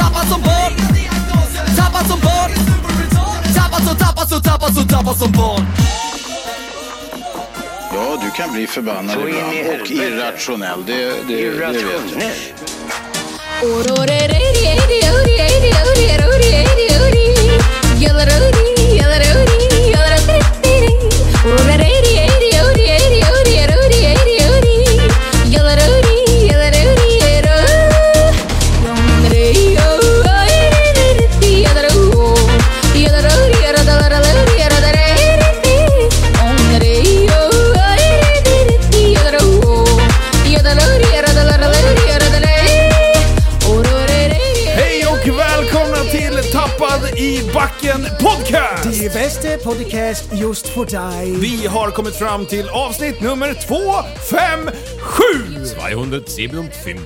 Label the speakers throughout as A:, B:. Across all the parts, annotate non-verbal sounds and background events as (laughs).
A: Tappad som barn Tappad som barn Tappad som, tappad som, tappad som, tappad som barn
B: Ja, du kan bli förbannad
C: Så in i
B: ibland och
C: helvete.
B: irrationell. Det, det, det vet jag.
C: Irrationell.
D: Hej och välkomna till Tappad i backen podcast!
E: Die beste Podcast just för dig.
D: Vi har kommit fram till avsnitt nummer 257!
F: 257.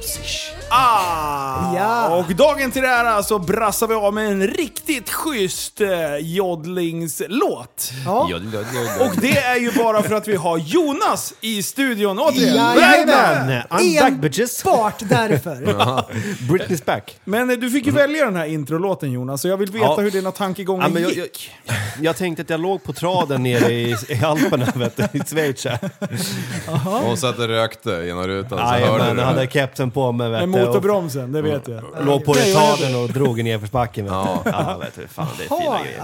D: Ah!
E: Ja.
D: Och dagen till ära så brassar vi av med en riktigt schysst eh, joddlingslåt.
E: Ja.
F: Ja, ja, ja, ja.
D: Och det är ju bara för att vi har Jonas i studion återigen.
E: Jajamän.
D: Välkommen!
G: I'm back bitches!
E: Bart
G: (laughs)
E: därför.
G: Britney's back!
D: Men eh, du fick ju välja den här introlåten Jonas, så jag vill veta
G: Ja.
D: hur dina tankegångar
G: Ja, men jag,
D: gick.
G: jag, jag tänkte att jag låg på traden nere i, i Alperna, (laughs) vet du, i Schweiz. här.
F: Hon satt och rökte genom rutan så hörde
G: Jajamän,
F: du
G: jag hade
F: det.
G: kepsen på mig vet
D: Med
G: du, och
D: motorbromsen, det vet jag.
G: Låg på retaden och drog i nerförsbacken. vet
F: Ja.
G: du. Ja, vet du, fan det är fina
E: Ja,
G: grejer.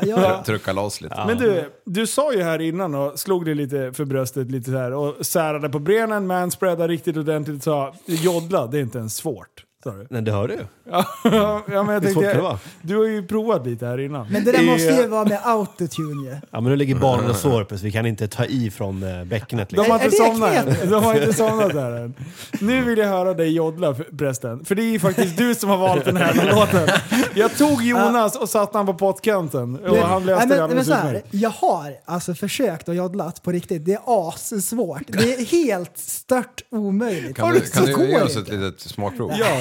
E: ja, ja, ja.
F: Trycka loss lite.
D: Men du, du sa ju här innan och slog dig lite för bröstet lite så här och särade på benen, manspreadade riktigt ordentligt och sa joddla, det är inte ens svårt. Sa du.
G: Nej, det hör du.
D: (laughs) ja, men jag
G: svårt kan det
D: tänkte,
G: vara.
D: du har ju provat lite här innan.
E: Men det där
D: I-
E: måste ju vara med autotune ju.
G: Ja, men nu ligger barnen och sover så vi kan inte ta i från eh, bäckenet.
D: De
G: Liksom.
D: har, inte
E: Är det
D: somnat, än.
E: knep?
D: de har inte somnat där än. Nu vill jag höra dig joddla för- förresten. För det är ju faktiskt du som har valt den här
G: (laughs)
D: låten. Jag tog Jonas och satte han på pottkanten. Och han läste
E: Nej,
D: det
E: men, men
D: alldeles
E: så här,
D: utmärkt.
E: jag har alltså försökt och joddlat på riktigt. Det är assvårt. Det är helt stört omöjligt.
F: Kan
E: Och
F: du,
E: så
F: kan du
E: går
F: ge
E: det
F: oss ett
E: inte.
F: litet smakprov?
D: Ja.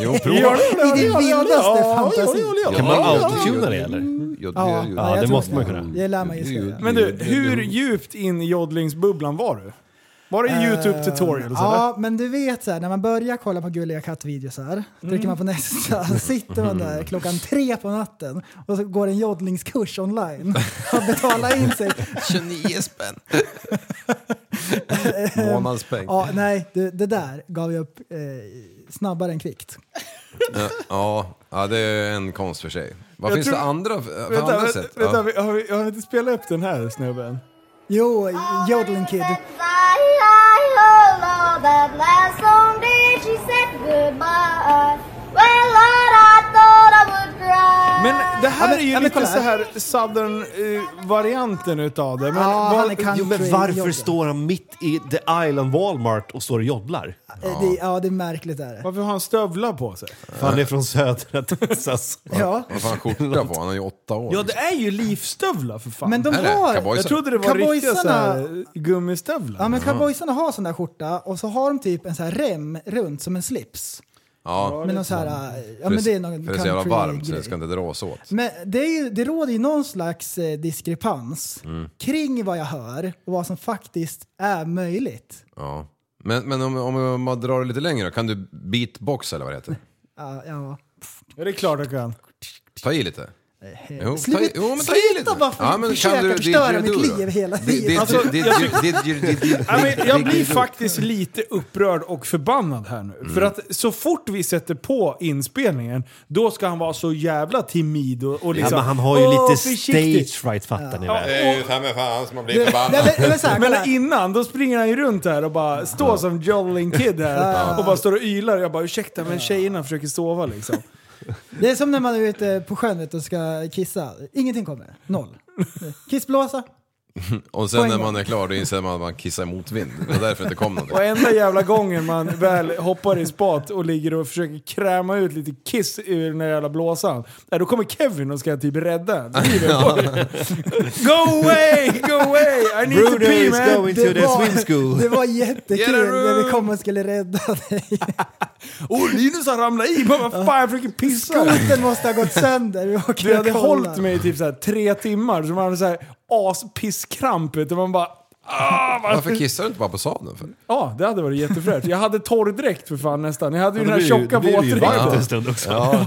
F: Jo,
D: Ja,
F: prova.
D: ja, ja,
E: I din
D: ja, ja,
E: vildaste
D: ja,
E: fantasi.
D: ja, ja, ja.
G: Kan man
F: Ja, ja,
G: autotuna
F: ja.
G: det eller?
F: Jo, det- Mm.
E: Ja,
F: jo.
E: ja, jag
G: det
E: tror
G: måste man
E: det.
G: kunna.
E: Det lär man ju sig göra.
D: Men du, hur djupt in i joddlingsbubblan var du? Var det YouTube tutorials eller?
E: Ja, men du vet så här, när man börjar kolla på gulliga kattvideos
F: Mm.
E: här, trycker man på nästa, (laughs) sitter man där klockan tre på natten och så går en joddlingskurs online (laughs) och betalar in sig.
F: 29 spänn. Månadspeng. Ja.
E: Ja, nej, du, det där gav jag upp eh, snabbare än kvickt.
F: Ja. det är en konst för sig. Vad
D: Jag
F: finns
D: tror-
F: det andra, för
D: Vänta,
F: andra
D: vänta,
F: sätt?
D: vänta
F: Ja.
D: vi- har, vi, har vi inte spelat upp den här snubben?
E: Jo, Jodeling Kid.
H: Bye, hi, hello, that last song did she said goodbye. Well, Lord, I thought I would cry.
D: Men det här
E: Ja, men-
D: är ju
E: ja, men
D: lite
E: kolla
D: så
E: här.
D: här southern-varianten utav det. Men
E: Ja,
D: vad-
E: han är country.
G: Jo, men varför
E: joddling.
G: står han mitt i The Island Walmart och står och joddlar?
E: Eh, det, ja, det är märkligt där.
D: varför har han stövlar på sig?
G: Han är från södra Texas.
E: Ja,
F: Vad fan skjorta på? Han är ju åtta år.
D: Ja, det är ju livstövlar för fan.
E: men de
F: Är det?
E: har...
F: Cowboy-
D: jag trodde det var riktiga så här eh,
E: Cowboysarna-
D: gummistövlar.
E: Ja, men cowboysarna har sån där skjorta och så har de typ en sån här rem runt som en slips.
F: ja.
E: Men någon så här, eh, ja men det är någon
F: För det är så jävla varmt så det
E: country-grej.
F: ska inte dras åt.
E: Men det, är ju, det råder ju någon slags eh, diskrepans kring vad jag hör och vad som faktiskt är möjligt.
F: Ja. Men, men om, om man drar det lite längre då, kan du beatboxa eller vad det heter?
E: Ja, ja.
D: Ja, det är klart jag kan.
F: Ta i lite. Jo,
E: Eh, Sluta- sluta bara för- försöka förstöra mitt liv hela tiden.
D: Alltså, Ja, men jag blir
F: faktiskt...
D: faktiskt lite upprörd och förbannad här nu.
G: Mm.
D: För att så fort vi sätter på inspelningen, då ska han vara så jävla timid och, och
G: Ja,
D: liksom...
G: men han har ju
D: "Åh,
G: lite
D: försiktig."
G: stage fright fattar ni
D: Ja,
G: väl?
D: och-
F: Det är ju ta mig fan som man blir
E: Nej,
F: förbannad.
E: men, men, så här, kolla
D: Men
E: här.
D: innan, då springer han ju runt här och bara står som Jolling Kid här och bara står och ylar. Jag bara ursäkta men tjejerna försöker sova liksom.
E: det är som när man är ute på sjön vet, du, och ska kissa. Ingenting kommer. Noll. Kissblåsa.
F: Och sen när man är klar då inser man att man kissar i motvind. Det var därför det inte kom
D: Och
F: någonting.
D: enda jävla gången man väl hoppar i spat och ligger och försöker kräma ut lite kiss ur den där jävla blåsan. Nej, då kommer Kevin och ska typ rädda en. Go away! Go away! I need to
G: Bruno
D: pee
G: is
D: man!
G: going to the swim school.
E: det var
F: Get a
E: jättekul
F: room!
E: när vi kom och skulle rädda
D: (laughs)
E: dig.
D: Alltså. Och Linus har ramlat i! Bara, Vad fan, jag försöker pissa!
E: Skoten måste ha gått sönder. Vi åker
D: Du hade
E: och kollar.
D: hållit mig i typ så här tre timmar, så man hade så här aspisskramp. Och man bara... Ah, vad-
F: Varför kissar du inte bara på sadeln för?
D: ja, det hade varit jättefräscht. Jag hade torrdräkt för fan nästan. Jag hade ju
G: Då
D: den här
G: blir det ju-
D: tjocka
G: då blir det ju varmt en
D: våtdräkten.
G: stund också.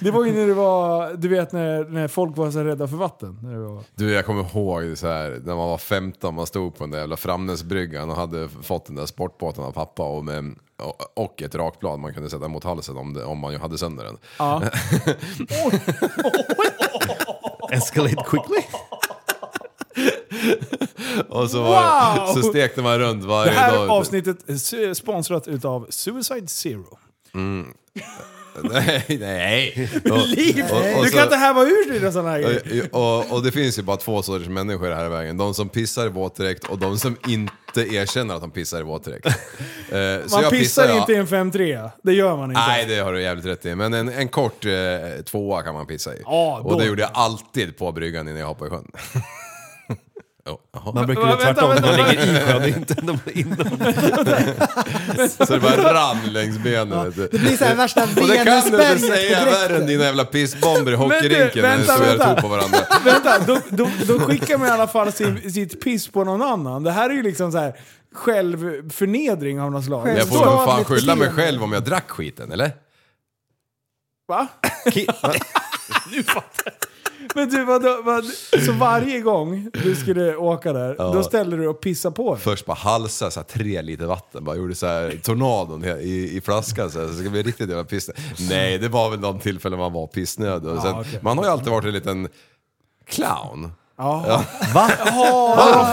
D: Det var ju när det var, du vet när, när folk var så rädda för vatten. När det var.
F: Du, jag kommer ihåg så här, när man var 15, man stod på den där jävla Framnäsbryggan och hade fått den där sportbåten av pappa och, med, och- och ett rakblad man kunde sätta mot halsen om, det, om man ju hade sönder den.
G: Escalate quickly.
F: Och så, var
D: Wow!
F: det, så stekte man runt
D: Det
F: varje
D: här
F: dag.
D: avsnittet är su- sponsrat utav Suicide Zero.
F: (laughs) Nej,
D: (laughs)
F: nej. Och, och, och,
D: Du
F: så,
D: kan inte häva ur dig en sån här grej.
F: och, och det finns ju bara två sorters människor här i vägen. De som pissar i våtdräkt och de som inte erkänner att de pissar
D: (laughs)
F: i våtdräkt. Eh, så
D: Man
F: jag
D: pissar
F: ja.
D: inte i en 5-3. Det gör man inte.
F: Nej, det har du jävligt rätt i. Men en, en kort eh, tvåa kan man pissa i.
D: Ja,
F: och
D: då.
F: det gjorde jag alltid på bryggan innan jag hoppade i sjön. (laughs) Ja, jaha.
G: Man brukar göra
D: Vänta,
G: tvärtom.
D: vänta,
G: De
D: vänta.
G: ligger i sjön, inte de inom.
F: så det bara rann längs benen. vet du.
E: Det blir så här värsta
F: och det kan du inte
E: venusberget
F: säga
E: på
F: värre än
E: dräkten.
F: dina jävla pissbomber i hockeyrinken när ni
D: vänta,
F: står och
D: vänta.
F: tror på varandra.
D: Vänta, då, då, då skickar man i alla fall sin, sitt piss på någon annan. Det här är ju liksom så här självförnedring av något slag. Alltså,
E: Själv-
F: Men jag får väl
E: Skadligt
F: fan skylla mig
E: beteende.
F: själv om jag drack skiten, eller?
D: Va? Men du, vad, vad, så varje gång du skulle åka där, då ställde du och pissade på dig?
F: (laughs) Först bara halsa så här, tre liter vatten, bara gjorde så här tornadon he- i, i flaskan så, här, så det ska bli riktigt jävla piss. Nej, det var väl de tillfällen man var pissnödig. Och sen,
D: Ah, okej.
F: Man har ju alltid varit en liten clown.
D: Jaha,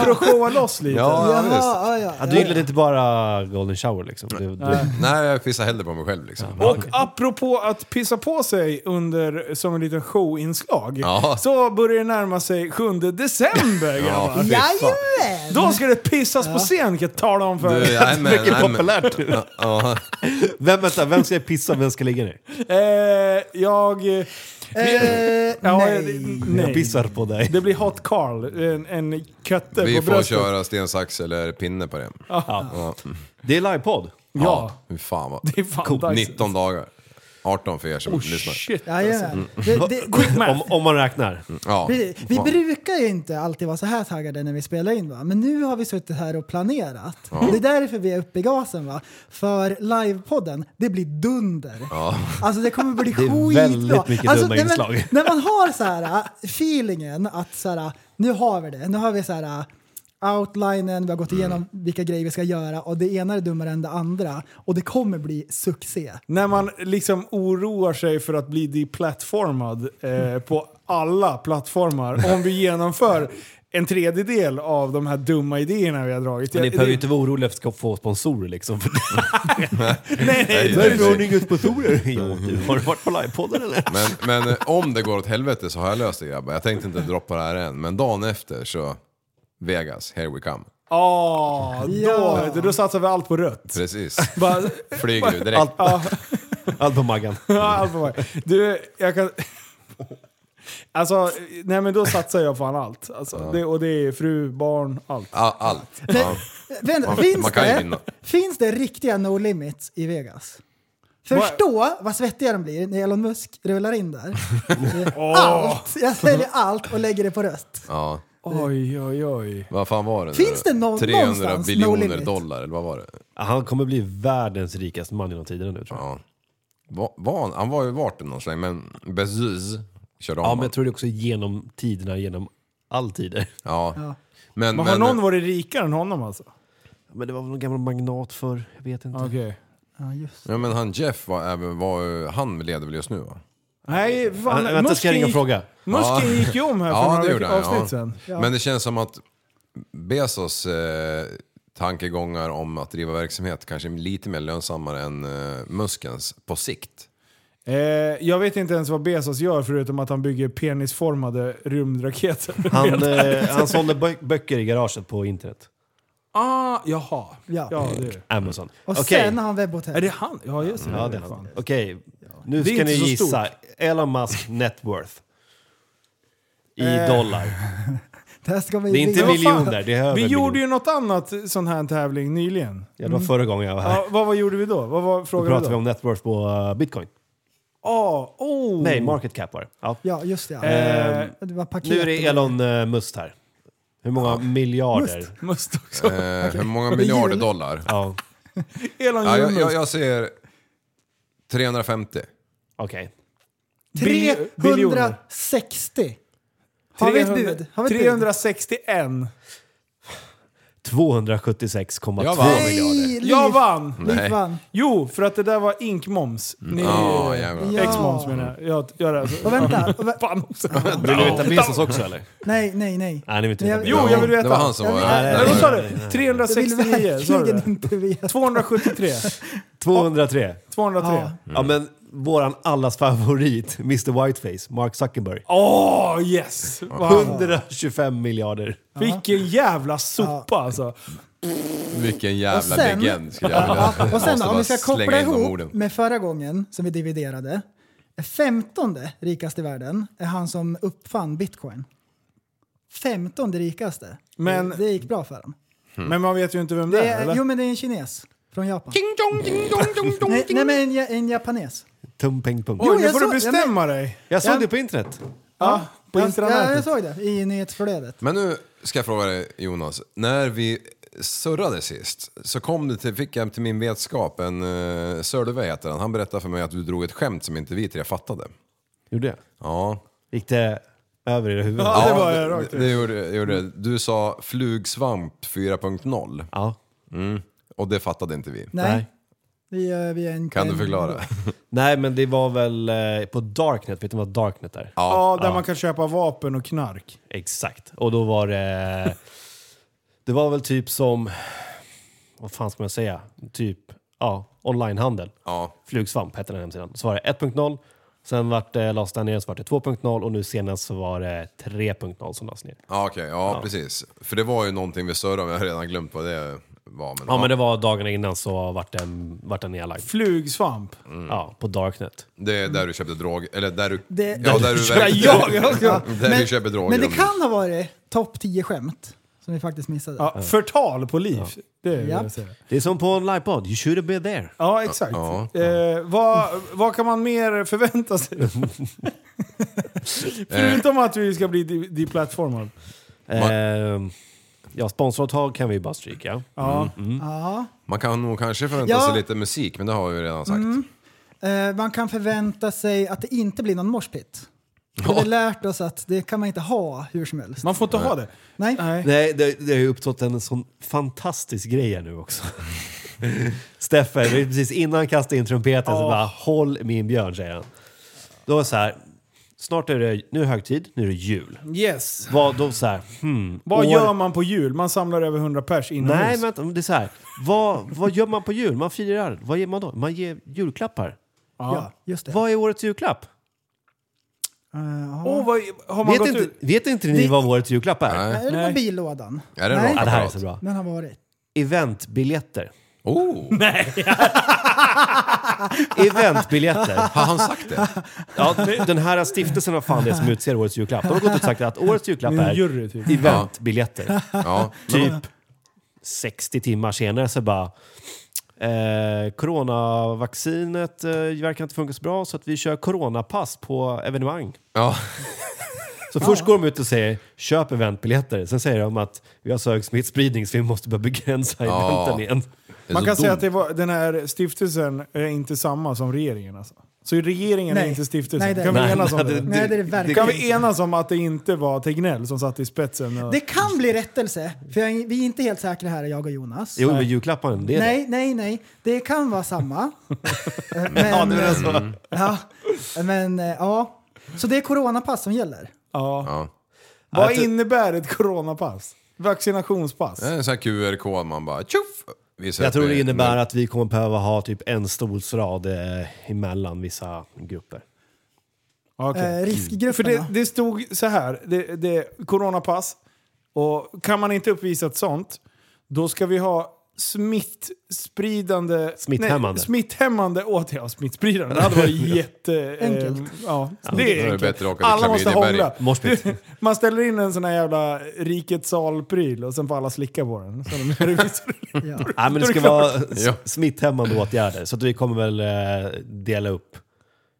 D: för att showa loss lite?
F: Ja, ja,
E: Jaha,
F: visst.
E: ja, ja.
G: Ja, du gillade inte bara golden shower liksom. Du, du,
F: Nej, jag pissar hellre på mig själv liksom.
D: Och apropå att pissa på sig under, som en liten showinslag,
F: Ja.
D: så börjar det närma sig 7 december grabbar.
F: fy fan.
E: Jajamän!
D: Då ska det pissas på scen kan jag tala om för
F: Du,
D: er.
F: nej, men,
G: Vilket
F: nej, men-
G: populärt! Vem, vänta, vem ska jag pissa vem ska ligga ner?
D: Eh, jag... eh,
E: Eh,
D: ja,
E: nej.
D: eh, nej.
G: Jag pissar på dig.
D: Det blir Hot Carl, en, en kötte
F: Vi
D: på
F: får
D: bröstet.
F: köra sten, sax eller pinne på det. Ja.
G: Det är livepodd.
D: Ja.
F: Fy fan vad...
D: Det är fan dags.
F: 19 dagar. 18 för er som lyssnar.
D: Oh, Shit.
E: Jajamän. Det, det, det,
G: Om, om man räknar.
F: Ja.
E: Precis. Vi
F: Fan.
E: brukar ju inte alltid vara så här taggade när vi spelar in va? men nu har vi suttit här och planerat. Det är därför vi är uppe i gasen va. För livepodden, det blir dunder. Alltså det kommer bli
G: (laughs) Det är
E: skitbra.
G: väldigt mycket
E: alltså,
G: dumma
E: när man-
G: inslag.
E: När man har så här äh, feelingen att så här, äh, nu har vi det, nu har vi så här äh, outlinen, vi har
G: Mm.
E: gått igenom vilka grejer vi ska göra och det ena är dummare än det andra och det kommer bli succé.
D: När man liksom oroar sig för att bli deplattformad eh, på alla plattformar om vi genomför en tredjedel av de här dumma idéerna vi har dragit.
G: Men ni
D: Jag-
G: behöver ju inte vara oroliga för att få sponsorer (laughs) liksom. För
D: Nej, nej,
F: Nej,
G: Varför har ni inga (laughs) sponsorer? Jo, du, har du varit på livepodden eller?
F: Men, men eh, om det går åt helvete så har jag löst det grabbar. Jag tänkte inte droppa det här än, men dagen efter så... Vegas, here we come.
D: Ah, då, vet du, då satsar vi allt på rött.
F: Precis.
E: (laughs)
D: Bara,
F: Flyger du direkt.
G: Allt, (laughs) allt på Maggan.
D: allt på mig. Du, jag kan... Alltså, nej men då satsar jag fan allt. Alltså, det, och det är fru, barn, allt.
F: A- allt. Ja.
E: Vänta,
F: Man-
E: finns,
F: man kan ju
E: det,
F: vinna.
E: finns det riktiga no limits i Vegas? Förstå vad svettiga de blir när Elon Musk rullar in där. Allt! Jag säljer allt och lägger det på röst.
F: ja.
D: Oj, oj, oj.
F: Vad fan var det? nu
E: Finns
F: då?
E: det nå-
F: 300
E: någonstans, no
F: biljoner
E: limit?
F: dollar, eller vad var det?
G: Han kommer bli världens rikaste man genom tiderna nu tror jag.
F: Ja. Va, var han, han var ju vart någon släng, men Bezos körde om
G: Ja, men
F: han.
G: jag tror det är också genom tiderna, genom all tider.
F: ja. Men,
D: Men har
F: men,
D: någon varit rikare än honom alltså?
G: Men det var väl någon gammal magnat för, jag vet inte.
D: Okej.
E: Ja, just.
F: ja, men han Jeff, var, även- var, ju- han leder väl just nu va?
D: Nej, fan.
G: Äh, Vänta, ska jag ringa och
D: gick-
G: fråga?
D: Musken
F: Ja.
D: gick ju om här för
F: Ja, det
D: några
F: gjorde
D: veck-
F: han.
D: avsnitt
F: Ja.
D: sedan.
F: Men det känns som att Bezos eh,
E: (laughs)
F: tankegångar om att driva verksamhet kanske är lite mer lönsammare än eh, Muskens på sikt.
D: Eh, jag vet inte ens vad Bezos gör förutom att han bygger penisformade rymdraketer.
G: Han, eh, han sålde bö- böcker i garaget på internet.
D: (laughs) ah, jaha.
E: Ja.
D: Ja, det är det.
G: Amazon.
E: Och
G: Okej,
E: sen har han
D: Är
E: webbhotell.
D: det han? Ja, just det.
G: ja, det är han. Okej, nu
D: Det är
G: ska ni
D: inte så
G: gissa. Elon Musk net worth. I dollar.
E: Det här ska vi
G: Det är inte
E: vi-
G: miljoner, det är över
D: Vi gjorde
G: miljoner.
D: ju något annat sån här tävling nyligen.
G: Ja, det var förra gången jag var här.
D: Ja, vad, vad gjorde vi då? Vad var
G: Då
D: frågan
G: pratade
D: då?
G: vi om net worth på eh, bitcoin.
D: Ah, oh.
G: Nej, market cap var det. ja.
E: Ja, just det. Ja.
D: Eh,
E: det var paket.
G: Nu är det Elon eh, Musk här. Hur många miljarder?
D: Must också.
F: Eh, Hur många miljarder dollar?
G: Ja,
D: Elon
F: Ja, jag,
D: Jonas.
F: jag, jag ser 350.
G: okej.
D: Bil- biljoner.
E: 360. Har vi ett bud? Har vi ett bud?
D: 361.
G: 276,2
F: Jag vann.
G: miljarder.
E: Liv,
D: Jag vann!
F: Mm.
E: Liv vann.
D: Jo, för att det där var inkmoms. Ni-
F: Ah, Ja, jävlar.
E: Ja.
D: Ex-moms menar jag. jag, jag alltså. (laughs)
E: Och vänta. och vä-
D: Fan
F: (laughs)
D: också.
G: Vill du veta Bezos också eller?
E: Nej, nej, nej.
G: Nej, ni vill inte
E: Men jag-
G: veta
D: Jo, jag vill veta.
F: Det var han som
E: Jag
F: var...
E: vill-
F: Nej,
D: Nej, vad
F: nej,
D: sa
F: nej.
D: du?
E: Jag vill
D: 369, sa du
E: verkligen
D: det?
E: inte veta.
D: 273.
G: 203.
D: 203.
G: Ja men våran allas favorit, Mr Whiteface, Mark Zuckerberg.
D: Åh, yes! Wow.
G: 125 miljarder.
D: Vilken jävla sopa alltså.
F: Vilken
E: Och
F: jävla
E: sen-
F: legend skulle jag vilja...
E: Ja, och
F: Måste
E: sen då, om
F: bara
E: vi ska koppla
F: slänga in de
E: ihop
F: orden.
E: med förra gången som vi dividerade. Femtonde rikaste i världen är han som uppfann bitcoin. Femtonde rikaste.
D: Men-
E: det, det gick bra för honom.
F: Mm.
D: Men man vet ju inte vem det
E: Det
D: är,
E: är,
D: eller?
E: jo men det är en kines från Japan. nej, nej men en, ja- en japanes.
G: Tum peng pung.
D: Oj,
E: Jo,
D: nu
E: jag
D: får du
E: såg- ja, men-
D: bestämma dig.
G: Jag såg
E: Ja.
G: det på internet.
D: Ja, på
E: Ja, jag
D: intranätet.
E: såg det i nyhetsflödet.
F: Men nu ska jag fråga dig Jonas. När vi surrade sist så kom det till, fick jag till min vetskap en uh, Sörlöve heter han. Han berättade för mig att du drog ett skämt som inte vi tre fattade.
G: Gjorde jag?
F: Ja.
G: Gick det över i huvudet?
D: Ja, det var jag
F: det,
D: rakt
F: det gjorde, gjorde det. Du sa flugsvamp 4.0
G: Ja.
F: Mm. och det fattade inte vi.
E: Nej.
G: Nej.
E: Vi, är- vi är en,
F: Kan du förklara?
G: Nej men det var väl eh, på Darknet, vet du vad Darknet är?
D: Ja, där man kan köpa vapen och knark.
G: Exakt. Och då var det... (laughs) Det var väl typ som... Vad fan ska man säga? Typ, ja, onlinehandel.
F: Ja.
G: Flugsvamp hette den hemsidan. Så var det 1.0, sen vart det, lades den ner, så var det 2.0 och nu senast så var det 3.0 som lades ner.
F: Ja, okej. Ja, precis. För det var ju någonting vi surrade om. Jag har redan glömt vad det var. Men,
G: Ja, men det var dagarna innan så vart den, vart den nedlagd.
D: Flugsvamp.
G: Ja, på Darknet.
F: det är där du köpte drog... Eller där du...
E: Det- Där
F: ja, där du...
D: Ja, jag, jag ska.
E: Ja,
F: (laughs) Där du köper droger.
E: men det kan ha varit topp 10 skämt som vi faktiskt missade.
D: Ja, förtal på liv. Det är det
E: Ja.
D: jag säger.
G: Det är som på en livepodd, you should have been there.
D: Ja, exakt.
F: Ja.
D: Eh, vad, vad kan man mer förvänta sig?
F: Eh,
D: Förutom att vi ska bli de- deplattformade.
G: Ehm, ja, sponsoravtal kan vi ju bara stryka.
D: Ja.
E: Ja.
F: Man kan nog kanske förvänta
E: Ja.
F: sig lite musik, men det har vi ju redan sagt.
D: Mm.
E: Eh, man kan förvänta sig att det inte blir någon morspitt. För Vi har lärt oss att det kan man inte ha hur som helst.
D: Man får inte ha det.
E: Nej.
D: Nej.
G: Nej, det, det har ju uppstått en sån fantastisk grej här nu också. (laughs) Steffen, det är precis innan han kastade in trumpeten så bara “Håll min björn” säger han. Då är det så här, snart är det, nu är det högtid, nu är det jul.
D: Yes.
G: Vad, då så här, hmm,
D: Vad
G: år-
D: gör man på jul? Man samlar över 100 pers inomhus.
G: Nej, vänta, det är så här, vad, vad gör man på jul? Man firar, vad ger man då? Man ger julklappar.
E: Ja, just det.
G: Vad är årets julklapp?
D: Åh, vad, har man
G: Vet
D: gått
G: inte,
D: ut?
G: vet inte ni
E: Det-
G: vad årets julklapp är?
F: Nej.
E: Är det
D: Nej.
E: på billådan?
F: Är det en
E: Nej.
G: Ja, det här är
F: rakapparat?
G: så bra.
E: Den har varit.
G: Eventbiljetter.
F: Oh, (laughs)
G: Eventbiljetter.
F: har han sagt det?
D: (laughs)
G: Ja, den här stiftelsen har fan det som utser årets julklapp. De har gått ut och sagt att årets julklapp
D: Min
G: är
D: jury, typ.
G: eventbiljetter.
F: Ja.
G: Typ 60 timmar senare så bara... Eh, coronavaccinet eh, verkar inte funka så bra så att vi kör coronapass på evenemang.
F: ja.
G: Så först går de ut och säger köp eventbiljetter. Sen säger de att vi har så hög smittspridning så vi måste börja begränsa
F: Ja.
G: eventen igen.
D: Man
F: Så
D: kan
F: dum.
D: säga att det var, den här stiftelsen är inte samma som regeringen. Alltså. Så regeringen är
E: Nej.
D: inte stiftelsen.
E: Nej, det är
D: kan vi
E: det.
D: enas om
G: Nej,
D: det?
G: det-
E: Nej, det är det
D: Kan
E: verkligen
D: vi enas om att det inte var Tegnell som satt i spetsen? Och...
E: Det kan bli rättelse, för jag, är- vi är inte helt säkra här, jag och Jonas.
G: Jo, men julklapparen, det är
E: Nej, nej, nej. Det kan vara samma. Eh, men, ja,
G: det. Men, så.
E: ja, men eh, ja. Så det är coronapass som gäller.
D: Ja.
F: Ja.
D: Vad
G: Jag tror-
D: innebär ett coronapass? Vaccinationspass?
F: Det är en sån här QR-kod man bara tjoff! vi säger
G: Jag
F: att
G: tror det
F: vi-
G: innebär att vi kommer behöva ha typ en stolsrad eh, emellan vissa grupper.
D: Okay.
E: Eh,
D: Mm. För
E: riskgrupperna.
D: det, det stod så här, det, det är coronapass. Och kan man inte uppvisa ett sånt, då ska vi ha smittspridande...
G: Smitthämmande.
D: Nej, smitthämmande åt, ja, smittspridande. Det hade varit jätte...
E: Enkelt.
D: Eh, ja,
F: Då är
D: det
F: det
D: är enkelt.
F: bättre att åka till
D: Alla måste hångla.
F: Klamydiaberget.
D: (laughs)
G: (laughs) Moshpit.
D: Man ställer in en sån här jävla rikets salpryl och sen får alla slicka på den. Så de (laughs)
E: Ja.
G: Nej, men det
D: Då är
G: ska
D: det klart.
G: vara s-
F: Ja.
G: smitthämmande åtgärder. Så att vi kommer väl eh, dela upp.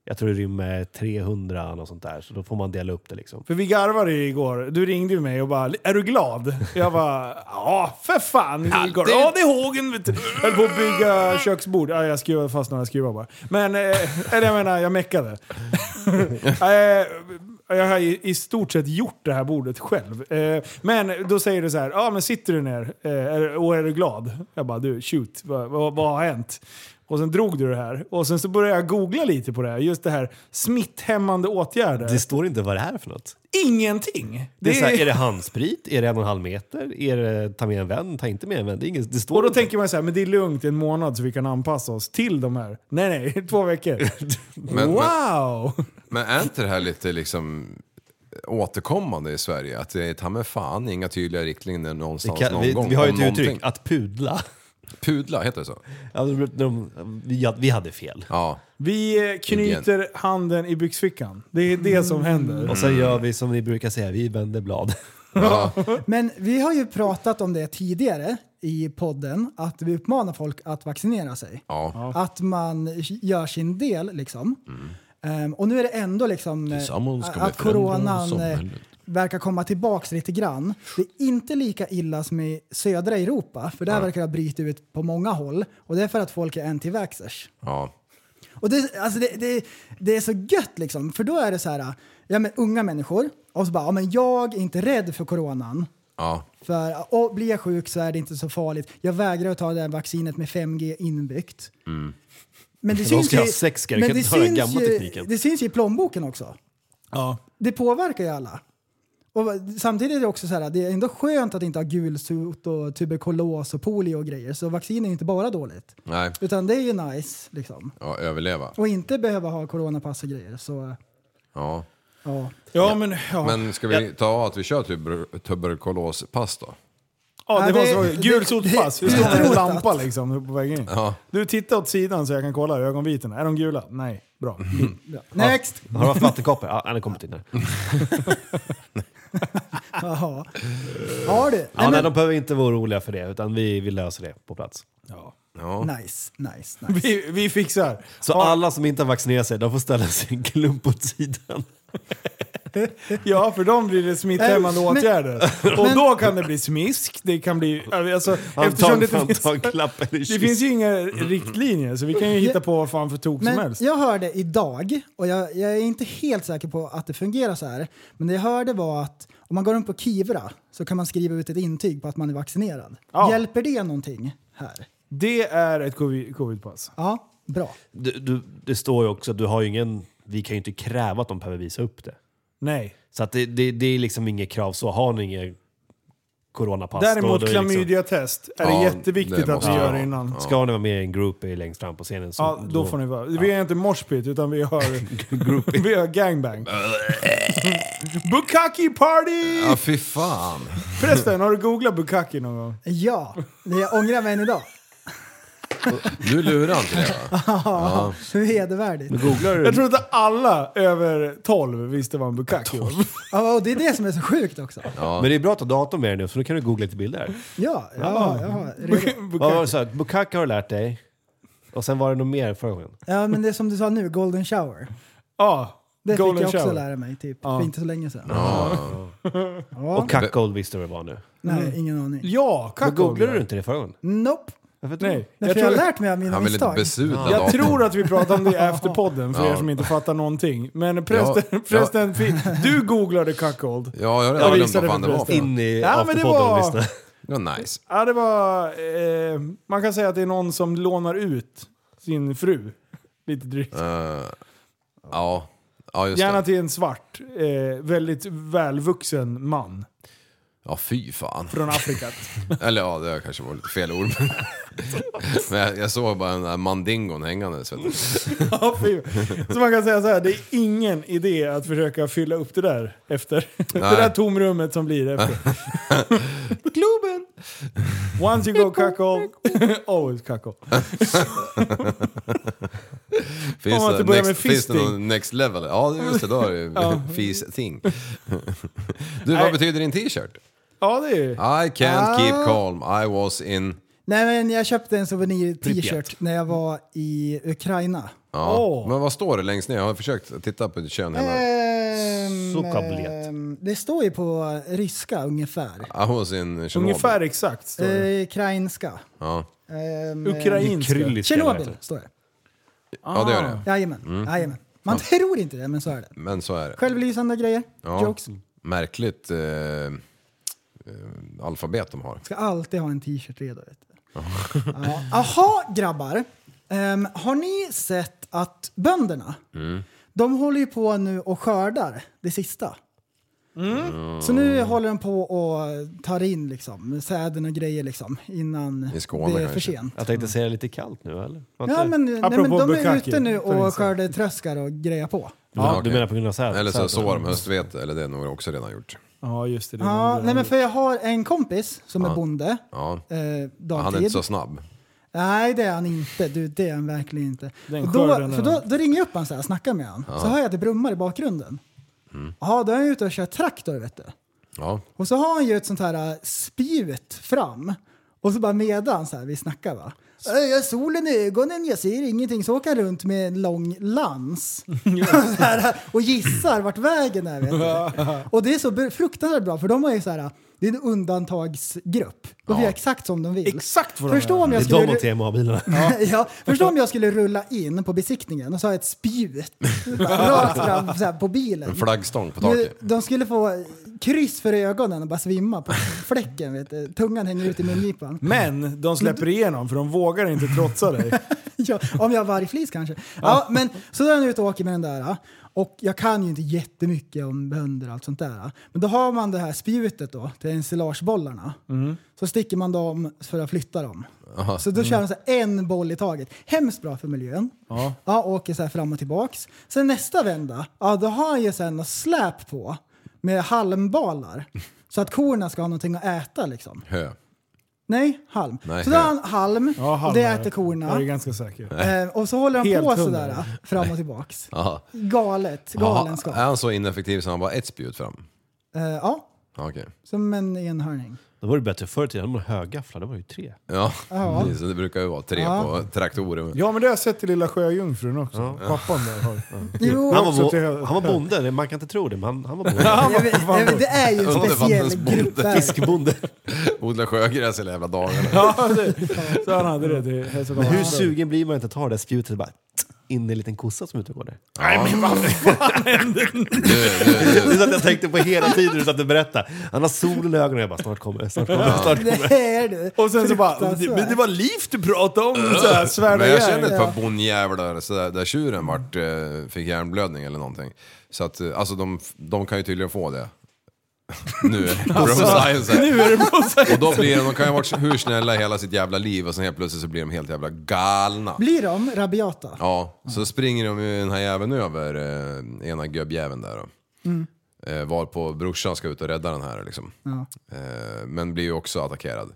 G: Jag tror det rymmer 300 och sånt där. Så då får man dela upp det liksom.
D: För vi garvade ju igår. Du ringde ju mig och bara “Är du glad?” Jag bara “Ja, för fan Igor. Ja, det är hågen vet du. Jag höll på att bygga köksbord. Ja, jag skruvade fast några skruvar bara. Men, eh, eller jag menar, jag
G: (laughs)
D: meckade. eh, jag har i, i stort sett gjort det här bordet själv. Eh, men då säger du så här, ja men sitter du ner eh, är- och är du glad? Jag bara, du shoot, vad, vad, vad har hänt? Och sen drog du det här. Och sen så började jag googla lite på det här. Just det här smitthämmande åtgärder.
G: Det står inte vad det här är för något.
D: Ingenting!
G: Det är, så här, är det handsprit? Är det en och en halv meter? Är det ta med en vän? Ta inte med en vän? Det, är inget, det står
D: och då
G: inte.
D: tänker man så här, men det är lugnt en månad så vi kan anpassa oss till de här. Nej, (laughs) nej, två veckor.
F: (laughs) men-
D: wow!
F: Men är inte det här lite liksom återkommande i Sverige? Att det är ta med fan inga tydliga riktlinjer
G: Det
F: någonstans
G: kan,
F: någon
G: vi,
F: gång.
G: vi har ju
F: om
G: ett uttryck,
F: någonting.
G: att (laughs) pudla.
F: Pudla, heter det så?
G: Ja, Alltså, de, de, vi, hade- vi hade fel.
F: Ja.
D: Vi eh, knyter handen i byxfickan. Det är det som händer.
G: Och sen gör vi som ni brukar säga, vi vänder blad.
F: ja.
E: Men vi har ju pratat om det tidigare i podden, att vi uppmanar folk att vaccinera sig.
F: ja.
E: Att man gör sin del liksom. Ehm, och nu är det ändå liksom eh,
F: Tillsammans ska vi
E: att
F: förändra
E: coronan eh,
F: samhället.
E: verkar komma tillbaks lite grann. Det är inte lika illa som i södra Europa, för där verkar det ha brutit ut på många håll. Och det är för att folk är anti-vaxxers.
F: ja.
E: Och det, alltså det, det, det är så gött liksom, för då är det så här, ja men unga människor, och så bara, ja men jag är inte rädd för coronan.
F: ja.
E: För och blir jag sjuk så är det inte så farligt. Jag vägrar att ta det här vaccinet med 5G inbyggt. Men det
G: de
E: syns
G: Mm. ska
E: ju,
G: ha 6G,
E: men
G: kan
E: det
G: inte ta den
E: syns
G: gamla
E: ju-
G: tekniken.
E: Det syns ju i plånboken också. Det påverkar ju alla. Och vad- samtidigt är det också så här, det är ändå skönt att inte ha gulsot och tuberkulos och polio och grejer. Så vaccin är ju inte bara dåligt.
F: Nej.
E: Utan det är ju nice liksom.
F: Ja, överleva.
E: Och inte behöva ha coronapass och grejer. Så
F: Ja.
E: ja.
D: Ja, men... Ja,
F: Men ska vi ta att vi kör tuber- tuberkulospass då?
D: ja, det
E: Ja,
D: var
E: det-
D: så.
E: det-
D: Gul sotpass. Det
E: det-
D: står en
E: utrotat.
D: lampa liksom på vägen in.
F: Ja.
D: Du, titta åt sidan så jag kan kolla ögonvitorna. Är de gula? Nej.
F: (laughs)
D: Bra.
E: Next!
G: (laughs) Har du haft vattenkoppor? Ja, den har kommit in här.
E: Jaha. Ja du.
G: Ja, nej, de behöver inte vara oroliga för det, utan vi, vi löser det på plats.
E: Nice, nice, nice.
D: Vi, vi fixar.
G: Så alla som inte har vaccinerat sig, de får ställa sin klump åt sidan.
D: Ja, för dem blir det smitthämmande
E: Äh, (laughs) men-
D: åtgärder. Och då kan det bli smisk. Det kan bli... Alltså, eftersom det inte finns...
G: Handtag, klapp eller
D: Det
G: kyss.
D: finns ju inga
F: Mm.
D: riktlinjer så vi kan ju hitta på vad fan för tok som
E: Men
D: helst.
E: jag hörde idag, och jag, jag är inte helt säker på att det fungerar så här, men det jag hörde var att om man går runt på Kivra så kan man skriva ut ett intyg på att man är vaccinerad.
D: Ja.
E: Hjälper det någonting här?
D: Det är ett covid- covidpass.
E: Ja, bra.
G: Du, du, det står ju också, du har ju ingen, vi kan ju inte kräva att de behöver visa upp det.
D: Nej.
G: Så att det, det, det är liksom inget krav så. Har ni inget coronapass
D: Däremot
G: då, då är det liksom-
D: klamydiatest är det
F: liksom. Ja,
D: jätteviktigt
F: det
D: att vi
F: måste
D: gör
F: vi ha.
D: innan. Ja.
G: Ska ni vara med i en groupie längst fram på scenen så
D: då får ni vara. Vi är inte moshpit utan vi har,
F: (laughs)
D: vi har gangbang. Bukaki party!
F: Ja, fy fan.
D: Förresten, har du googlat Bukaki någon gåg?
E: Ja, det jag ångrar mig än idag.
F: Du lurar inte det
D: (laughs)
F: va?
E: Hur hedervärdigt.
G: (laughs) Googlar du?
D: Jag tror inte alla över 12 visste vad en Bukaki var.
E: Ja, och det är det som är så sjukt också. Ja,
G: Men det är bra att ha datorn med dig nu, för då kan du googla lite bilder.
E: ja, ja. redo.
G: Vad var det så här, Bukaka har du lärt dig. Och sen var det något mer förra gången.
E: ja, men det är som du sa nu, golden shower.
D: Ja,
E: Det
D: golden
E: fick jag också
D: shower.
E: lära mig typ, för inte så länge sedan.
G: Och cuckold visste du vad det var nu.
E: Nej, ingen aning.
D: Ja,
G: Men googlade du
D: kacko.
G: inte det förra gången?
E: Nope.
G: Varför inte?
D: Nej,
E: Därför jag,
D: tror-
E: har lärt mig av mina
F: Han vill inte
E: misstag.
F: besudla
D: Jag
F: datorn.
D: tror att vi pratade om det efter podden för
F: Ja.
D: er som inte fattar någonting. Men prästen,
F: Ja,
D: prästen fi- du googlade cuckold.
F: Ja, jag har
D: Jag
F: redan glömt
D: visade
F: vad fan
D: det
F: det
D: för
F: var.
D: förresten.
G: In i
D: Ja, men det
G: afterpodden och
D: var-
G: lyssna.
F: Det var nice.
D: Ja, det var... Eh, man kan säga att det är någon som lånar ut sin fru. Lite drygt.
F: Eh, ja. ja, just
D: Gärna
F: det.
D: till en svart, eh, väldigt välvuxen man.
F: Ja, fy fan.
D: från
F: (laughs)
D: Afrika.
F: Eller ja, det kanske var lite fel ord. Men, (laughs) men jag, jag såg bara den där mandingon hängandes. vet du.
D: Ja, fy. så man kan säga så här, det är ingen idé att försöka fylla upp det där efter. (laughs) Det där tomrummet som blir
F: (laughs)
D: efter. Globen! Once you go cuckold, (laughs) always cuckold.
F: Finns,
D: Om att
F: det,
D: det börjar
F: next,
D: med
F: finns det
D: fisting.
F: någon next level? Ja, det- just det. Då
D: (laughs)
F: är det ju (laughs) fis-thing. Du, vad
D: Nej.
F: betyder din t-shirt?
D: Ja, det är ju...
F: I can't keep
E: Ah.
F: calm, I was in...
E: Nej men jag köpte en souvenir
F: Pripyat.
E: t-shirt när jag var i Ukraina.
F: Ja.
D: Åh.
F: Men vad står det längst ner? Jag har försökt titta på kön hela...
E: Ehm,
G: Sokabliet.
E: ehm, det står ju på ryska ungefär.
G: Eh.
F: I was in Chernobyl.
D: Ungefär exakt står det.
E: Eh, Ukrainska.
F: Ja.
E: Ehm,
D: Ukrainska.
G: Krylliska, eller vad heter
E: Tjernobyl står det.
F: ja, det gör
G: Ah.
F: det.
E: Jajamän.
F: Mm.
E: Jajamän. Man tror inte det, men så är det.
F: Men så är det.
E: Självlysande grejer.
F: Ja.
E: Jokes.
F: Märkligt eh, eh, alfabet de har.
E: Ska alltid ha en t-shirt redo. Vet du. Ja. Aha, grabbar. Ehm, har ni sett att bönderna,
F: Mm.
E: de håller ju på nu och skördar det sista. Så nu håller de på och tar in liksom, säden och grejer liksom, innan
F: I
E: det
F: Skåne
E: är för
F: kanske.
E: sent.
G: Jag tänkte säga det lite kallt nu eller?
E: Ja,
G: Var inte-
E: men, nej, men
D: eh, Apropå
E: de är
D: bukkake,
E: ute nu
D: tar in
E: och
D: säd.
E: skördar tröskar och grejer på.
G: ja,
F: okej.
G: Du menar på grund av säd?
F: Eller så
G: säd-
F: sår de höstvete, eller det är nog också redan gjort.
D: Ja, just det. det var
E: Ja,
D: det.
E: nej, men för jag har en kompis som är bonde.
F: Ja.
E: Eh, dagtid.
F: Han är inte så snabb.
E: Nej, det är han inte. Du, det är han verkligen inte.
D: Den
E: Och då,
D: skörden
E: för
D: är
E: då,
D: han.
E: då ringer jag upp honom så här, snackar med honom. Så hör jag att det brummar i bakgrunden.
F: Mm.
E: Ja, då är han ute och kör traktor vet du.
F: Ja.
E: Och så har han ju ett sånt här äh, spjut fram. Och så bara medan så här, vi snackar va. Äh, Jag har solen i ögonen, jag ser ingenting. Så åker han runt med en lång lans. (laughs) så här, och gissar vart vägen är. Vet du. Och det är så br- fruktansvärt bra för de har ju så här, äh, det är en undantagsgrupp. De gör exakt som de vill.
D: Exakt vad de
E: Förstå
D: gör.
E: om
G: Det
E: jag
G: är de
E: skulle... (laughs)
G: och TMA-bilarna.
E: Ja. förstå om jag skulle rulla in på besiktningen och så ha ett spjut rakt fram så här, på bilen.
G: Eh,
F: En flaggstång på
E: Du,
F: taket.
E: de skulle få kryss för ögonen och bara svimma på fläcken. Vet du. Tungan hänger ut i mungipan.
D: Men de släpper igenom för de vågar inte trotsa
E: (laughs)
D: dig.
E: Ja, om jag har vargflis kanske. Ja, men, så då är jag ute och åker med den där. Och jag kan ju inte jättemycket om bönder och allt sånt där. Men då har man det här spjutet då till ensilagebollarna. Så sticker man dem för att flytta dem. Så då kör de så här en boll i taget. Hemskt bra för miljön. Ja. åker så här fram och tillbaks. Sen nästa vända, ja, då har jag ju sen något släp på med halmbalar. Så att korna ska ha någonting att äta liksom.
F: Hö.
E: Nej, halm.
F: Nej,
E: så då har
F: ja.
E: han halm,
D: Ja, halm
E: och det
D: är-
E: äter
D: Jag är
E: korna.
D: ganska säker.
E: Eh, och så håller han
D: Helt
E: på
D: hundra.
E: sådär eh, fram och tillbaks.
F: Aha.
E: Galet,
F: Aha.
E: galenskap.
F: Är han så ineffektiv så han bara ett spjut fram?
E: Eh, ja,
F: Ja, Okej.
E: som en enhörning.
G: Då var det bättre förr i tiden, hade man högafflar, det var ju tre.
F: Ja,
E: Ja.
G: Mm. Ah.
F: precis. det brukar ju vara tre på traktorer.
D: Ja, men det har jag sett i Lilla Sjöjungfrun också. Pappan där har...
E: Jo,
G: Han var,
D: Också till
G: bo-
D: hö-
G: han var bonde, det- man kan inte tro det, men han, han var bonde.
D: Ja,
E: jag vet, jag vet, det är ju en speciell
F: Undervattensbonde.
E: grupp. Där.
G: Fiskbonde.
F: Odlar sjögräs hela jävla dagarna.
D: (laughs) Ja, det, så han hade det till
G: Men hur
D: hälsokontrollen.
G: sugen blir man inte att ta det där spjutet och bara tsk, in i en liten kossa som är ute och går där? Nej men vad
F: (laughs)
G: fan hände nu? Det är så att jag tänkte på hela tiden du satt och berättade. Han har solen i ögonen och jag bara snart kommer snart kommer, snart kommer.
E: Det är du.
D: Och sen så bara,
G: alltså.
E: Fruktansvärt.
D: men det var liv du pratade om! Så här, svär
F: Men jag känner ett
D: ihjäl.
F: par bonnjävlar så där, där tjuren vart, eh, fick hjärnblödning eller någonting. Så att, eh, alltså de, de kan ju tydligen få det. (laughs) Nu är det alltså, science här.
D: Nu är det massa...
F: Och då blir de, de kan ju ha varit hur snälla hela sitt jävla liv och sen helt plötsligt så blir de helt jävla galna.
E: Blir de rabiata?
F: Ja, så springer de ju den här jäveln över eh, ena gubbjäveln där då.
D: Mm.
F: Eh, varpå brorsan ska ut och rädda den här liksom. Eh, men blir ju också attackerad.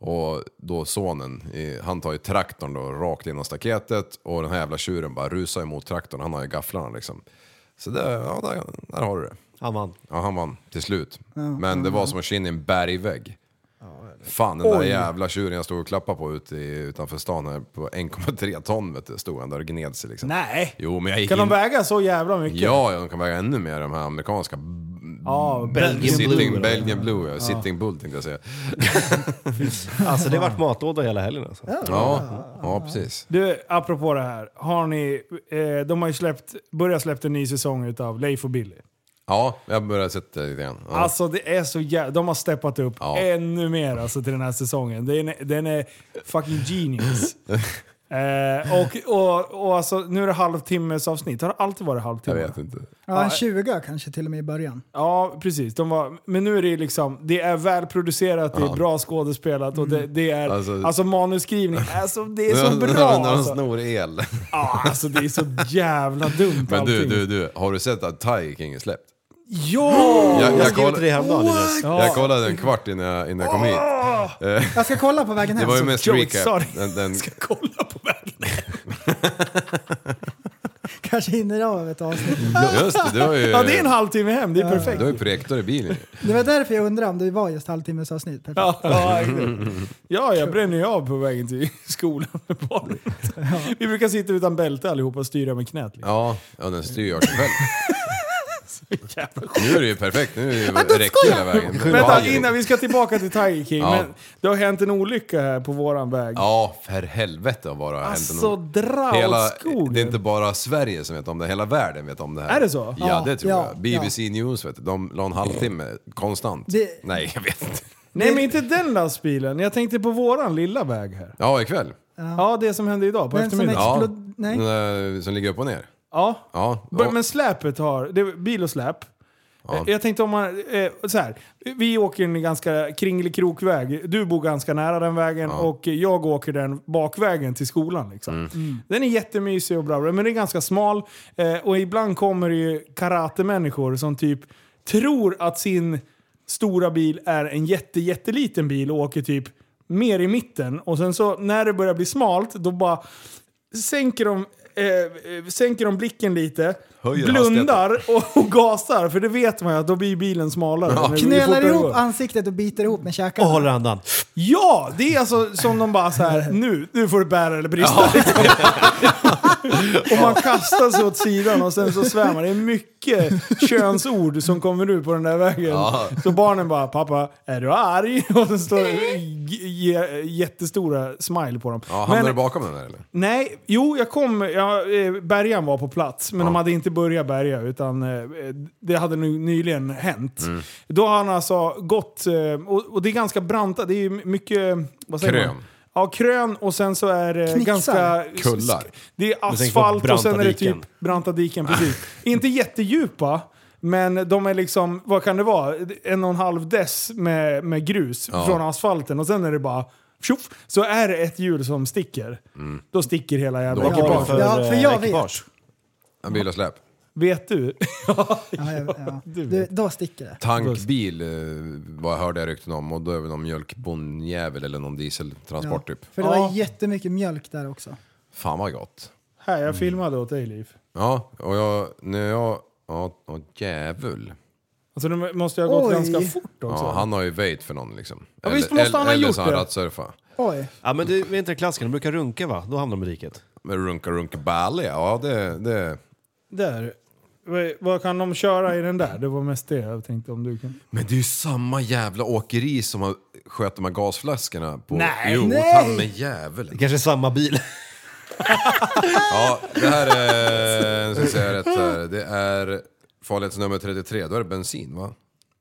F: Och då sonen, eh, han tar ju traktorn då rakt genom staketet och den här jävla tjuren bara rusar emot traktorn, han har ju gafflarna liksom. Så där, ja, där, där har du det.
G: Han vann.
F: Ja, han vann till slut. Men det var som att kina i en bergvägg. Fan, den där jävla tjuren jag stod och klappade på ute i, utanför stan här på 1,3 ton vet du, stod han där och gned sig liksom.
D: Nej!
F: Jo, men jag gick
D: Kan de
F: in...
D: väga så jävla mycket?
F: Ja, ja, de kan väga ännu mer de här amerikanska...
D: Ja, Belgien.
G: Belgian
F: sitting,
G: Blue,
F: Belgian Blue, ja. Sitting Bull tänkte jag säga.
G: Alltså det vart matlåda hela helgen alltså.
F: Ja, ja precis.
D: Du, apropå det här. Har ni, eh, de har ju släppt, börjat släppt en ny säsong utav Leif och Billy.
F: Ja, jag börjar sätta det lite grann. Ja.
D: Alltså det är så jä- De har steppat upp
F: Ja.
D: ännu mer alltså, till den här säsongen. Den är, den är fucking genius. Eh, och, och, och alltså, nu är det halvtimmesavsnitt. Har det alltid varit
F: Jag
D: halvtimme?
F: vet inte.
E: Ja, en 20 kanske till och med i början.
D: Ja, precis. De var, men nu är det liksom, det är välproducerat, det är
F: Ja.
D: bra skådespelat och det, det är, alltså,
F: Alltså-
D: manusskrivning, alltså det är så
F: (laughs) När-
D: bra
F: När de
D: alltså.
F: snor el.
D: Ja, alltså det är så jävla dumt
F: Men du,
D: allting.
F: du, du. Har du sett att Tiger King är släppt?
D: Ja!
F: Jag,
G: Jag
F: jag,
G: skrev till dig
F: koll,
G: häromdagen Linus.
F: jag kollade en kvart innan jag, innan jag kom hit.
E: Jag ska kolla på vägen
F: Det
E: hem.
F: var ju mest
D: alltså, Joey, sorry.
F: recap. Den, den, (laughs)
D: Ska kolla på vägen.
E: Kanske hinner jag av ett avsnitt.
F: just det, du har ju...
D: Ja, det är en halvtimme hem, det är perfekt.
F: Du har ju projektor i bilen
E: Det var därför jag undrade om det var just
F: (laughs)
E: halvtimmesavsnitt. Perfekt.
D: Ja, ja, exakt. ja, jag bränner ju av på vägen till (laughs) skolan med barnet. Vi brukar sitta utan bälte allihopa och styra med knät. Liksom.
F: Ja, ja den styr
D: (laughs)
F: jag själv.
D: Jävla
F: Nu är det ju perfekt, nu är det ju räckt hela vägen.
D: Vänta,
F: Ja,
D: innan vi ska tillbaka till Tiger King.
F: Ja.
D: Men det har hänt en olycka här på våran väg.
F: Ja, för helvete vad det har hänt.
D: alltså
F: nog.
D: dra
F: hela,
D: åt skogen.
F: det är inte bara Sverige som vet om det, hela världen vet om det här.
D: Är det så?
F: Ja,
E: Ja,
F: det tror
E: ja,
F: jag. BBC News vet du, de la en halvtimme konstant.
E: Det-
F: Nej, jag vet inte.
D: Nej men inte den lastbilen. Jag tänkte på våran lilla väg här.
F: Ja, ikväll.
D: Ja, det som hände idag på
E: Den som
D: eftermiddagen.
E: är-
F: Ja,
E: Explod- nej.
F: den där som ligger upp och ner.
D: Ja.
F: Ja,
D: B-
F: och-
D: Men släpet har, det är bil och släp. Eh, Jag tänkte om man, eh, så här, vi åker en ganska kringlig krokväg. Du bor ganska nära den vägen och jag åker den bakvägen till skolan. Liksom.
E: Mm.
D: Den är jättemysig och bra, men den är ganska smal. Eh, och ibland kommer det ju karatemänniskor som typ tror att sin stora bil är en jätte, jätteliten bil och åker typ mer i mitten. Och sen så när det börjar bli smalt, då bara sänker de, eh, eh, sänker de blicken lite,
F: Höjer
D: blundar och, och gasar. För det vet man ju att då blir bilen smalare. när det- ju
E: Knölar
D: fortare det går.
E: ihop ansiktet och biter ihop med
G: Och
E: käkarna.
G: håller andan.
D: Ja, det är alltså som de bara så här. nu, nu får du bära eller brista. liksom. (laughs) och man kastar sig åt sidan och sen så svär man. Det är mycket könsord som kommer ut på den där vägen.
F: Ja.
D: Så barnen bara, pappa, är du arg? (laughs) Och så står det j- j- jättestora smile på dem.
F: ja, hamnar
D: Men-
F: du bakom den där eller?
D: Nej, jo jag kom, ja, eh, bärgaren var på plats men de hade inte börjat bärga utan eh, det hade nu, nyligen hänt. Då har han alltså gått, eh, och, och det är ganska branta, det är ju mycket, vad säger
F: Krön.
D: man? Ja, krön och sen så är det
E: Knixar.
D: ganska...
F: Kullar.
D: Det är
G: tänker på
D: asfalt och sen är det
G: branta diken.
D: typ branta diken, precis. inte jättedjupa. Men de är liksom, vad kan det vara, en och en halv dess med, med grus från asfalten och sen är det bara tjoff, så är det ett hjul som sticker. Då sticker hela jävla
F: Då åker
D: ekipaget.
F: man.
G: För,
E: Ja, för
G: eh,
E: jag vet.
G: ekipage.
F: En bil och släp.
D: Vet du?
E: Ja, ja, ja. Du, då sticker det.
F: Tankbil eh, vad hörde jag rykten om och då är det någon mjölkbonjävel eller någon dieseltransport typ.
E: För det var
D: Ja.
E: jättemycket mjölk där också.
F: Fan vad gott.
D: (laughs) Här, jag filmade åt dig Liv.
F: Ja, och jag, när jag, ja, åh djävul.
D: Alltså nu måste jag ha gått
E: Oj.
D: ganska fort också.
F: Ja, han har ju väjt för någon liksom.
D: Ja, visst måste han ha
F: eller
D: gjort
F: så har
D: det.
F: han rattsurfa.
E: Oj.
G: Ja men du, är inte det klassiken? De brukar runka va? Då hamnar de i diket.
F: Men runka runka bally, ja det, det.
D: Där. Vad- Vad kan de köra i den där? Det var mest det jag tänkte om du kan...
F: Men det är ju samma jävla åkeri som har sköt de här gasflaskorna på.
D: Nej.
F: jo,
E: Nej.
F: han med djävulen.
G: Det kanske är samma bil.
F: Ja, det här är, ska jag säga rätt här. Det är farlighetsnummer 33, då är det bensin va?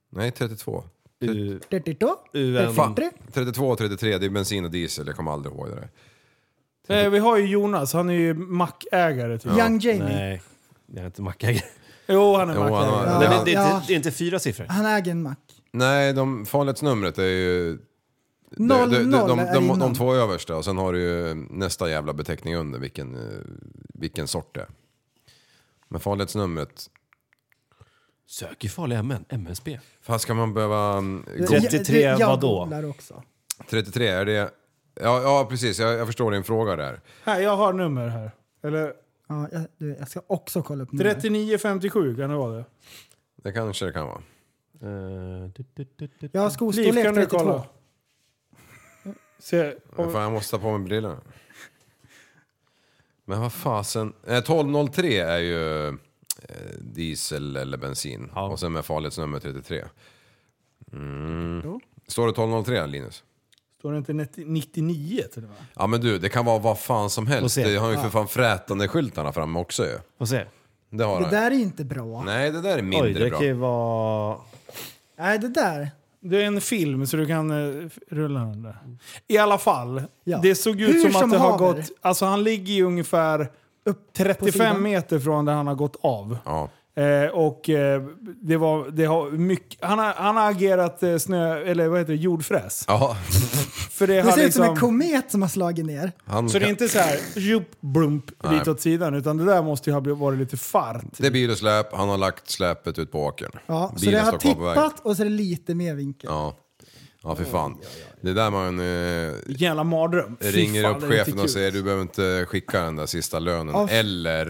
F: Nej, 32.
G: (laughs) U-
E: Dirtito.
G: UN.
F: Fan.
E: Tre.
F: 32 och 33, det är bensin och diesel, jag kommer aldrig ihåg det där.
D: Nej, Eh, vi har ju Jonas, han är ju mackägare typ.
E: Young Jamie.
G: Nej, det är inte mackägare.
D: Jo, han är
F: Jo, han har-
D: mackägare.
G: Nej, men det, är
E: Ja.
G: inte, det är inte fyra siffror.
E: Han äger en mack.
F: Nej, de, farlighetsnumret är ju...
E: Noll,
F: de,
E: noll
F: de,
E: är
F: de, de,
E: innan.
F: de två översta och sen har du ju nästa jävla beteckning under vilken, eh, vilken sort det är. Men farlighetsnumret,
G: Sök i farliga män, MSB.
F: fan ska man behöva... mm, Gå,
E: Jag-
G: 33
E: jag- Jag
G: vadå?
E: googlar också.
F: 33, är det... Ja, ja precis, jag, jag förstår din fråga där.
D: Här, jag har nummer här. Eller
E: Ja, jag, du, jag ska också kolla upp numret.
D: 3957 kan det vara det.
F: Det kanske det kan vara.
G: Eh, du, du, du, du.
E: Jag har
D: Liv,
E: skostorlek
D: kan du
E: 32.
D: kolla? Se,
F: Men
D: om,
F: Fan, jag måste ta på mig brillorna. Men vad fasen... Eh, 1203 är ju eh, diesel eller bensin.
G: Ja.
F: Och sen med farlighetsnummer 33. Mm. Står det 1203 Linus?
D: står det inte 90 99 till och med?
F: Ja men du, det kan vara vad fan som
G: Och
F: helst.
G: se.
F: Det har ju för fan frätande skyltarna framme också ju.
G: Får se.
F: Det har
E: Det
F: han.
E: där är ju inte bra.
F: Nej, det där är mindre
G: Oj, det
F: bra.
G: kan ju vara...
E: Nej, det där.
D: Det är en film så du kan eh, rulla den där. I alla fall,
E: Mm. Ja.
D: det såg ut
E: Hur
D: som,
E: som
D: att det har
E: haver.
D: gått... Alltså han ligger ju ungefär
E: Upp på
D: 35
E: sidan.
D: meter från där han har gått av.
F: Ja.
D: Eh, och eh, det var, det har mycket, han, har, han har agerat eh, snö, eller vad heter det, jordfräs.
F: ja. (laughs)
D: För det,
E: Det
D: har
E: ser ut som
D: liksom,
E: en komet som har slagit ner.
F: Han
D: Så det är
F: kan-
D: inte så här djup blump
F: Mm. Nej.
D: lite åt sidan, utan det där måste ju ha blivit- varit lite fart.
F: Det är bil och släp, han har lagt släpet ut på åkern.
E: Ja, så
F: Bilen
E: det har
F: står kvar på vägen.
E: tippat och så är det lite mer vinkel.
F: Ja. ja, för fan. Det är där man eh,
D: Vilken jävla mardröm. Fy
F: ringer
D: fan,
F: upp
D: det är inte
F: chefen och
D: kul.
F: säger du behöver inte skicka den där sista lönen
E: Ja.
F: eller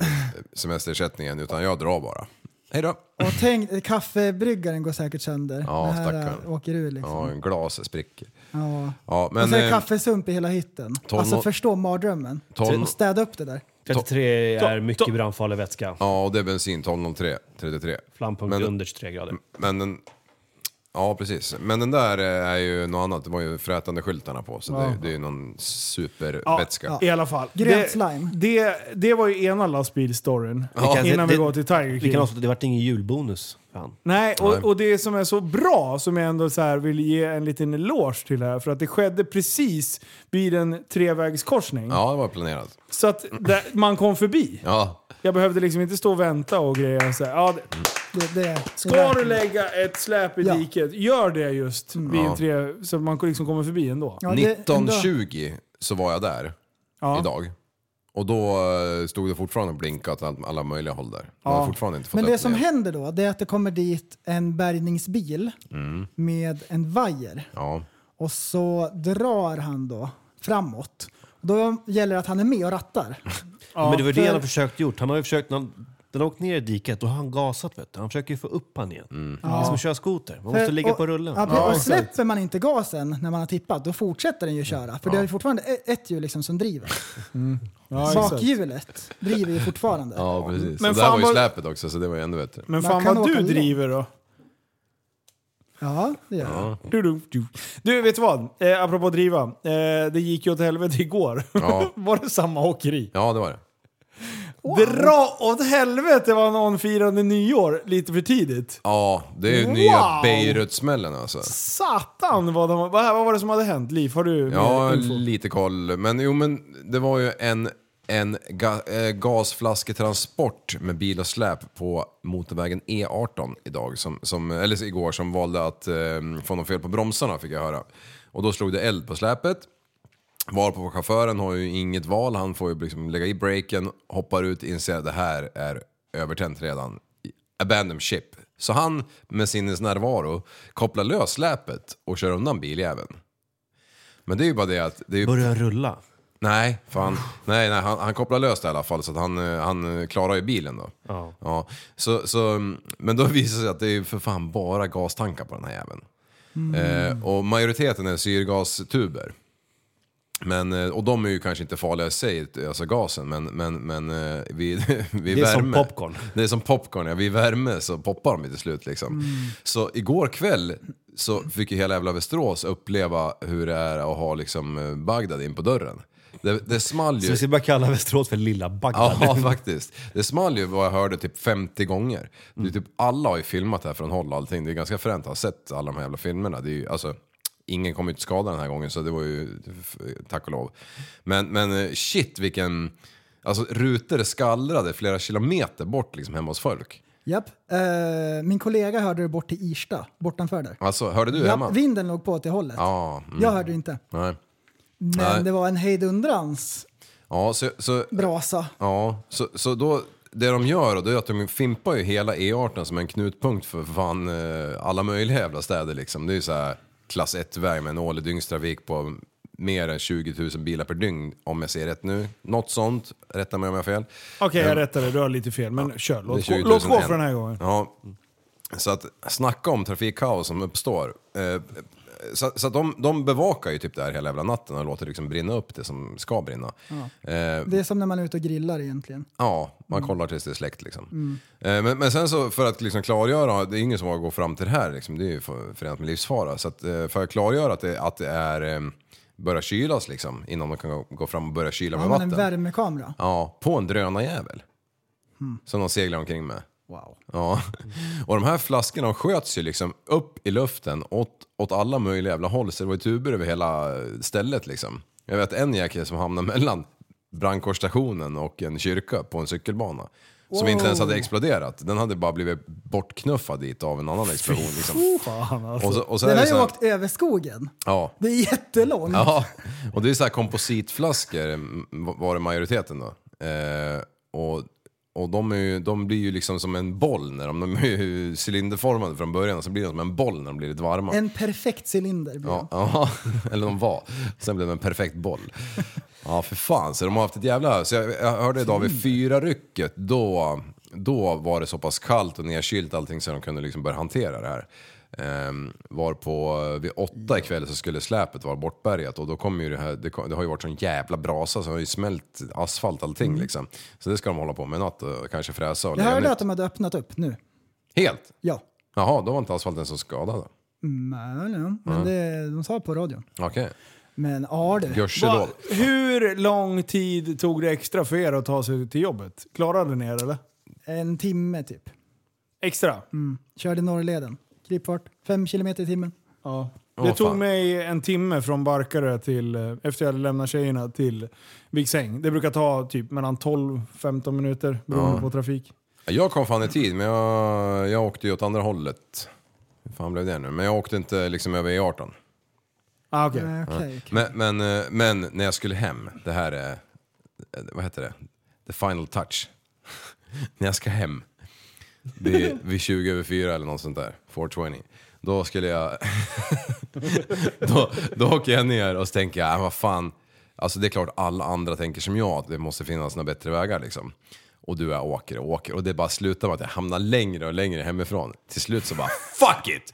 F: semesterersättningen utan jag drar bara. Hej då.
E: Och tänk, eh, kaffebryggaren går säkert sönder.
F: Ja,
E: det här
F: stackarn.
E: eh, åker ur liksom.
F: Ja, en glas spricker.
E: Ja.
F: Ja,
E: och
F: men
E: så är det
F: eh,
E: kaffesump i hela hytten.
F: tolv-
E: alltså förstå mardrömmen.
F: Tolv-
E: Och städa upp det där.
G: 33 är mycket brandfarlig vätska.
F: eh, ja, och det är bensin 1203 33.
G: Flammpunkt
F: Men-
G: under 23 grader.
F: Men den, ja, precis. Men den där eh, är ju något annat. Det var ju frätande skyltarna på så det, det är ju någon supervätska.
D: I alla fall.
E: Grönt
D: Det-
E: slime.
D: Det, det var ju ena lastbilsstoryn
F: Ja,
G: det-
D: innan vi
G: det-
D: går till Tiger
G: Vi
D: King.
G: kan avsluta, det vart ingen julbonus. Fan.
D: Nej, och,
F: Nej.
D: och det som är så bra, som jag ändå så här vill ge en liten eloge till här, för att det skedde precis vid en trevägskorsning.
F: Ja, det var planerat.
D: Så att där, man kom förbi.
F: Ja,
D: Jag behövde liksom inte stå och vänta och grejer. Så här, ja, det,
E: Det, det,
D: Ska du lägga ett släp i
E: Ja.
D: diket, gör det just vid en
F: Ja.
D: tre, så att man liksom kommer förbi ändå.
E: Ja, det- ändå-
F: 19.20 så var jag där
D: Ja.
F: idag. Och då eh, stod det fortfarande och blinkade åt all- alla möjliga håll där. Man
D: Ja.
F: har fortfarande inte fått
E: Men det
F: upp
E: som
F: ner.
E: händer då, det är att det kommer dit en bärgningsbil
F: Mm.
E: med en vajer.
F: Ja,
E: Och så drar han då framåt. Då gäller det att han är med och
F: (laughs)
E: rattar.
G: men det var ju det han har
E: för-
G: försökt gjort. Han har ju försökt, när han- den har åkt ner i diket, då har han gasat vet du. Han försöker ju få upp han igen.
D: Mm.
G: Det är som att köra skoter, man måste
E: För-
G: ligga
E: och-
G: på rullen.
E: Ja, och släpper man inte gasen när man har tippat, då fortsätter den ju köra. För det är ju fortfarande e- ett hjul liksom som driver.
D: Ja, exakt.
E: Bakhjulet driver ju fortfarande.
F: ja precis.
D: Men
F: Men
D: fan
F: där var ju
D: vad-
F: släpet också så det var ju ännu bättre.
D: Men
E: Man
D: fan
E: kan
D: vad
E: åka
D: du
E: långt.
D: driver då.
E: Ja, det gör det.
D: Du, du, du. du vet du vad? Eh, apropå driva. Eh, det gick ju åt helvete igår.
F: Ja.
D: (laughs) var det samma åkeri?
F: Ja, det var det.
D: Dra åt helvete vad någon firade nyår lite för tidigt.
F: Ja, det är ju nya
D: Wow!
F: Beirutsmällen alltså.
D: Satan vad, de, vad, vad var det som hade hänt? Liv, har du
F: Ja,
D: mer info?
F: lite koll. Men jo, men det var ju en, en ga, eh, gasflasketransport med bil och släp på motorvägen E18 idag, som, som, eller igår, som valde att eh, få något fel på bromsarna fick jag höra. Och då slog det eld på släpet. Varpå chauffören har ju inget val, han får ju liksom lägga i breaken, hoppar ut, inser att det här är övertänt redan. Abandon ship. Så han med sin närvaro kopplar lös släpet och kör undan biljäveln. Men det är ju bara det att... Det är ju,
G: Börjar rulla.
F: nej, fan. Nej, nej, han, han kopplar löst i alla fall så att han, eh, han eh, klarar ju bilen då.
G: Ja.
F: Ja, så, så, mm, men då (laughs) visar det sig att det är ju för fan bara gastankar på den här jäveln.
G: Mm.
F: Eh, och majoriteten är syrgastuber. Men, eh, och de är ju kanske inte farliga i sig, alltså gasen, men, men, men eh, (laughs) vid, vid
G: Det är
F: värme...
G: som popcorn.
F: Det är som popcorn, ja. Vid värme så poppar de ju till slut liksom. Så igår kväll så fick ju hela jävla Västerås uppleva hur det är att ha liksom eh, Bagdad in på dörren. Det, det small
G: Så
F: ju.
G: vi ska bara kalla Västerås för Lilla Bagdad. (laughs)
F: Ja, (laughs) faktiskt. Det small ju vad jag hörde typ 50 gånger. Det är typ, alla har ju filmat det här från håll och allting. Det är ganska fränt att ha sett alla de här jävla filmerna. Det är ju, alltså, ingen kom ju till skada den här gången så det var ju f- tack och lov. Men, men eh, shit vilken... Alltså rutor skallrade flera kilometer bort liksom hemma hos folk.
E: Japp. Eh, min kollega hörde det bort till Irsta, bortanför där.
F: Alltså, hörde du hemma?
E: Japp, vinden låg på åt det hållet.
F: Ja, mm.
E: Jag hörde inte.
F: Nej.
E: Men
F: Nej.
E: det var en hejdundrans
F: Ja, så, så,
E: brasa.
F: ja, så, så då, det de gör då, det är att de fimpar ju hela E18 som en knutpunkt för fan eh, alla möjliga jävla städer liksom. Det är ju så här klass 1-väg med en årlig dygnstrafik på mer än 20 000 bilar per dygn om jag ser rätt nu. Något sånt, rätta mig om jag har fel.
D: Okej, jag rättar det. Du har lite fel. Men kör.
F: eh, Det är
D: Låt,
F: 20
D: gå-
F: 000
D: låt gå för
F: en.
D: den här gången.
F: Ja. Så att snacka om trafikkaos som uppstår. Eh, Så, så att de, de bevakar ju typ det här hela jävla natten och låter liksom brinna upp det som ska brinna. Eh,
E: Det är som när man är ute och grillar egentligen.
F: Ja, man kollar tills det är släckt liksom.
D: Mm.
F: Eh, Men, men sen så för att liksom klargöra, det är ingen som har gått fram till det här liksom, det är ju för- förenat med livsfara. Så att, eh, för att klargöra att det, att det är, eh, börjar kylas liksom, innan de kan gå- gå fram och börja kyla
E: Har
F: med
E: man en
F: vatten.
E: värmekamera?
F: Ja, på en drönarjävel. Som de seglar omkring med.
E: Wow.
F: Ja. Och de här flaskorna sköts ju liksom upp i luften åt, åt alla möjliga jävla håll. Så det var ju tuber över hela stället liksom. Jag vet en jäkel som hamnade mellan brandkårsstationen och en kyrka på en cykelbana. Som inte ens hade exploderat. Den hade bara blivit bortknuffad dit av en annan explosion. Liksom.
D: Fan alltså.
F: Och så, och så är
E: Den
F: det
E: har
F: så
E: ju
F: här,
E: åkt över skogen.
F: ja.
E: Det är jättelångt.
F: Ja, och det är så här kompositflaskor m- var det majoriteten då. Eh, och och de, är ju, de blir ju liksom som en boll när de, de är ju cylinderformade från början och så blir de som en boll när de blir lite varma.
E: En perfekt cylinder blir
F: Ja, ja, (laughs) eller de var. Sen blev det en perfekt boll. Ja, för fan. Så de har haft ett jävla... Så jag, jag hörde idag vid fyra rycket då, då var det så pass kallt och nedkylt allting så de kunde liksom börja hantera det här. Ehm, var på, vid åtta ikväll så skulle släpet vara bortbärgat och då kommer ju det här, det, kom, det har ju varit sån jävla brasa så det har ju smält asfalt allting liksom. Så det ska de hålla på med i natt och kanske fräsa och
E: Mm. Jag
F: lägga
E: hörde
F: nytt.
E: att de hade öppnat upp nu.
F: Helt?
E: Ja.
F: Jaha, då var inte asfalten så skadad då?
E: Men, ja. men det, de sa på radion.
F: Okej,
E: Men ja du.
F: gudskelov.
D: Hur lång tid tog det extra för er att ta sig till jobbet? Klarade ni er eller?
E: En timme typ.
D: Extra?
E: Körde norrleden. Krypfart. Fem kilometer i timmen.
D: Ja. Det
F: Åh,
D: tog
F: fan.
D: mig en timme från Barkarö till, eh, efter jag hade lämnat tjejerna, till Viksäng. Det brukar ta typ mellan 12-15 minuter beroende på trafik.
F: Jag kom fan i tid, men jag, jag åkte ju åt andra hållet. Hur fan blev det nu? Men jag åkte inte liksom över E18.
D: Ah, okej.
E: Okej. okej.
F: Men, men, eh, men när jag skulle hem, det här är... eh, Vad heter det? The final touch. (laughs) när jag ska hem. Vid, vid 20 över 4 eller något sånt där. 420. Då skulle jag... (laughs) då, då åker jag ner och så tänker jag, "Ah, vad fan. Alltså det är klart alla andra tänker som jag, att det måste finnas några bättre vägar liksom. Och du, jag åker och åker och det bara slutar med att jag hamnar längre och längre hemifrån. Till slut så bara, (laughs) fuck it!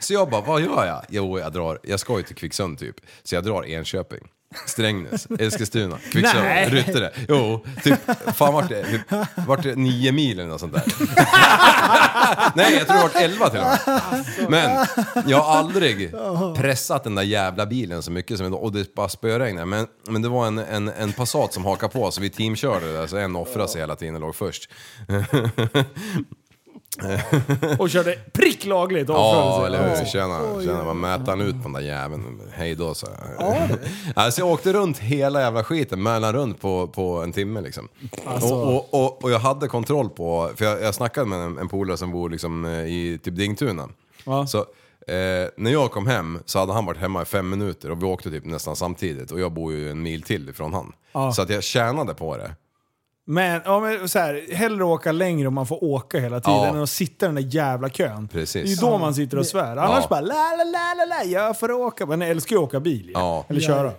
F: Så jag bara, vad gör jag? Jo, jag drar, jag ska ju till Kvicksund typ. Så jag drar Enköping, Strängnäs, Eskilstuna, Kvicksund,
E: Nej.
F: Ryttare. Jo, typ, fan vart det, typ, vart det nio mil eller något sånt där. Nej, jag tror det har varit 11 till och med. (laughs) Men jag har aldrig pressat den där jävla bilen så mycket som idag. Och det bara spöregnade. Men, men det var en, en, en Passat som hakade på så vi teamkörde där. Så en offrade sig hela tiden och låg först. (laughs)
D: Och körde prick lagligt och
F: Ja,
D: avförde sig.
F: eller hur? Tjena, tjena. Vad mäter han ut på den där jäveln? Hej då, sa jag. (laughs) Alltså jag åkte runt hela jävla skiten, mölade runt på, på en timme liksom. Och, och, och, och jag hade kontroll på, för jag, jag snackade med en, en polare som bor liksom eh, i typ Dingtuna. Så eh, när jag kom hem så hade han varit hemma i fem minuter och vi åkte typ nästan samtidigt och jag bor ju en mil till ifrån han. Så att jag tjänade på det.
D: Men, ja, men så här, hellre åka längre om man får åka hela tiden
F: Ja.
D: än att sitta i den där jävla kön.
F: Precis.
D: Det är ju då man sitter och svär. Annars
F: Ja.
D: bara la la la la la, jag får åka. Men jag älskar ju att åka bil. Ja.
F: Ja.
D: Eller köra.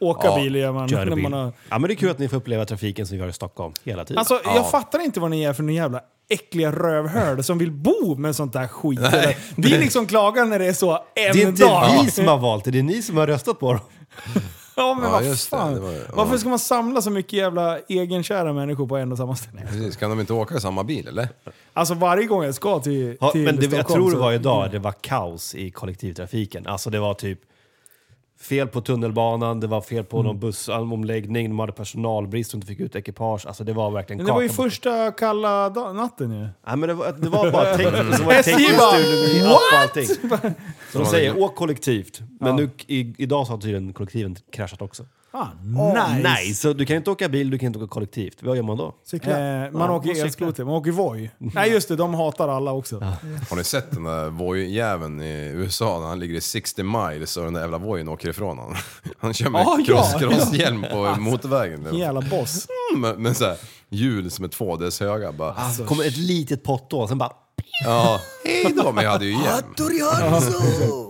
D: Åka
F: Ja.
D: bil gör man.
G: Körbil.
D: När man har...
G: Ja, men det är kul att ni får uppleva trafiken som vi har i Stockholm hela tiden.
D: Alltså,
F: Ja.
D: jag fattar inte vad ni är för någon jävla äckliga rövhöl som vill bo med sånt där skit. Eller, vi liksom klagar när det är så en
G: det är inte
D: dag.
G: vi som har valt det, det är ni som har röstat på dem.
D: Ja, men
F: Ja,
D: vad
F: just det.
D: fan.
F: Det var ju- ja.
D: Varför ska man samla så mycket jävla egenkära människor på en och samma ställe?
F: Precis. Kan de inte åka i samma bil eller?
D: Alltså varje gång jag ska till,
G: Ja,
D: till
G: men det, jag
D: Stockholm
G: tror det
D: så- Mm.
G: var idag det var kaos i kollektivtrafiken. Alltså det var typ fel på tunnelbanan, det var fel på
D: Mm.
G: någon bussomläggning, de hade personalbrist och inte fick ut ekipage. Alltså det var verkligen
D: Men Det var ju
G: kaka på-
D: första kalla da- natten ju.
G: Nej, men det, var, det var bara tekniskt som var
D: SJ
G: tekniskt
D: Mm. bara,
G: strul i app och allting. Så de säger åk kollektivt, men
D: Ja.
G: nu, i, idag så har tydligen kollektiven kraschat också.
D: Ah,
G: Nej, så du kan inte åka bil, du kan inte åka kollektivt. Vad gör man då?
E: Cykla.
D: Eh, man åker elskoter, man åker Voi. Nej just det, de hatar alla också.
F: Har ni sett den där Voi-jäveln i USA när han ligger i 60 miles och den där jävla Voien åker ifrån honom? (laughs) Han kör med
D: Ah, ja, Alltså,
F: cross,
D: ja.
F: crosshjälm på motorvägen. Mm,
D: Vilken jävla boss.
F: Men, men såhär, hjul som är två dess höga bara.
D: Ah.
G: Alltså, kommer ett litet potthål, sen bara...
F: Ja, hej då, men jag hade ju
D: Ah,
F: hjälm.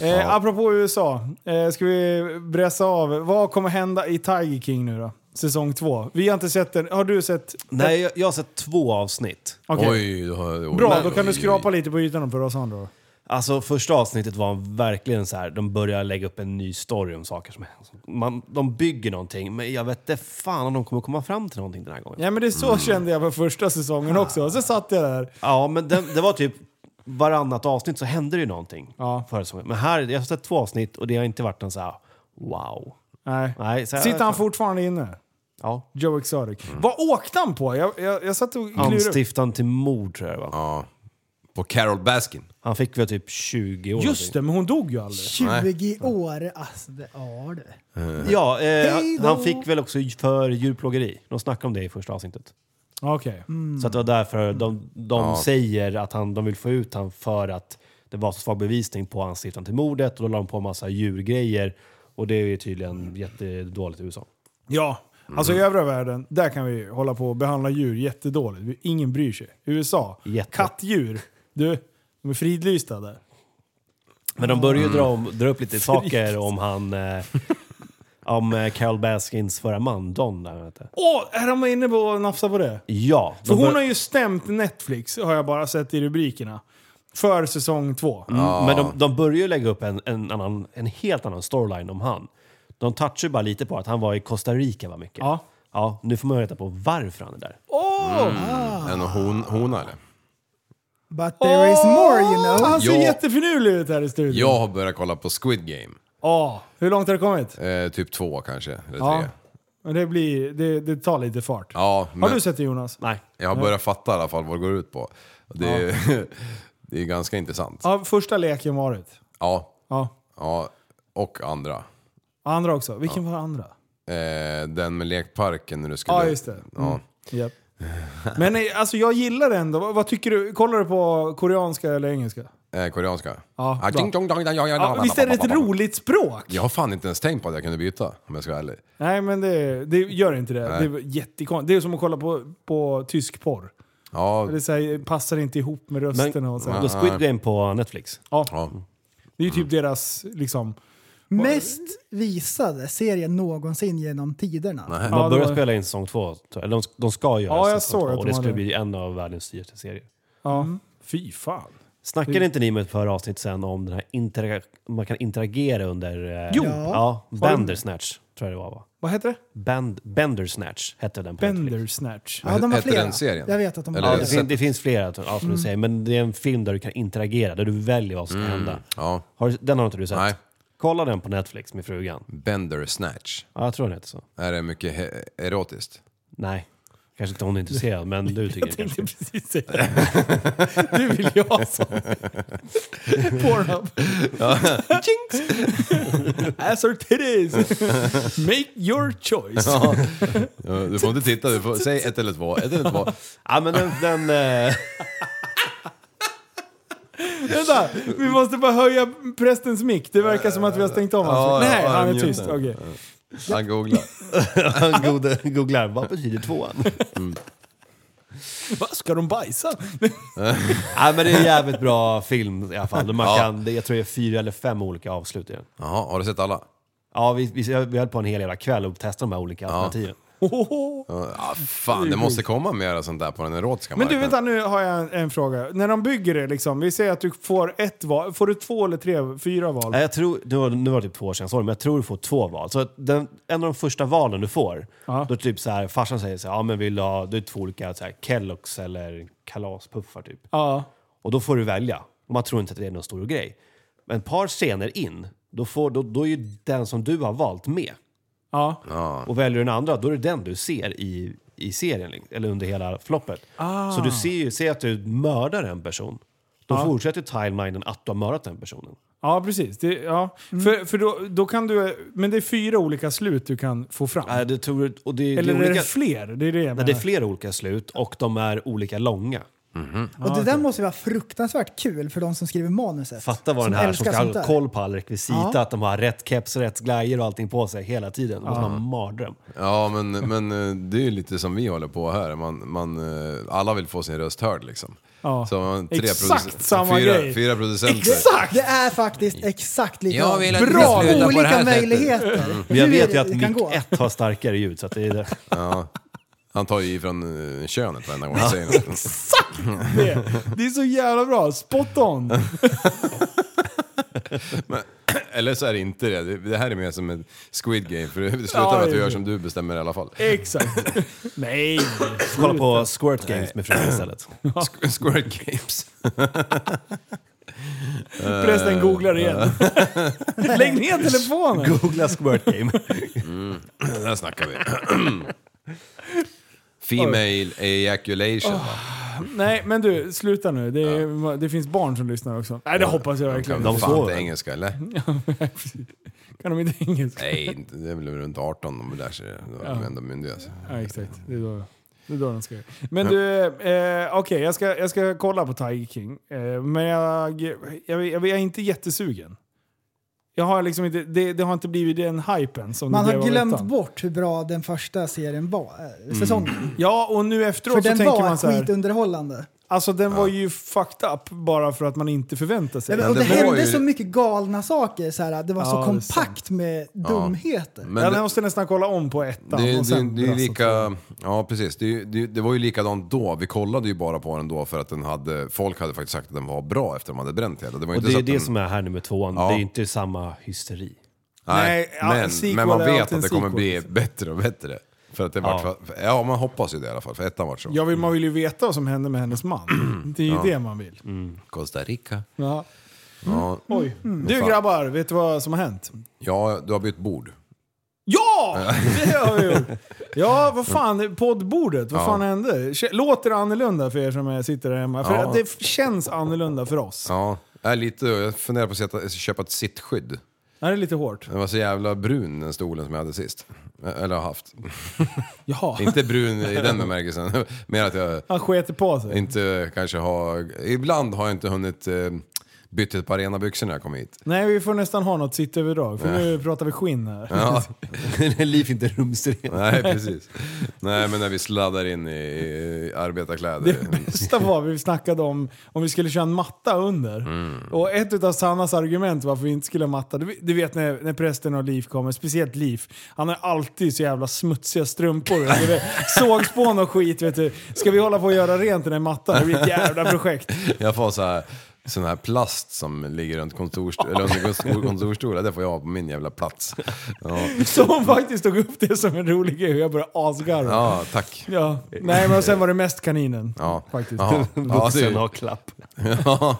D: Eh, apropå USA, eh, ska vi bräsa av. Vad kommer hända i Tiger King nu då? Säsong två. Vi har inte sett den. Har du sett?
G: Nej, jag, jag har sett två avsnitt.
D: Okej.
F: Oj, då, har- oj,
D: Bra,
F: oj,
D: då kan du
F: oj,
D: skrapa
F: oj.
D: lite på ytan för oss andra då.
G: Alltså första avsnittet var verkligen så här. de börjar lägga upp en ny story om saker som man, De bygger någonting, men jag vet inte fan om de kommer komma fram till någonting den här gången.
D: Ja men det är så
F: Mm.
D: kände jag på första säsongen också. Och så satt jag där.
G: Ja, men det, det var typ varannat avsnitt så hände det ju någonting.
D: Ja.
G: Förra säsongen. Men här, jag har sett två avsnitt och det har inte varit någon så här wow.
D: Nej.
G: Nej, så här-
D: Sitter han fortfarande inne?
G: Ja.
D: Joe Exotic.
G: Mm.
D: Vad åkte han på? Jag, jag, jag satt och klurade.
G: Anstiftan till mord tror jag det var.
F: Ja. På Carol Baskin.
G: Han fick väl typ 20 år.
D: Just det, men hon dog ju aldrig.
E: 20 år, alltså det, ja du.
G: någonting. Ja, eh,
E: Hej
G: han,
E: då!
G: han fick väl också för djurplågeri. De snackade om det i första avsnittet.
D: Okej.
G: Så att det var därför de, de
F: Ja.
G: säger att han, de vill få ut han för att det var så svag bevisning på anstiftan till mordet och då la de på en massa djurgrejer och det är tydligen jättedåligt i USA.
D: Ja. Alltså
G: Mm.
D: i övriga världen, där kan vi hålla på och behandla djur jättedåligt. Ingen bryr sig. USA,
G: Jätte.
D: kattdjur. Du, de är fridlysta där.
G: Men de börjar ju
D: Mm.
G: dra, om, dra
D: (laughs)
G: upp lite saker om han... Eh, om eh, Carol Baskins förra man, Don, där han hette.
D: Åh, är de inne på att nafsa på det?
G: Ja.
D: För
G: de
D: hon
G: bör-
D: har ju stämt Netflix, har jag bara sett i rubrikerna. För säsong två.
G: Mm, Men de, de börjar ju lägga upp en, en, annan, en helt annan storyline om han. De touchar ju bara lite på att han var i Costa Rica var mycket.
D: Ja.
G: ja. Nu får man ju reda på varför han är där.
D: Ah.
F: En hon, hona eller?
E: But there is more you know.
D: Han ser
F: Ja.
D: jättefinurlig ut här i studion.
F: Jag har börjat kolla på Squid Game.
D: Ja, hur långt har det kommit?
F: Eh, typ två kanske, eller
D: Ja.
F: tre.
D: Men det, blir, det, det tar lite fart.
F: Ja,
D: Ah. Har
F: men
D: du sett det Jonas?
G: Nej.
F: jag har börjat fatta i alla fall vad det går ut på. Och
D: Ah.
F: Det är, (laughs) det är ganska intressant.
D: Ja, första leken varit.
F: Ja.
D: Ja.
F: ja. Och andra.
D: Andra också. Vilken var andra?
F: Eh, den med lekparken när du skulle...
D: Ja, just det.
F: Ja.
D: Japp. Men eh, alltså jag gillar det ändå. Vad, vad tycker du? Kollar du på koreanska eller engelska?
F: Eh, koreanska.
D: Mm. Ja,
F: Ah,
D: bra.
F: ding, dong, dong, dong, dong,
D: Ja,
F: dong,
D: visst är det
F: dong,
D: ett
F: dong, dong.
D: roligt språk?
F: Jag har fan inte ens tänkt på att jag kunde byta, om jag ska vara ärlig.
D: Nej, men det, det gör inte det.
F: Nej.
D: Det är jättekonstigt. Det är som att kolla på, på tysk porr.
F: Ja,
D: Det är så här, eh, passar inte ihop med rösten och så. här.
G: Då Squid Game på Netflix.
D: Ja,
F: ja.
D: det är ju typ deras liksom...
E: Mest visade serien någonsin genom tiderna.
G: De
D: Ja, det
G: har börjat
D: var-
G: spela in säsong två. tror jag. Eller de, de ska göra
D: Ja, jag
G: säsong
D: såg
G: två.
D: att
G: Och
D: de
G: det skulle
D: hade-
G: bli en av världens dyraste serier.
D: Ja. Fy fan.
G: Snackade inte ni med ett par avsnitt sen om den här intera- man kan interagera under... Eh,
D: Jo.
G: Ja, Bandersnatch tror jag det var va?
D: Vad heter det?
G: Band, Bendersnatch hette den på Netflix.
D: Bendersnatch.
E: Ja, de har
F: Hette
E: flera.
F: den serien?
E: Jag vet att de
F: Eller-
G: Ja,
E: har
G: det,
E: det.
G: finns, det finns flera, ja,
D: Mm.
G: som du säger, men det är en film där du kan interagera, där du väljer vad som ska hända.
F: ja.
G: Har, du- den har inte du sett?
F: Nej.
G: Kolla den på Netflix med frugan.
F: Bender Snatch.
G: Ja, jag tror den heter så.
F: Är det mycket he- erotiskt?
G: Nej, kanske inte hon är intresserad, men du tycker det
D: Jag
G: kanske.
D: tänkte precis säga det. Du vill ju ha sånt. Pornhub. Jinx! Ass or titties! Make your choice.
F: Ja, Du får inte titta, du får, säg ett eller två, ett eller två.
G: Ja, men den... den eh,
D: Vänta, vi måste bara höja prästens mick. Det verkar som att vi har stängt av hans
F: Ja,
D: mick. Alltså, Nej,
F: ja,
D: han är
F: mute
D: tyst.
F: den.
D: Okej.
F: Han googlar.
G: (laughs) han googla- googlar, vad betyder tvåan?
D: Va, ska de
G: (laughs)
D: bajsa?
G: Nej, men det är en jävligt bra film i alla fall. Man
F: Ja.
G: kan, det- jag tror det är fyra eller fem olika avslut i den.
F: Jaha, har du sett alla?
G: Ja, vi, vi, vi höll på en hel jävla kväll och testade de här olika alternativen.
F: Ja, ah, fan, det måste komma mera sånt där på den erotiska
D: Men du,
F: marknaden.
D: vänta nu har jag en, en fråga. När de bygger det, liksom, vi säger att du får ett val. Får du två eller tre, fyra val?
G: Nej, jag tror, nu, var, nu var det typ två år sedan, sorry, men jag tror du får två val. Så att den, en av de första valen du får, då är det typ så här, farsan säger så här, ja men vill du ha, det är två olika så här, Kelloggs eller kalaspuffar typ.
D: Ja.
G: Och då får du välja. Och man tror inte att det är någon stor grej. Men ett par scener in, då, får, då, då är ju den som du har valt med.
D: Ja.
G: Och väljer du den andra, då är det den du ser i, i serien, liksom, eller under hela floppet.
E: Ah.
G: Så du ser ju, ser att du mördar en person. Då fortsätter timelinen att du har mördat den personen.
D: Ja, precis. Det, ja. För, för då, då kan du... Men det är fyra olika slut du kan få fram.
G: Nej, det tror, och det,
D: Eller
G: det
D: är
G: är olika,
D: det fler? Det är det jag
G: Nej, det är
D: menar.
G: flera olika slut och de är olika långa.
E: Och det där måste vara fruktansvärt kul för de som skriver manuset.
G: Fatta vad den
E: Som
G: här
E: älskar
G: som ska
E: sånt där.
G: ha koll på all rekvisita,
E: Ja.
G: att de har rätt keps, rätt glajjor och allting på sig hela tiden. Det måste vara en mardröm.
F: Ja, men, men eh, det är ju lite som vi håller på här. Man, man, eh, alla vill få sin röst hörd liksom.
D: Ja.
F: Så man, tre
D: Exakt
F: produce-
D: samma
F: fyra,
D: grej.
F: Fyra producenter.
E: Exakt! Det är faktiskt exakt
F: Jag
E: likadant.
F: vill att vi
E: Bra!
F: slutar på det här
E: Olika
F: sättet.
E: möjligheter.
G: Men jag
E: Hur
G: vet ju att
E: det kan
G: mick
E: gå.
G: 1 har starkare ljud, så att det är det.
F: Han tar ju ifrån uh, könet varenda gång han säger något.
D: (laughs) Det, det är så jävla bra. Spot on!
F: Eller så är det inte det. Det- Det här är mer som en Squid Game, för det slutar med att du gör som du bestämmer i alla fall.
D: Exakt. Nej.
G: Kolla på Squirt Games med frugan istället.
F: (laughs) Squ- Squid Games.
D: (laughs)
G: Eh,
D: Förresten, googlar igen. (laughs) Lägg ner telefonen!
G: Googla Squirt Game.
F: Eh, Där snackar vi. (clears throat) Female ejaculation.
D: Nej, men du, sluta nu. Det, är, det finns barn som lyssnar också. Nej, det hoppas jag
F: de
D: verkligen.
F: kan
G: De
F: de
G: får
F: fan inte
G: väl.
F: engelska eller?
D: Kan de inte engelska?
F: Nej, inte- det är väl runt 18 de lär sig det. Då är de ändå myndiga. alltså. så.
D: Ja, exakt. Det är då, det är då de ska göra. Men du, eh, okej, jag, ska, jag ska kolla på Tiger King. Eh, men jag, jag, jag, jag är inte jättesugen. Jag har liksom inte, det, det har inte blivit den hypen som
E: Man
D: det blev
E: har
D: av
E: glömt
D: ettan.
E: bort hur bra den första serien var, eh, säsongen.
D: Ja, och nu
E: För
D: efteråt Mm. så
E: den
D: tänker man
E: var
D: så här,
E: skitunderhållande.
D: Alltså den var ju fucked up bara för att man inte förväntar sig
E: Ja, men,
F: men
E: och det,
F: det var
E: hände
F: ju-
E: så mycket galna saker, så här, det var
D: Ja, det
E: så
D: är
E: kompakt med dumheter.
F: Men
D: ja,
F: det-
D: jag måste nästan kolla om på ettan.
F: Det,
D: och
F: det,
D: sen
F: det är
D: brassa tvåan.
F: lika, ja precis. Det, det, det var ju likadant då. Vi kollade ju bara på den då för att den hade, folk hade faktiskt sagt att den var bra efter att de hade bränt hela. Det var
G: Och
F: inte
G: det
F: så
G: är
F: att
G: det
F: den,
G: som är här nu med tvåan.
F: Ja.
G: Det är ju inte samma hysteri.
F: Nej,
D: Nej, ja, en sequel
F: men, men man
D: är
F: vet
D: alltid
F: att det
D: en
F: kommer
D: sequel,
F: bli
D: liksom.
F: bättre och bättre. För att det vart,
G: Ja.
F: för- ja man hoppas ju det i alla fall, för ettan vart så.
D: Jag vill, man vill ju veta vad som hände med hennes man.
F: (clears throat)
D: Det är ju det man vill.
F: Mm. Costa Rica.
D: Ja.
F: Ja.
D: Oj. Du
F: Mm. Fan.
D: grabbar, vet du vad som har hänt?
F: ja, du har bytt bord.
D: Ja! Det har vi
F: (laughs)
D: gjort. Ja, vad fan, poddbordet, vad
F: Ja.
D: fan hände? K- Låter det annorlunda för er som eh, sitter där hemma? För
F: Ja.
D: det f- känns annorlunda för oss.
F: Ja, jag är lite, jag funderar på att sätta- köpa ett sittskydd.
D: Det här är lite hårt.
F: Den var så jävla brun den stolen som jag hade sist. Eller har haft.
D: Ja,
F: Inte brun i den bemärkelsen, (laughs) mer att jag
D: han sket på sig.
F: inte kanske har... Ibland har jag inte hunnit eh, bytt ett par rena byxor när jag
G: (laughs)
F: kom hit.
D: Nej, vi får nästan ha något sittöverdrag, för nu pratar vi skinn här.
F: Ja,
G: Liv inte rumsren.
F: nej, precis. Nej, men när vi sladdar in i, i arbetarkläder.
G: (laughs)
D: Det bästa var vi snackade om om vi skulle köra en matta under.
F: Mm.
D: Och ett av Sannas argument varför vi inte skulle ha matta, du, du vet när, när prästen och Liv kommer, speciellt Liv, han har alltid så jävla smutsiga strumpor. Du vet, Sågspån och skit vet du. Ska vi hålla på och göra rent den här mattan? Det blir ett jävla projekt.
F: Jag får så här, sån här plast som ligger runt kontorst- eller under kontor- kontorstolar, det får jag ha på min jävla plats. Ja,
D: Så hon faktiskt tog upp det som en rolig grej och jag började asgarva. Ja.
F: ja tack.
D: Nej men sen var det mest kaninen.
F: Ja.
D: Faktiskt.
F: Ja, ja, det,
G: Vuxen har klapp.
F: Ja.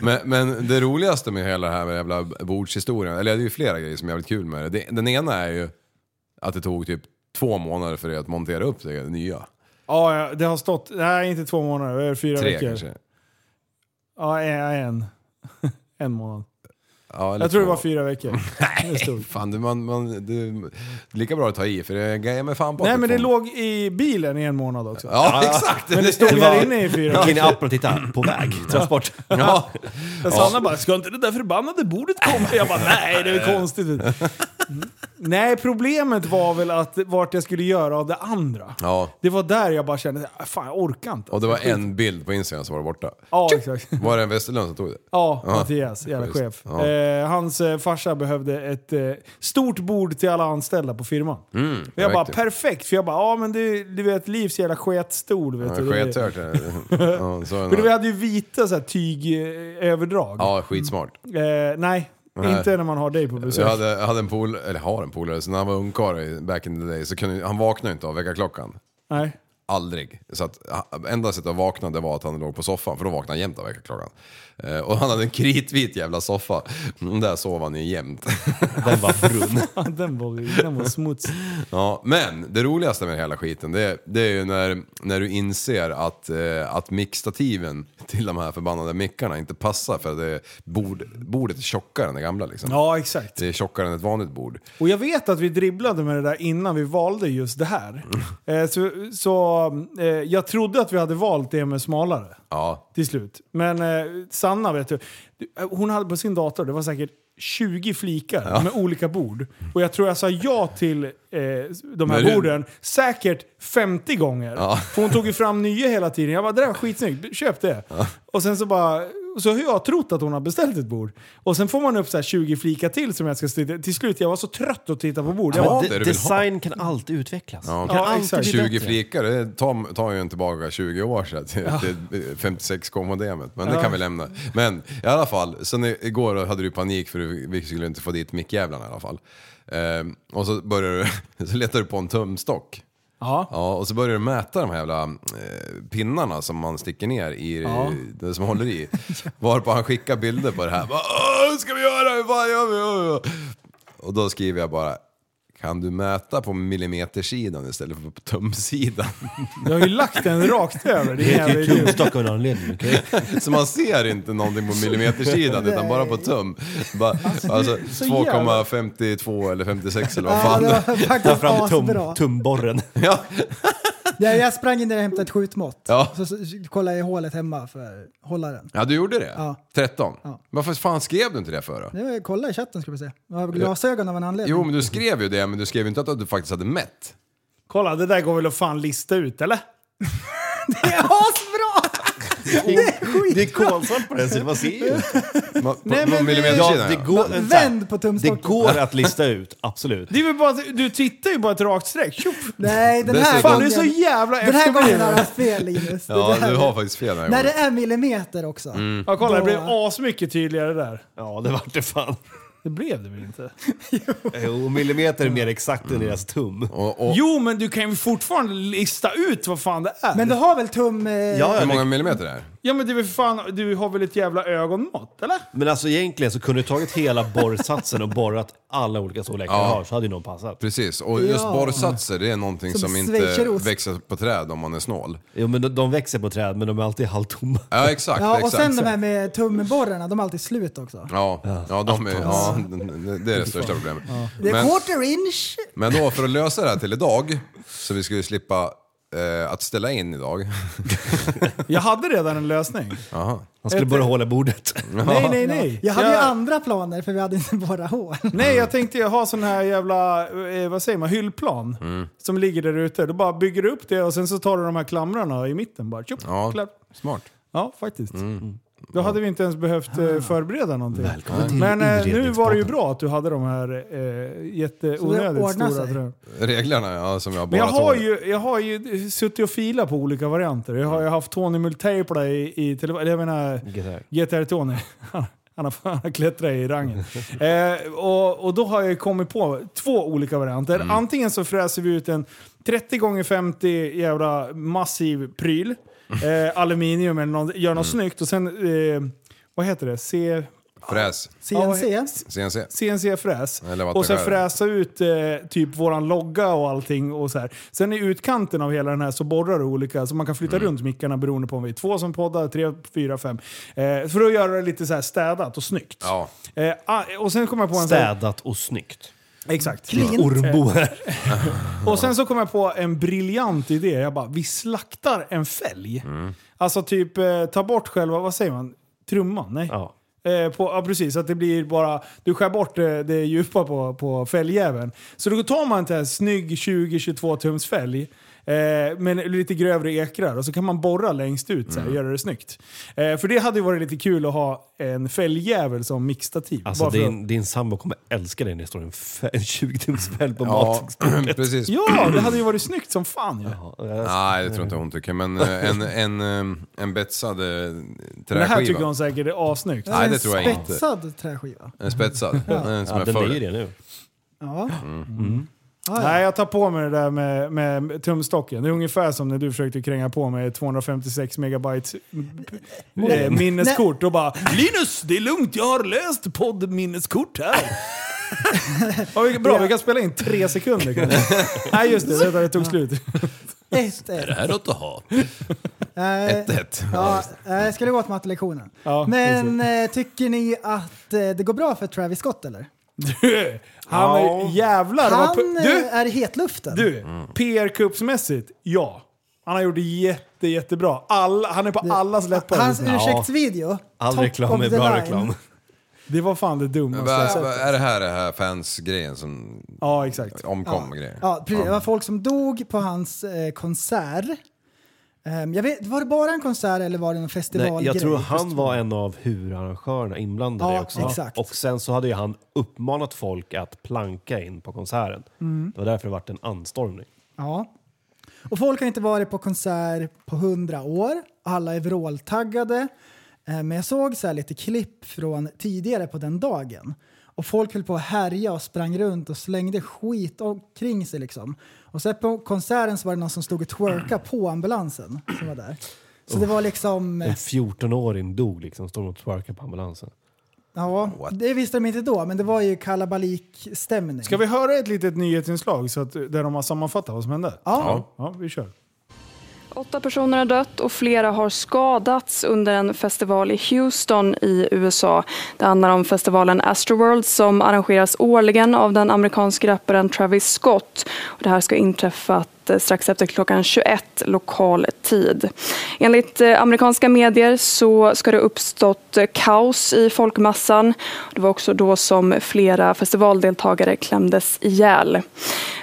F: men, men det roligaste med hela den här jävla bordshistorien, eller det är ju flera grejer som är jävligt kul med det. det. Den ena är ju att det tog typ två månader för er att montera upp det nya.
D: Ja, ja, det har stått, nej inte två månader, det är fyra
F: Tre
D: veckor.
F: kanske.
D: Ja, en. en. (laughs) En månad.
F: Ja, eller
D: Jag tror det
F: två.
D: var fyra
F: (laughs)
D: veckor. Det stod.
F: Fan, det, man, man, det är lika bra att ta i för det grejer med fan på. att
D: Nej men det
F: får-
D: låg i bilen i en månad också.
F: Ja, exakt!
D: Men det stod där inne i fyra
G: Gick in i
D: veckor.
G: appen och tittade. På väg. Transport.
F: Ja.
D: Ja. Sanna bara “Ska inte det där förbannade bordet komma?” Jag bara “Nej, det är väl konstigt”. Mm. Nej, problemet var väl att vart jag skulle göra av det andra.
F: ja.
D: Det var där jag bara kände "Ah, “Fan, jag orkar inte”.
F: Och det var en bild på Instagram som var borta.
D: Ja, exakt.
F: Var det en Westerlund som tog det?
D: Ja, Mattias, jävla
F: Schysst.
D: chef.
F: Ja.
D: Eh, hans eh, farsa behövde ett eh, stort bord till alla anställda på firman. och jag
F: jag
D: bara,
F: vet ju.
D: perfekt! För jag bara, ja men du, du vet Livs jävla sketstol. Vet
F: Han
D: du.
F: sket
D: (laughs)
F: hört det. Ja, så är
D: För vi
F: det.
D: hade ju vita så här, tygöverdrag.
F: Ja, skitsmart.
D: Eh, nej,
F: Nej.
D: inte när man har dig på besök.
F: Jag hade, jag hade en pol, eller har en polare, så när han var ungkarl i- back in the day så kunde han vaknade inte av väckarklockan.
D: Nej.
F: Aldrig. Så att ha- enda sättet att vakna det var att han låg på soffan, för då vaknade han jämt av väckarklockan. Eh, och han hade en kritvit jävla soffa. Mm, där sov han ju jämt. (laughs)
G: Den var brun.
D: Fan, den, var, den var smuts.
F: ja, men det roligaste med hela skiten, det, det är ju när, när du inser att, eh, att mickstativen till de här förbannade mickarna inte passar för att det, bord, bordet är tjockare än det gamla liksom.
D: Ja, exakt.
F: Det är tjockare än ett vanligt bord.
D: Och jag vet att vi dribblade med det där innan vi valde just det här. Eh, så så eh, jag trodde att vi hade valt det med smalare.
F: Ja,
D: till slut. Men eh, Sanna, vet du, du, eh, hon hade på sin dator, det var säkert 20 flikar med olika bord. Och jag tror jag sa ja till eh, de här
F: Men du-
D: borden säkert 50 gånger.
F: Ja.
D: För hon tog ju fram nya hela tiden. Jag bara, det där var skitsnyggt, köp det. Och sen så bara... Så har jag trott att hon har beställt ett bord. Och sen får man upp så här 20 flikar till som jag ska titta. Till slut, jag var så trött att titta på bord. Jag
F: Ja,
D: bara,
F: det du vill
G: Design kan alltid utvecklas.
F: Ja.
G: Kan
D: Ja,
G: alltid
D: exakt.
G: bli
F: 20
G: bättre.
F: flikar, det tar, tar ju en tillbaka 20 år sedan till, till 56 komodemet. Men det kan vi lämna. Men i alla fall, sen i- igår hade du panik för du- vi skulle inte få dit mickjävlarna i alla fall. Ehm, och så börjar du, (laughs) så letar du på en tumstock.
D: ja.
F: Ja, och så börjar du mäta de här jävla eh, pinnarna som man sticker ner i, det som håller i. Varpå han skickar bilder på det här. Bara, "Åh, Hur ska vi göra? Hur fan gör vi? Och då skriver jag bara, Kan du mäta på millimetersidan istället för på tumsidan? (laughs)
D: Du har ju lagt den rakt över. Det
E: (laughs)
G: Det
D: är
G: heter ju
D: jävla idiot.
G: krokstock av en anledning. okej?
F: Så man ser inte någonting på millimetersidan utan bara på tum. Bara, alltså
D: så jävla-
F: 2,52 eller 56 eller vad
E: Ja, det
F: fan.
E: var
G: Ta
E: faktiskt
G: fram
E: asbra.
G: tum, tumborren.
F: Ja,
E: Jag, jag sprang in där och hämtade ett skjutmått.
F: Ja.
E: Så, så kollade jag i hålet hemma för att hålla den.
F: ja du gjorde det?
E: Ja.
F: 13?
E: Ja.
F: Varför fan skrev du inte det för då?
E: Det var, kolla i chatten ska vi se. Jag har glasögon av en anledning.
F: Jo men du skrev ju det men du skrev ju inte att du faktiskt hade mätt.
D: Kolla, det där går väl att fan lista ut eller?
E: Det är asbra! Det är
G: Det är
E: skit!
G: kolsvart på (laughs) den sidan, man ser ju
F: Man, på,
D: Nej, men
F: på
D: det-
F: millimetersidan ja.
G: går,
E: Vänd på
G: det
E: tumstocken.
G: går att lista ut, absolut.
D: Det är väl bara, att- du tittar ju bara ett rakt streck. Tjoff!
E: Nej, den
F: Dessutom-
E: här
D: Fan, du är
E: gången...
D: så jävla
E: den här gången har jag
D: efterbliven.
E: haft fel Linus. Det
F: Ja,
E: där-
F: du har faktiskt fel den
E: När
F: här gången. Mm.
E: det är millimeter också.
D: Ja, kolla, det
E: Då-
D: blev asmycket tydligare där.
G: Ja, det vart det fan.
D: Det blev det väl inte?
G: Jo, Eh, millimeter är mer exakt än deras tum.
F: Och, och,
D: Jo, men du kan ju fortfarande lista ut vad fan det är.
E: Men du har väl tum... Eh,
G: Ja,
F: hur
G: ja,
F: många millimeter det är?
D: Ja, men det är väl fan, du har väl ett jävla ögonmått, eller?
G: Men alltså egentligen så kunde du tagit hela borrsatsen och borrat alla olika storlekar
F: Ja.
G: du har så hade ju någon passat.
F: Precis, och just
E: Ja.
F: borrsatser det är någonting som,
E: Som
F: inte
E: schweizerost.
F: växer på träd om man är snål.
G: Jo men de, de växer på träd men de är alltid halvtomma.
F: Ja exakt,
E: ja, och
F: exakt.
E: sen de här med tumborrarna, de är alltid slut också.
F: Ja, ja, de är, ja, det- det är det största problemet.
E: Det är
F: Men,
E: quarter inch.
F: men då för att lösa det här till idag, så vi skulle slippa eh, att ställa in idag.
D: Jag hade redan en
E: (laughs)
D: lösning.
F: Aha.
G: Han skulle bara hålla (laughs) bordet.
D: Nej, nej, nej.
E: Jag hade ju
D: Jag-
E: andra planer för vi hade inte bara hål. (laughs)
D: Nej, jag tänkte jag har sån här jävla, eh, vad säger man, hyllplan.
E: Mm.
D: Som ligger där ute. Då bara bygger du upp det och sen så tar du de här klamrarna i mitten bara. Tjup,
F: Ja,
D: klart.
F: smart.
D: ja faktiskt.
E: Mm.
D: Då hade vi inte ens behövt eh, förbereda någonting.
G: Välkommen till
D: Men eh, nu var det ju
G: inredningspodden.
D: bra att du hade de här eh,
E: Så det
D: jätteonödigt
E: ordnar
D: stora
E: sig.
D: dröm.
F: Reglerna ja, som jag har
D: Men jag
F: borrat
D: har,
F: hål i.
D: ju, jag har ju suttit och filat på olika varianter. Jag har ju haft Tony Multipla i, i telefon... eller Jag menar,
G: Gitarr.
D: GTR Tony. (laughs) Han- Han har, han har klättrat i rangen. eh, och, och då har jag ju kommit på två olika varianter. Antingen så fräser vi ut en 30 gånger 50 jävla massiv pryl. Eh, aluminium eller något, gör något snyggt och sen... Eh, vad heter det? C,
F: Fräs,
E: CNC.
F: CNC.
D: CNC-fräs.
F: Eller
D: Och sen
F: vattenskär.
D: fräsa ut eh, typ våran logga och allting. Och så här. Sen i utkanten av hela den här så borrar du olika, så man kan
F: Mm.
D: flytta runt mickarna beroende på om vi är två som poddar, tre, fyra, fem. Eh, för att göra det lite så här städat och snyggt.
F: Ja.
D: Eh, ah, och sen kom jag på en så här,
G: Städat och snyggt.
D: Exakt.
G: Ormbo här.
D: Och sen så kom jag på en briljant idé. Jag bara, vi slaktar en fälg.
F: Mm.
D: Alltså typ eh, ta bort själva, vad säger man? Trumman? Nej.
G: Ja.
D: Eh, på, ja precis, att det blir bara... Du skär bort eh, det djupa på, på fälgjäveln. Så då tar man en sån här snygg 20-22 tums fälg. Eh, men lite grövre ekrar och så kan man borra längst ut så här,
G: Mm.
D: och göra det snyggt. Eh, för det hade ju varit lite kul att ha en fälgjävel som mixtativ.
G: Alltså
D: Bara för att-
G: din, din sambo kommer älska dig när det står en, fe- en 20-tumsfäll på
F: Ja,
G: matbordet.
F: (clears throat) precis.
D: Ja, det hade ju varit snyggt som fan ju.
F: Nej, det tror inte hon tycker. Men eh, en, en, eh, en betsad eh,
D: Men det här tycker
F: träskiva.
D: hon säkert är assnyggt.
F: Nej, det tror jag inte.
E: En spetsad träskiva.
F: En spetsad. En som
G: Ja,
F: är
G: den är ju
F: full.
G: det nu.
E: Ja.
F: Mm.
E: Ja, ja.
D: Nej, jag tar på mig det där med, med tumstocken. Det är ungefär som när du försökte kränga på mig 256 megabyte eh, minneskort och bara “Linus, det är lugnt, jag har löst poddminneskort här”. Ja, vi- Bra, vi kan spela in (laughs) tre sekunder kanske. Nej just det, det, där det tog slut.
E: Ett, ett.
F: Det här låter ha.
E: Eh,
F: 1-1.
E: Ja, eh, jag skulle gå till mattelektionen.
D: Ja,
E: Men eh, tycker ni att eh, det går bra för Travis Scott eller?
D: Du, han är, jävlar vad...
E: Han
D: pu-
E: eh,
D: Du,
E: är i hetluften.
D: du PR-kuppsmässigt, ja. Han har gjort det jätte, jättebra. Alla, han är på allas läppar.
E: Hans
D: just nu.
E: ursäktsvideo.
G: All
E: top
G: reklam
E: of
G: är
E: the
G: bra
E: line.
G: reklam.
D: Det var fan det dummaste jag
F: Vad-
D: sett.
F: vad Är det här, det här fans-grejen som
D: Ja, exakt.
F: omkom och grejer?
E: Ja, precis. Det var folk som dog på hans eh, konsert. Ehm, jag vet, var det bara en konsert eller var det en
G: Nej,
E: festivalgrej?
G: jag tror han var en av huvudarrangörerna inblandade i
E: Ja,
G: också.
E: exakt.
G: Och sen så hade ju han uppmanat folk att planka in på konserten.
E: Mm.
G: Det var därför det vart en anstormning.
E: Ja. Och folk har inte varit på konsert på hundra år. Alla är vråltaggade. Eh, Men jag såg så här lite klipp från tidigare på den dagen. Och folk höll på att härja och sprang runt och slängde skit omkring sig liksom. Och sen på konserten så var det någon som stod och twerkade på ambulansen som var där. Så det var liksom...
G: En 14-åring dog liksom, stod och twerkade på ambulansen.
E: Ja,
F: What?
E: det visste de inte då, men det var ju kalabalikstämning.
D: Ska vi höra ett litet nyhetsinslag så att, där de har sammanfattat vad som hände?
E: Ja.
D: Ja, vi kör.
I: Åtta personer har dött och flera har skadats under en festival i Houston i USA. Det handlar om festivalen Astroworld som arrangeras årligen av den amerikanske rapparen Travis Scott. Och det här ska ha inträffat eh, strax efter klockan 21 lokal tid. Enligt eh, amerikanska medier så ska det ha uppstått eh, kaos i folkmassan. Det var också då som flera festivaldeltagare klämdes ihjäl.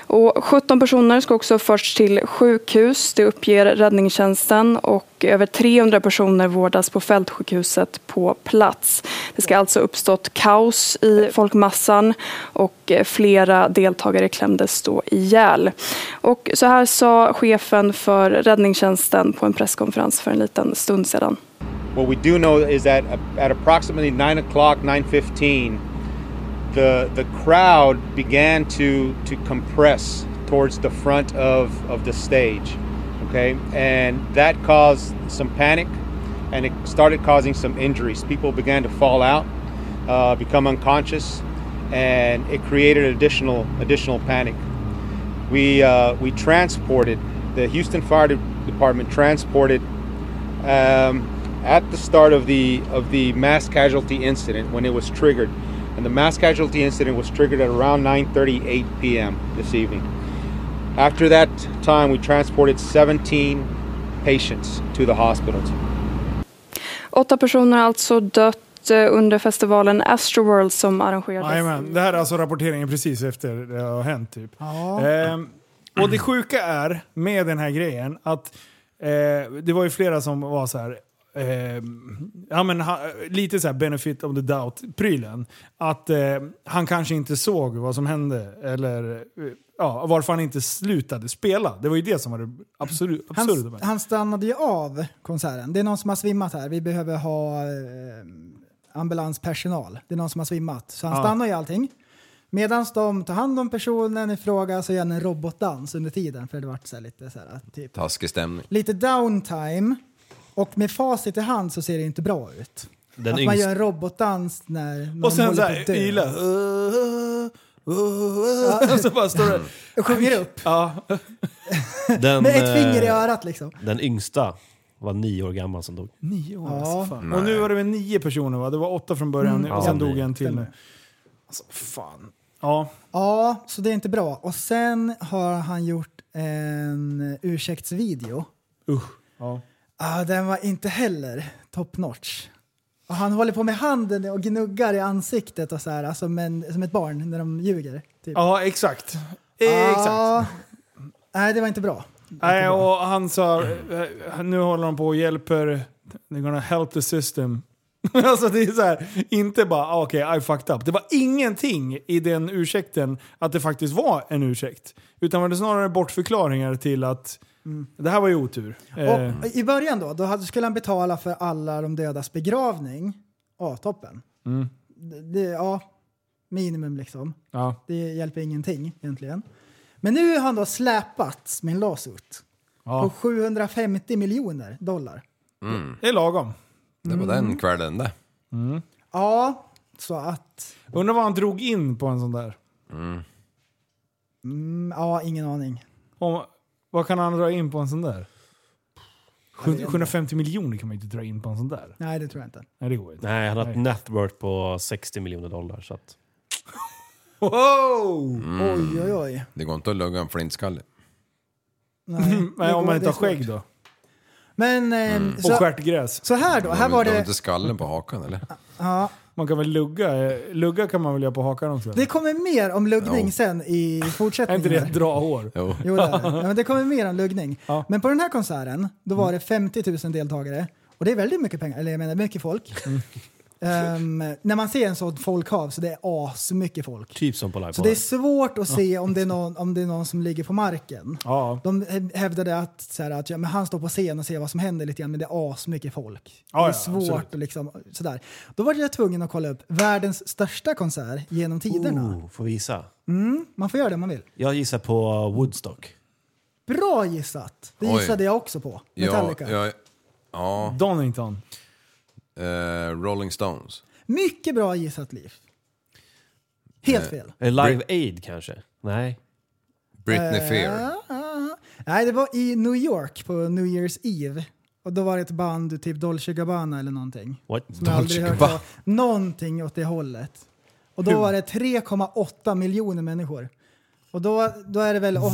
I: Och 17 personer ska också förts till sjukhus, det uppger räddningstjänsten och över 300 personer vårdas på fältsjukhuset på plats. Det ska alltså uppstått kaos i folkmassan och flera deltagare klämdes då ihjäl. Och så här sa chefen för räddningstjänsten på en presskonferens för en liten stund sedan.
J: What we do know is that at approximately nine o'clock, nine fifteen, the the crowd began to to compress towards the front of of the stage, okay, and that caused some panic, and it started causing some injuries. People began to fall out, uh, become unconscious, and it created additional additional panic we uh, we transported the Houston Fire De- Department transported um, at the start of the of the mass casualty incident when it was triggered, and the mass casualty incident was triggered at around 9:38 p.m. this evening. After that time, we transported 17 patients to the hospitals.
I: Åtta personer har alltså dött eh, under festivalen Astroworld som arrangerades
D: Jajamän, det här är alltså rapporteringen precis efter det har hänt typ.
E: Ja.
D: Ehm, och det sjuka är med den här grejen att eh, det var ju flera som var så här. ehm, ja, men ha, lite så här benefit of the doubt-prylen. Att eh, han kanske inte såg vad som hände eller eh, ja, varför han inte slutade spela. Det var ju det som var det absolut, absurda
E: Han,
D: med det.
E: han stannade ju av konserten. Det är någon som har svimmat här. Vi behöver ha eh, ambulanspersonal. Det är någon som har svimmat. Så han
D: Ja.
E: stannar ju allting. Medan de tar hand om personen i fråga så gör han en robotdans under tiden. För det vart så här lite så här, typ.
F: Taskig stämning.
E: Lite downtime. Och med facit i hand så ser det inte bra ut.
G: Den
E: att man
G: yngsta-
E: gör en robotdans när någon
D: Och sen
E: håller
D: så
E: på att
D: här eh,
E: dö.
D: yla.
G: (laughs)
D: Och så bara står det...
E: Och sjunger upp.
D: Ja,
E: (laughs)
G: Den,
E: Med ett finger i
G: eh,
E: örat liksom.
G: Den yngsta var nio år gammal som dog.
D: Nio år,
E: Ja.
D: alltså, fan. Och nu var det väl nio personer va? Det var åtta från början och sen
G: Ja.
D: dog en till nu.
E: Mm. Stämmer.
D: Alltså fan. Ja,
E: Ja, så det är inte bra. Och sen har han gjort en ursäktsvideo.
D: usch. Ja.
E: Ah, den var inte heller top notch. Och han håller på med handen och gnuggar i ansiktet och så här, alltså, men, som ett barn när de ljuger. Typ.
D: ja, exakt. Exakt.
E: Ah, nej, det var inte bra.
D: Nej, och han sa, eh, nu håller de på och hjälper, they're gonna help the system. (laughs) alltså det är så här, inte bara ah, okej, I fucked up. Det var ingenting i den ursäkten att det faktiskt var en ursäkt. Utan var det snarare bortförklaringar till att det här var ju otur. Eh,
E: Mm. Och I början då, då hade- skulle han betala för alla de dödas begravning. Ja, toppen.
D: Mm.
E: Det, det, ja, minimum liksom.
D: ja.
E: Det hjälper ingenting egentligen. Men nu har han då släpats med en lawsuit på
D: Ja.
E: 750 miljoner dollar.
D: Det är lagom.
F: Det var
E: Mm.
F: den kvällen det.
E: Ja, så att...
D: Undrar vad han drog in på en sån där.
E: Mm, ja, ingen aning.
D: Om, vad kan han dra in på en sån där? Sju- 750 miljoner kan man ju inte dra in på en sån där.
E: Nej, det tror jag inte.
D: Nej, det går inte.
G: Nej, han har ett net worth på 60 miljoner dollar. Så att,
D: Wow!
F: Mm.
E: Oj, oj, oj.
F: Det går inte att lugga en flintskalle.
D: (laughs)
E: Nej,
D: Mm. Men
E: det
D: om man
E: går- det
D: inte
E: är
D: har skägg
E: svårt.
D: då?
E: Men eh,
D: Och
E: så,
D: stjärtgräs.
E: så här då, här
F: de,
E: var
F: de har
E: det...
F: Mm. inte skallen på hakan eller?
E: Ja,
D: Man kan väl lugga? eh, Lugga kan man väl göra på hakan också?
E: det kommer mer om luggning
F: Ja.
E: sen i
D: är
E: fortsättningen.
D: inte det
E: här.
D: att dra hår?
F: Jo.
E: Jo, det,
D: (laughs)
E: är det. Ja, men det kommer mer än luggning.
D: Ja. Mm.
E: Men på den här konserten, då var det 50 000 deltagare. Och det är väldigt mycket pengar, eller jag menar mycket folk.
D: Mm.
E: Ehm, när man ser en sån folkhav så det är asmycket folk.
G: typ som på live
E: Så det är svårt att se om det är någon, om det är någon som ligger på marken.
D: Ja.
E: De hävdade att, så här, att ja, men han står på scen och ser vad som händer lite grann, men det är asmycket folk.
D: Ja,
E: det är
D: ja,
E: svårt
D: absolut.
E: att liksom, sådär. Då var jag tvungen att kolla upp världens största konsert genom tiderna.
G: Oh, får visa.
E: Man får göra det om man vill.
G: Jag gissar på Woodstock.
E: Bra gissat! Det
F: Oj.
E: gissade jag också på.
F: Ja,
E: Metallica.
F: ja, ja
D: Donington.
F: eh, Rolling Stones.
E: Mycket bra gissat liv. Helt fel.
G: Eh, Live Aid kanske? Nej.
F: Britney Fear.
E: Ah, ah. Nej, det var i New York på New Year's Eve. Och då var det ett band, typ Dolce Gabbana eller någonting. (laughs)
G: What?
E: Som jag aldrig hört
F: Gabbana.
E: av. Någonting åt det hållet. Och då var det 3,8 miljoner människor. Och då, då är det väl åt-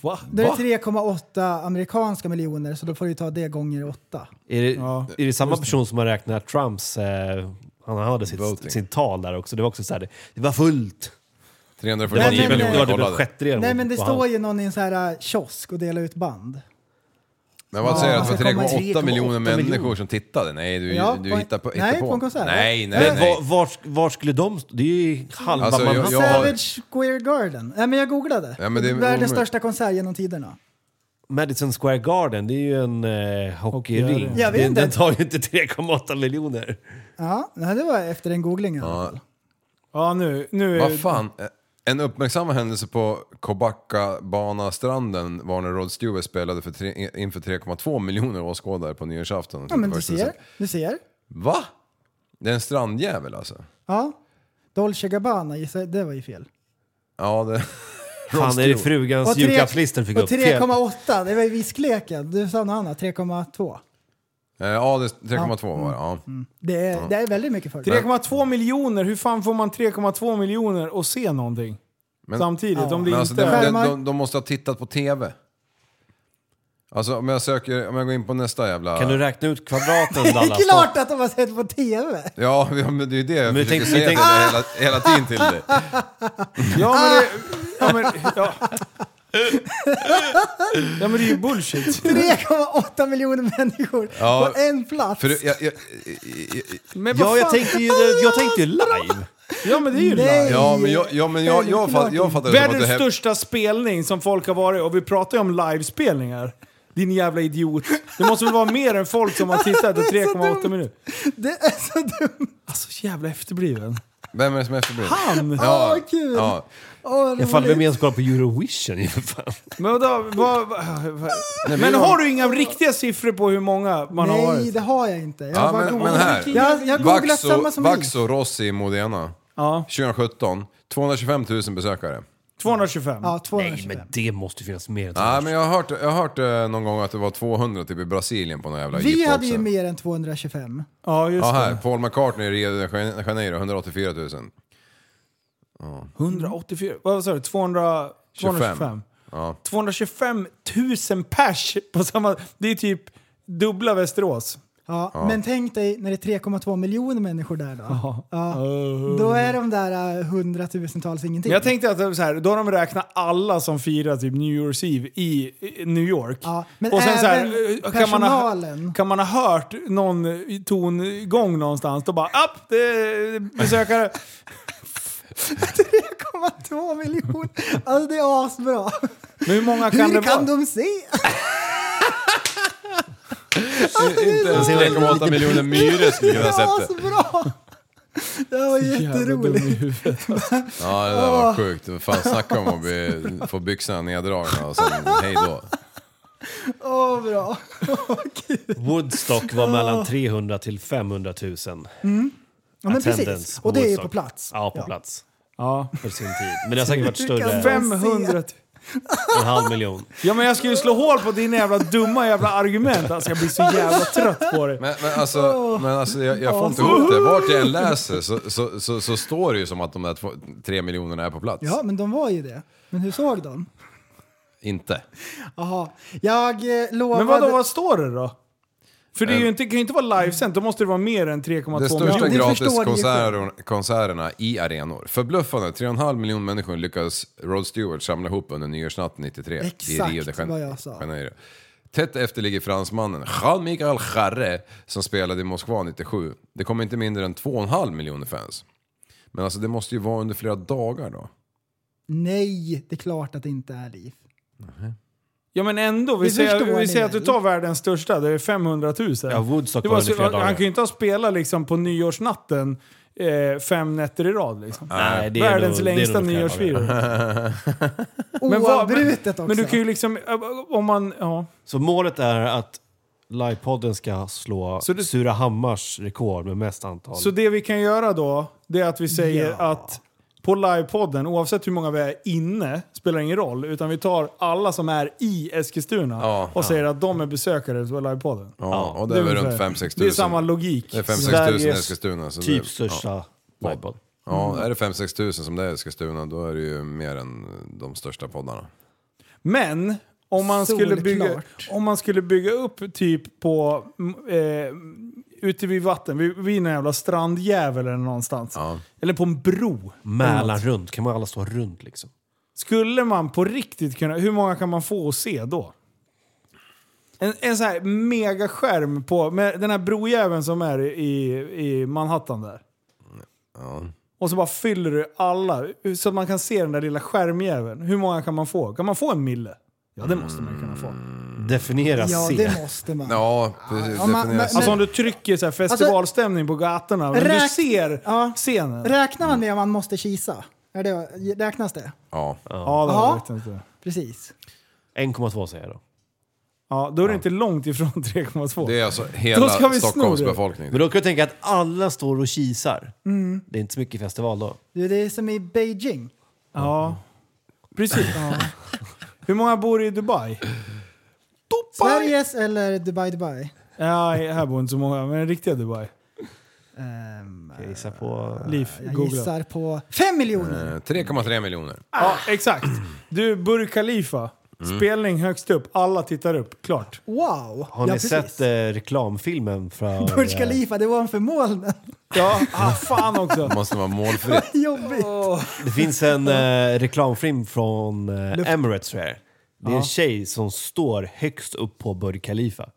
D: Va?
E: då är det 3,8 amerikanska miljoner så då får du ta det gånger 8.
G: Är det,
D: Ja,
G: är det samma person som har räknat Trumps... Eh, han hade sitt,
F: Voting.
G: sitt tal där också. Det var också så här, det- det var fullt. Det var
F: 349
G: typ,
E: men-
G: det var
F: miljoner
G: typ en
F: kollade.
G: sjättedel
E: Nej men det
G: på
E: står
G: han.
E: ju någon i en så här äh, kiosk och delar ut band.
F: Men vad säger du att det
E: Ja,
F: var
E: det
F: 3,8 miljoner
G: miljoner.
F: människor som tittade? Nej, du,
E: Ja,
F: du
E: på en-
F: hittar på,
E: nej,
F: hittar
E: på en konsert.
F: Nej, nej,
G: Men
F: nej.
G: var, var, sk- var skulle de stå? Det är ju halva
F: Alltså,
G: man...
F: jag- jag- har-
E: Savage Square Garden. Nej men jag googlade.
F: Ja, men det är
E: Världens
F: omöjligt.
E: största konsert genom tiderna.
G: Madison Square Garden, det är ju en eh, hockeyring.
E: Jag vet
G: Den,
E: inte.
G: den tar ju inte 3,8 miljoner.
E: Ja, nej, det var efter en googling. Ja.
F: Ja,
D: Ja nu, nu är
F: Vad fan? En uppmärksammad händelse på Kobacka-bana-stranden var när Rod Stewart spelade för tre, inför 3,2 miljoner åskådare på nyårsafton.
E: Ja men du
F: 31
E: ser, du ser.
F: Va? Det är en strandjävel alltså?
E: Ja. Dolce Gabbana gissar jag- det var ju fel.
F: Ja, det...
G: Fan, är det
E: Och
G: frugans
E: tre-
G: julklappslistor fick
E: Och
G: upp? Fel.
E: 3,8, det var ju viskleken. Du sa något annat, 3,2.
F: Eh, Ja, det 3,2 var det.
D: Mm.
F: Ja.
E: Det, är det är väldigt mycket folk.
D: 3,2 miljoner. Hur fan får man 3,2 miljoner och se någonting?
F: Men-
D: Mm. Samtidigt, om det
F: Men alltså,
D: inte...
F: de,
D: är-
F: de,
E: Skärmar.
F: de, de måste ha tittat på TV. Alltså om jag söker, om jag går in på nästa jävla...
G: Kan du räkna ut kvadraten
E: (laughs) Det
G: Dallas?
E: är klart att de har sett på TV!
F: Ja, (laughs) ja, men det är ju det jag
G: du
F: försöker
G: tänkte-
F: säga
G: du tänkte-
F: till dig hela, hela tiden till dig.
D: Ja men det...
E: Ah!
D: Ja, men,
E: (laughs)
D: ja. ja men det är ju bullshit.
E: 3,8 miljoner människor
F: Ja.
E: på en plats!
F: För du, jag, jag,
D: Men vad
G: Ja, jag
D: fan?
G: tänkte ju, jag
E: (laughs)
G: tänkte ju live.
D: Ja men det är ju
E: Nej.
D: live.
F: ja, men jag, ja, men jag, jag, fatt, jag fattar det som att
D: Världens
F: det här...
D: största spelning som folk har varit och vi pratar ju om livespelningar. Din jävla idiot. Det måste väl vara mer än folk som har tittat i
F: (laughs)
E: Det är så
D: 3,8
E: dumt.
D: minuter.
E: Det är så dumt!
D: Alltså jävla efterbliven.
F: Vem är det som är efterbliven?
D: Han!
F: Ja,
E: Åh, kul.
F: Ja.
E: Åh,
G: Jag faller
E: roligt.
G: med ens kolla på Eurovision ju för fan.
D: Men, vadå, vad, vad, men, har du inga riktiga siffror på hur många man har
E: Nej,
D: varit?
E: det har jag inte. Jag
F: Ja,
E: har bara
F: men, men
E: googlat.
F: här.
E: Jag, jag har googlat samma som ni.
F: Vaxo Rossi i Modena.
D: Ja.
F: 2017. 225 000 besökare.
D: 225?
E: Ja,
G: Nej
E: 225.
G: men det måste ju finnas mer än
F: Nej, men jag har hört, jag har hört eh, någon gång att det var 200 typ i Brasilien på någon jävla
E: Vi
F: jippo
E: hade ju
F: också.
E: mer än 225.
D: Ja, just
F: Ja, här.
D: det.
F: Paul McCartney i Rio de Janeiro, 184 000.
D: 184? Vad sa du? 200, 225?
F: Ja.
D: 225 000 pers på samma... Det är typ dubbla Västerås.
E: Ja, Men tänk dig när det är 3,2 miljoner människor där då.
D: Ja.
E: Då är de där äh, hundratusentals ingenting.
D: Men jag tänkte att det var så här, då har de räknat alla som firar typ New Year's Eve i i New York.
E: Ja, men
D: så här,
E: även
D: eh, kan man, ha, (laughs)
E: personalen.
D: kan man ha hört någon eh, tongång någonstans, då bara upp, det är besökare.
E: 3,2 miljoner! Alltså det är asbra.
D: Men hur många kan det
E: Hur kan
D: vara? (laughs)
E: de se? Alltså,
F: Inte ens 3,8 miljoner myror skulle
E: Det
F: kunna ha
E: är
F: sett det.
E: asbra! Det här var
D: Jävla dum i
E: jätteroligt.
D: huvudet.
F: Ja, det där var sjukt. Fan, snacka om att bli, få byxorna neddragna och sen hej då.
E: Åh, bra.
G: Woodstock var mellan 300 till 500 000.
E: Ja, men
G: Attendance
E: precis. Och det är ju på
G: Woodstock.
E: plats.
G: Ja, på plats.
D: Ja.
G: För sin tid. Men det har säkert varit större.
E: Fem-
D: 500
G: En halv miljon.
D: Ja men jag ska ju slå hål på dina jävla dumma jävla argument. Alltså jag blir så jävla trött på det.
F: Men, men alltså, men alltså jag, jag får inte ihop det. Vart jag än läser så, så, så, så står det ju som att de där två, tre miljonerna är på plats.
E: Ja, men de var ju det. Men hur såg de?
F: Inte.
E: Jaha. Jag eh, lovade...
D: Men vadå, vad står det då? För det är ju inte, kan ju inte vara livesänt, då måste det vara mer än 3,2
F: De
D: miljoner.
F: största
E: miljoner. Det förstår ni ju
F: gratiskonserterna i arenor. Förbluffande, 3,5 miljoner människor lyckades Rod Stewart samla ihop under nyårsnatten 93
E: Exakt
F: i Rio de Jan-
E: vad jag sa.
F: Janeiro. Tätt efter ligger fransmannen Jean-Michel Jarre som spelade i Moskva 97. Det kom inte mindre än 2,5 miljoner fans. Men alltså det måste ju vara under flera dagar då.
E: Nej, det är klart att det inte är liv.
D: Ja men ändå, vi
E: Det
D: säger,
E: förstår
D: vi
E: ni
D: säger att du
E: väl?
D: tar världens största, det är 500 000.
G: Ja, Woodstock
D: det
G: var under
D: så-
G: flera
D: Han
G: dagar.
D: kan ju inte ha spelat liksom på nyårsnatten eh, fem nätter i rad liksom.
G: Nej, det är
D: Världens
G: nog- det är
D: längsta
G: nog flera dagar. (laughs)
D: nyårsfirande. vad-
E: Oavbrutet också.
D: Men du kan ju liksom, om eh, man, ja.
G: Så målet är att livepodden ska slå
D: Så det-
G: Surahammars rekord med mest antal.
D: Så det vi kan göra då, det är att vi säger att på livepodden, oavsett hur många vi är inne, spelar ingen roll. Utan vi tar alla som är i Eskilstuna
F: Ja.
D: och säger att de är besökare på livepodden.
F: Ja, och det är väl
D: ungefär-
F: runt 5-6 tusen.
D: Det är samma logik.
F: Det är 5-6 tusen i
G: Sveriges
F: Eskilstuna. så det-
G: typ största
F: ja.
G: livepodd.
F: Ja, är det 5-6 tusen som det är i Eskilstuna, då är det ju mer än de största poddarna.
D: Men om man, skulle
E: Solklart.
D: bygga, om man skulle bygga upp typ på... mm, Eh, ute vid vatten, vid, vid någon jävla strandjävel eller någonstans.
F: Ja.
D: Eller på en bro.
G: Mälan runt, kan man alla stå runt liksom?
D: Skulle man på riktigt kunna... Hur många kan man få att se då? En, en sån här megaskärm på... Med den här brojäveln som är i, i Manhattan där. Och så bara fyller du alla så att man kan se den där lilla skärmjäveln. Hur många kan man få? Kan man få en mille? Ja, det måste man ju kunna få.
G: Definiera
E: Ja,
G: se.
E: det måste man.
F: Ja, precis.
E: Ja, man-
F: definieras.
E: men-
D: Alltså om du trycker så här festivalstämning på gatorna, men du
E: Räk-
D: ser
E: Ja.
D: scenen.
E: Räknar man med om man måste kisa? Är det, räknas det?
F: ja.
D: Ja, det
E: Ja.
D: vet jag inte.
E: Precis.
G: 1,2 säger jag då.
D: Ja, då är det inte långt ifrån (laughs) 3,2.
F: Det är alltså
D: Då
F: hela
D: ska vi sno
F: Stockholms
D: det.
F: befolkning.
G: Men då kan du tänka att alla står och kisar.
E: Mm.
G: Det är inte så mycket festival då.
E: Du, det är som i Beijing.
D: Ja, precis. Ja. Hur många bor i Dubai?
E: Sveriges eller Dubai Dubai?
D: Ja, här bor inte så många, men riktiga Dubai.
E: Ehm,
G: Jag gissar på...
D: Liv,
E: jag
D: googla.
E: gissar på 5
G: Mm.
E: miljoner.
F: Eh, 3,3 miljoner.
D: Ja, exakt. Du, Burj Khalifa.
F: Mm.
D: Spelning högst upp, alla tittar upp. Klart.
E: Wow!
G: Har ni sett eh,
E: (laughs)
G: reklamfilmen från...
E: Burj
G: eh,
E: Khalifa, det var en för molnen.
D: Ja,
F: (laughs)
D: ah, fan också.
F: Måste vara målfritt.
E: (laughs) Jobbigt.
G: Det finns en eh, reklamfilm från eh, Emirates tror jag. Det är en tjej som står högst upp på Burj Khalifa.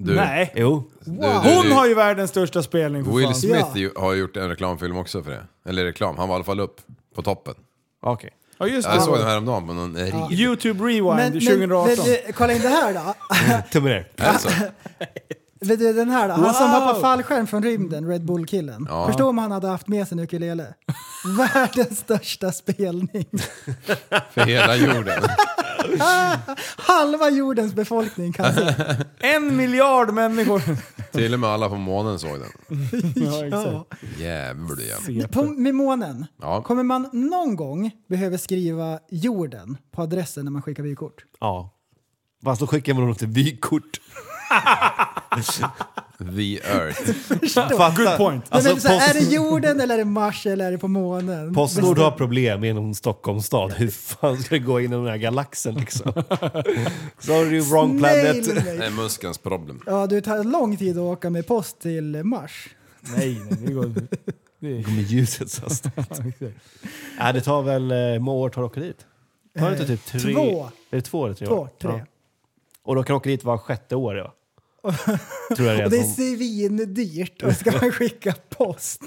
F: Du,
E: Eh?
D: Nej.
G: Jo.
F: du, du,
D: Hon har ju världens största spelning för
F: Will
D: fan.
F: Smith
E: Ja.
F: ju- har gjort en reklamfilm också för det. Eller reklam, han var i alla fall upp på toppen.
G: Okej.
D: Ja, just
F: Jag såg den
D: det.
F: häromdagen på någon reel.
D: Youtube Rewind
E: Men, men,
D: 2018.
E: men du, kolla in det här då.
G: Tummen ner.
F: Alltså,
E: Vet du, den här då. Han som
D: Wow.
E: hoppar fallskärm från rymden, Red Bull-killen.
F: Ja.
E: Förstå om han hade haft med sig en ukulele. (laughs) Världens största spelning.
F: för hela jorden.
E: Halva jordens befolkning kan se.
F: (laughs)
D: En miljard människor.
F: Till och med alla på månen såg den.
D: (laughs) ja, exakt.
E: Ja.
F: Jävlar ja.
E: På, med månen.
F: Ja.
E: Kommer man någon gång behöva skriva jorden på adressen när man skickar vykort?
G: Ja. Fast då skickar man honom till vykort.
F: The Earth.
G: Fatta.
D: Good point.
G: Alltså,
E: Nej, men, så här,
G: post,
E: är det jorden eller är det Mars eller är det på månen?
G: Postnord har problem inom Stockholms stad. Hur fan ska det gå inom den här
E: (laughs)
G: galaxen liksom? Sorry, wrong
E: Nej,
G: planet.
F: Det
E: nej.
F: är muskens problem.
E: Ja, du tar lång tid att åka med post till Mars.
D: Nej, nej, det går
G: Med ljusets
E: (laughs)
G: hastighet. Nej, det tar väl... eh, Hur många år tar det att åka dit? Tar det inte typ tre?
E: Eh, två.
G: Är det två eller tre
E: Två,
G: år?
E: tre.
G: Ja. Och då kan åka dit var sjätte
E: (laughs)
G: år, ja. Tror jag
E: Och det
G: det
E: är
G: är. som
E: svindyrt och ska man skicka post.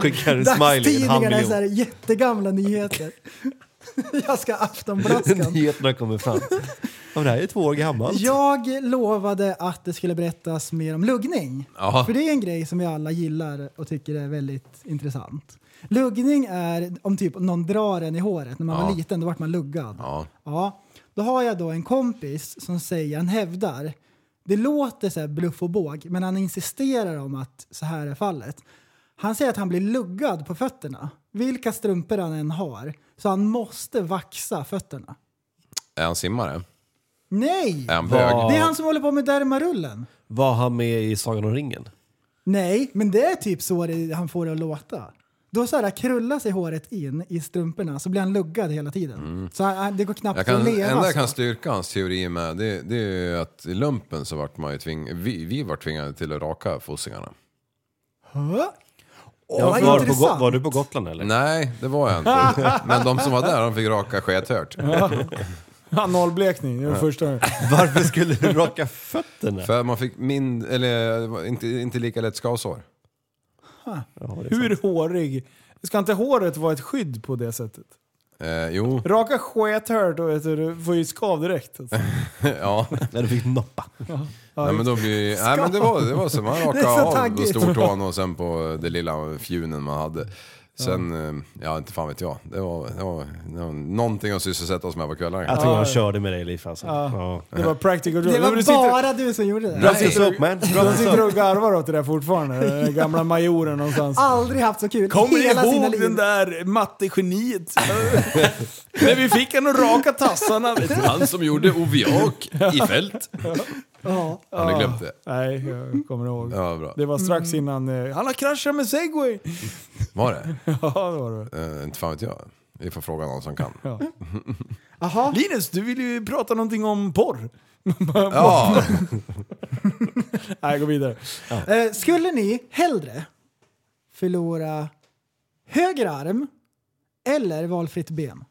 G: Skickar en smiley, en halv
E: Dagstidningarna är så här
G: miljon.
E: jättegamla nyheter. (laughs) Jag ska ha aftonblaskan.
G: (laughs) Nyheterna kommer fram. Ja, det här är två år gammalt.
E: Jag lovade att det skulle berättas mer om luggning.
F: Ja.
E: För det är en grej som vi alla gillar och tycker är väldigt intressant. Luggning är om typ någon drar en i håret. När man var
F: Ja.
E: liten då vart man luggad.
F: Ja.
E: Ja, då har jag då en kompis som säger, han hävdar, det låter så här bluff och båg, men han insisterar om att så här är fallet. Han säger att han blir luggad på fötterna, vilka strumpor han än har, så han måste vaxa fötterna.
F: Är han simmare?
E: Nej!
F: Är han bög?
G: Vad-
E: Det är han som håller på med dermarullen.
G: Var han med i Sagan om ringen?
E: Nej, men det är typ så det, han får det att låta. Då så här krullar sig håret in i strumporna så blir han luggad hela tiden. Så han, det går knappt
F: Jag kan,
E: att leva.
F: enda jag
E: så.
F: kan styrka hans teori med det, det är ju att i lumpen så vart man ju tving, vi, vi var tvingade till att raka fossingarna.
E: Hö? Åh,
G: Ja,
E: vad
G: var, du på, Go-
E: intressant.
G: var du på Gotland eller?
F: Nej, det var jag (laughs) inte. Men de som var där de fick raka skethört.
D: Analblekning, det var första.
G: Varför skulle du raka fötterna?
F: För man fick min, eller det var inte, inte lika lätt skavsår.
D: Hur hårig? Ska inte håret vara ett skydd på det sättet?
F: Eh, jo, (laughs)
D: Raka skethört och vet du, du får ju skav direkt. Alltså.
F: ja.
G: (laughs) När du fick noppa.
F: Nej, men då blir, nej men (laughs) det var, det var så, man
E: Det är
F: rakade
E: så
F: av
E: taggigt.
F: stortån och sen på det lilla fjunen man hade. Sen, eh, ja inte fan vet jag. Det var, det var, det var någonting att sysselsätta oss med på kvällarna.
G: Jag tror han körde med dig Liv alltså. Ja.
D: Det var practical joke.
E: Det
D: Men du
E: var
D: sitter-
E: bara du som gjorde det.
G: Bra up man. Bra
D: De sitter och garvar åt det där fortfarande. Den där gamla majoren någonstans.
E: Aldrig haft så kul.
D: Kommer ni
E: hela sina
D: ihåg
E: liv.
D: den där mattegeniet? (laughs) När vi fick han att raka tassarna. vet du.
F: Han som gjorde Oviak i fält.
E: Ja.
F: Han har glömt det.
D: Nej, jag kommer ihåg.
F: Ja, bra.
D: Det var strax innan... eh, Han har kraschat med segway!
F: Var det?
D: (laughs) Ja, det var det.
F: Eh, inte fan vet jag. Vi får fråga någon som kan.
E: Aha.
D: Linus, du vill ju prata någonting om porr.
F: Ja,
D: Nej, gå vidare.
E: Eh, skulle ni hellre förlora höger arm eller valfritt ben?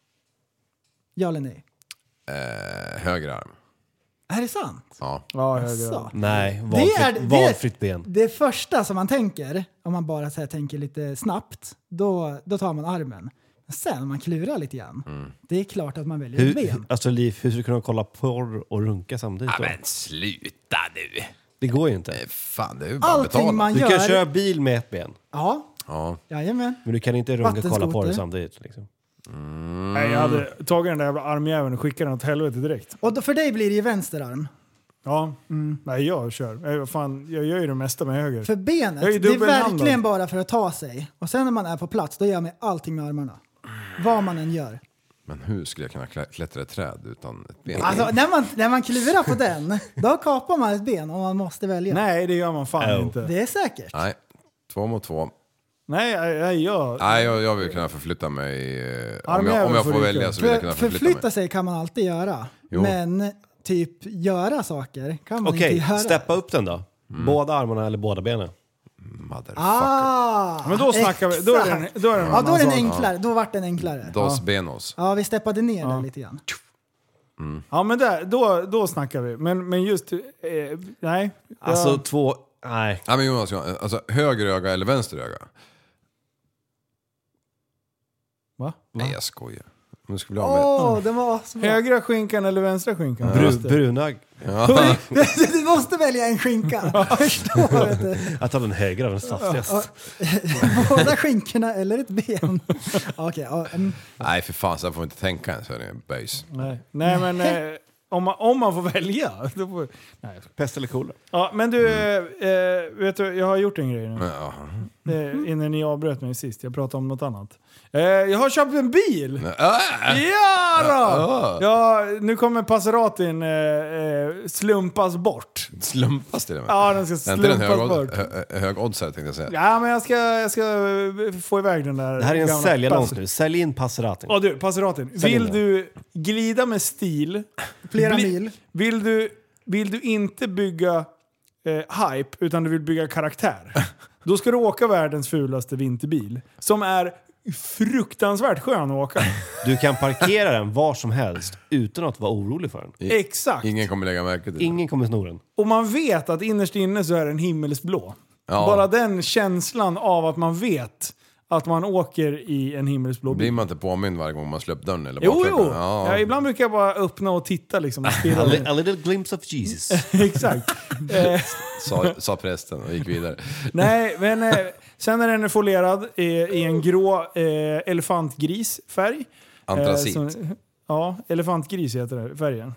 E: Ja eller nej?
F: eh, höger arm.
E: Är det sant?
F: Ja.
D: Ja, jag gör det.
E: Så.
G: Nej,
E: Det är-
G: valfritt,
E: det är-
G: valfritt ben.
E: Det första som man tänker, om man bara så här tänker lite snabbt, då, då tar man armen. Sen om man klurar lite grann, det är klart att man väljer ett
G: Mm. Hur,
E: ben.
G: alltså Liv, hur ska du kunna kolla porr och runka samtidigt då?
F: sluta nu.
G: Det går ju inte.
F: Fan, det är ju bara att betala.
E: Allting man
G: Du
E: gör...
G: kan köra bil med ett ben,
E: Ja,
F: Ja.
E: jajamän.
G: men du kan inte runka och kolla porr
E: Vattenskoter.
G: samtidigt. Liksom.
D: Nej, jag hade tagit den där jävla armjäveln och skickat den åt helvete direkt.
E: Och då, för dig blir det ju vänster arm.
D: Ja. mm. Nej, jag kör. Jag, fan, jag gör ju det mesta med höger.
E: För
D: Jag är ju
E: benet, det är
D: dubbelhandlad.
E: verkligen bara för att ta sig. Och sen när man är på plats, då gör man allting med armarna. Vad man än gör.
F: Men hur skulle jag kunna klä- klättra ett träd utan ett ben?
E: Alltså, när man, när man klurar på den, då kapar man ett ben om man måste välja.
D: Nej, det gör man fan
G: Oh.
D: inte.
E: Det är säkert.
F: Nej, två mot två.
D: Nej, nej, nej, jag...
F: Nej, jag, jag vill kunna förflytta mig. eh, Om jag,
D: Armjäveln
F: om jag
D: får
F: får
D: ryka.
F: välja så vill jag
E: För,
F: kunna förflytta
E: förflytta
F: mig.
E: sig kan man alltid göra,
F: Jo.
E: men typ göra saker kan man
G: Okej,
E: inte göra.
G: steppa upp den då. Båda armarna eller båda benen?
F: Motherfucker.
E: Ah,
D: Men då snackar vi... Då är den,
E: exakt.
D: då är den,
E: Ja, då är den
D: en...
E: enklare. Då vart den enklare.
F: Dos benos.
E: Ja, vi steppade ner den lite grann.
D: Ja, men där, då, då snackar vi. Men, men just... Eh, nej.
G: Alltså
D: jag,
G: två... Nej.
F: Nej men Jonas, Jonas, alltså höger öga eller vänster öga?
D: va?
F: Nej jag skojar. Om du skulle bli av med
E: Åh, den var asbra.
D: Högra skinkan eller vänstra skinkan?
G: Bru, brunög.
E: (laughs) Du måste välja
D: (laughs)
E: en skinka. Förstår vet du?
G: Jag tar den högra, den saftigaste.
E: (laughs) Båda skinkorna eller ett ben. (laughs) Okej, ja, mm.
F: Nej för fan, så här får man inte tänka ens hörni. Böjs.
D: Nej, nej men eh, om, man, om man får välja. Då får, nej.
G: Pest eller kolera? Mm.
D: Ja, men du, eh, eh, vet du, jag har gjort en grej nu.
F: Ja.
G: Mm.
D: Eh, innan ni avbröt mig sist. Jag pratade om något annat. Eh, jag har köpt en bil!
F: Ah!
D: Ja
F: Ah.
D: då! Ja, nu kommer Passeratin eh, eh, slumpas bort.
F: Slumpas till och med.
D: Ja, den ska
F: Är inte den
D: slumpas
F: hög,
D: bort.
F: hö, hö- hög oddsare tänkte jag säga?
D: Ja, men jag ska, jag ska eh, få iväg den där
G: Det här är en
D: gamla
G: säljarlans
D: Passer-
G: nu. Sälj in Passeratin.
D: Ja du, Passeratin.
G: Sälj in
D: Vill
G: den.
D: du glida med stil?
E: flera
D: Bli-
E: mil.
D: Vill du, vill du inte bygga eh, hype, utan du vill bygga karaktär. Då ska du åka världens fulaste vinterbil. Som är fruktansvärt skön att åka.
G: Du kan parkera den var som helst utan att vara orolig för den.
D: Exakt.
F: Ingen kommer lägga märke till det.
G: Ingen kommer sno den.
D: Och man vet att innerst inne så är den himmelsblå.
F: Ja.
D: Bara den känslan av att man vet att man åker i en himmelsblå
F: Blir
D: bil.
F: man inte påmind varje gång man slår upp dörren eller
D: Jo,
F: bakluckan?
D: jo! Ja,
F: Ja.
D: ibland brukar jag bara öppna och titta liksom. Och
G: A,
D: stirra.
G: li- a little glimpse of Jesus.
D: Exakt. Eh,
F: Sa, sa prästen och gick vidare.
D: Nej, men eh, sen är den folerad i, i en grå eh, elefantgrisfärg.
F: Antracit.
D: Eh, som- ja, elefantgris heter den färgen.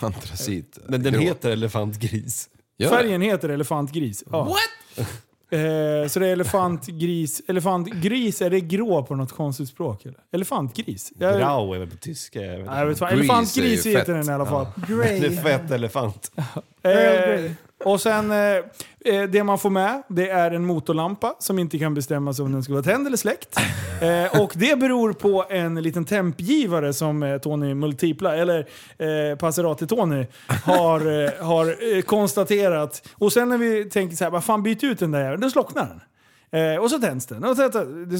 F: Antracit.
G: (laughs) Men den
F: Grå.
G: heter elefantgris.
F: Gör det?
D: Färgen heter elefantgris. Ja. What? Eh, så det är elefantgris. Elefantgris, är det grå på något konstigt språk? Eller? Elefantgris? Jag,
G: Grau är väl på tyska? Jag
D: Nej,
G: vet
D: jag vet
G: inte.
D: inte.
F: Grease
D: Elefantgris
F: är ju
D: heter den i alla fall.
E: Grey.
G: Det är fett elefant.
E: Earl
D: Eh,
E: Grey.
D: och sen, eh, eh, det man får med, det är en motorlampa som inte kan bestämmas om den ska vara tänd eller släckt. Eh, och det beror på en liten tempgivare som eh, Tony Multipla, eller eh, Passerati-Tony, har, eh, har eh, konstaterat. Och sen när vi tänker så här, vad fan byt ut den där jäveln, då slocknar den. Eh, och så tänds den. Och så,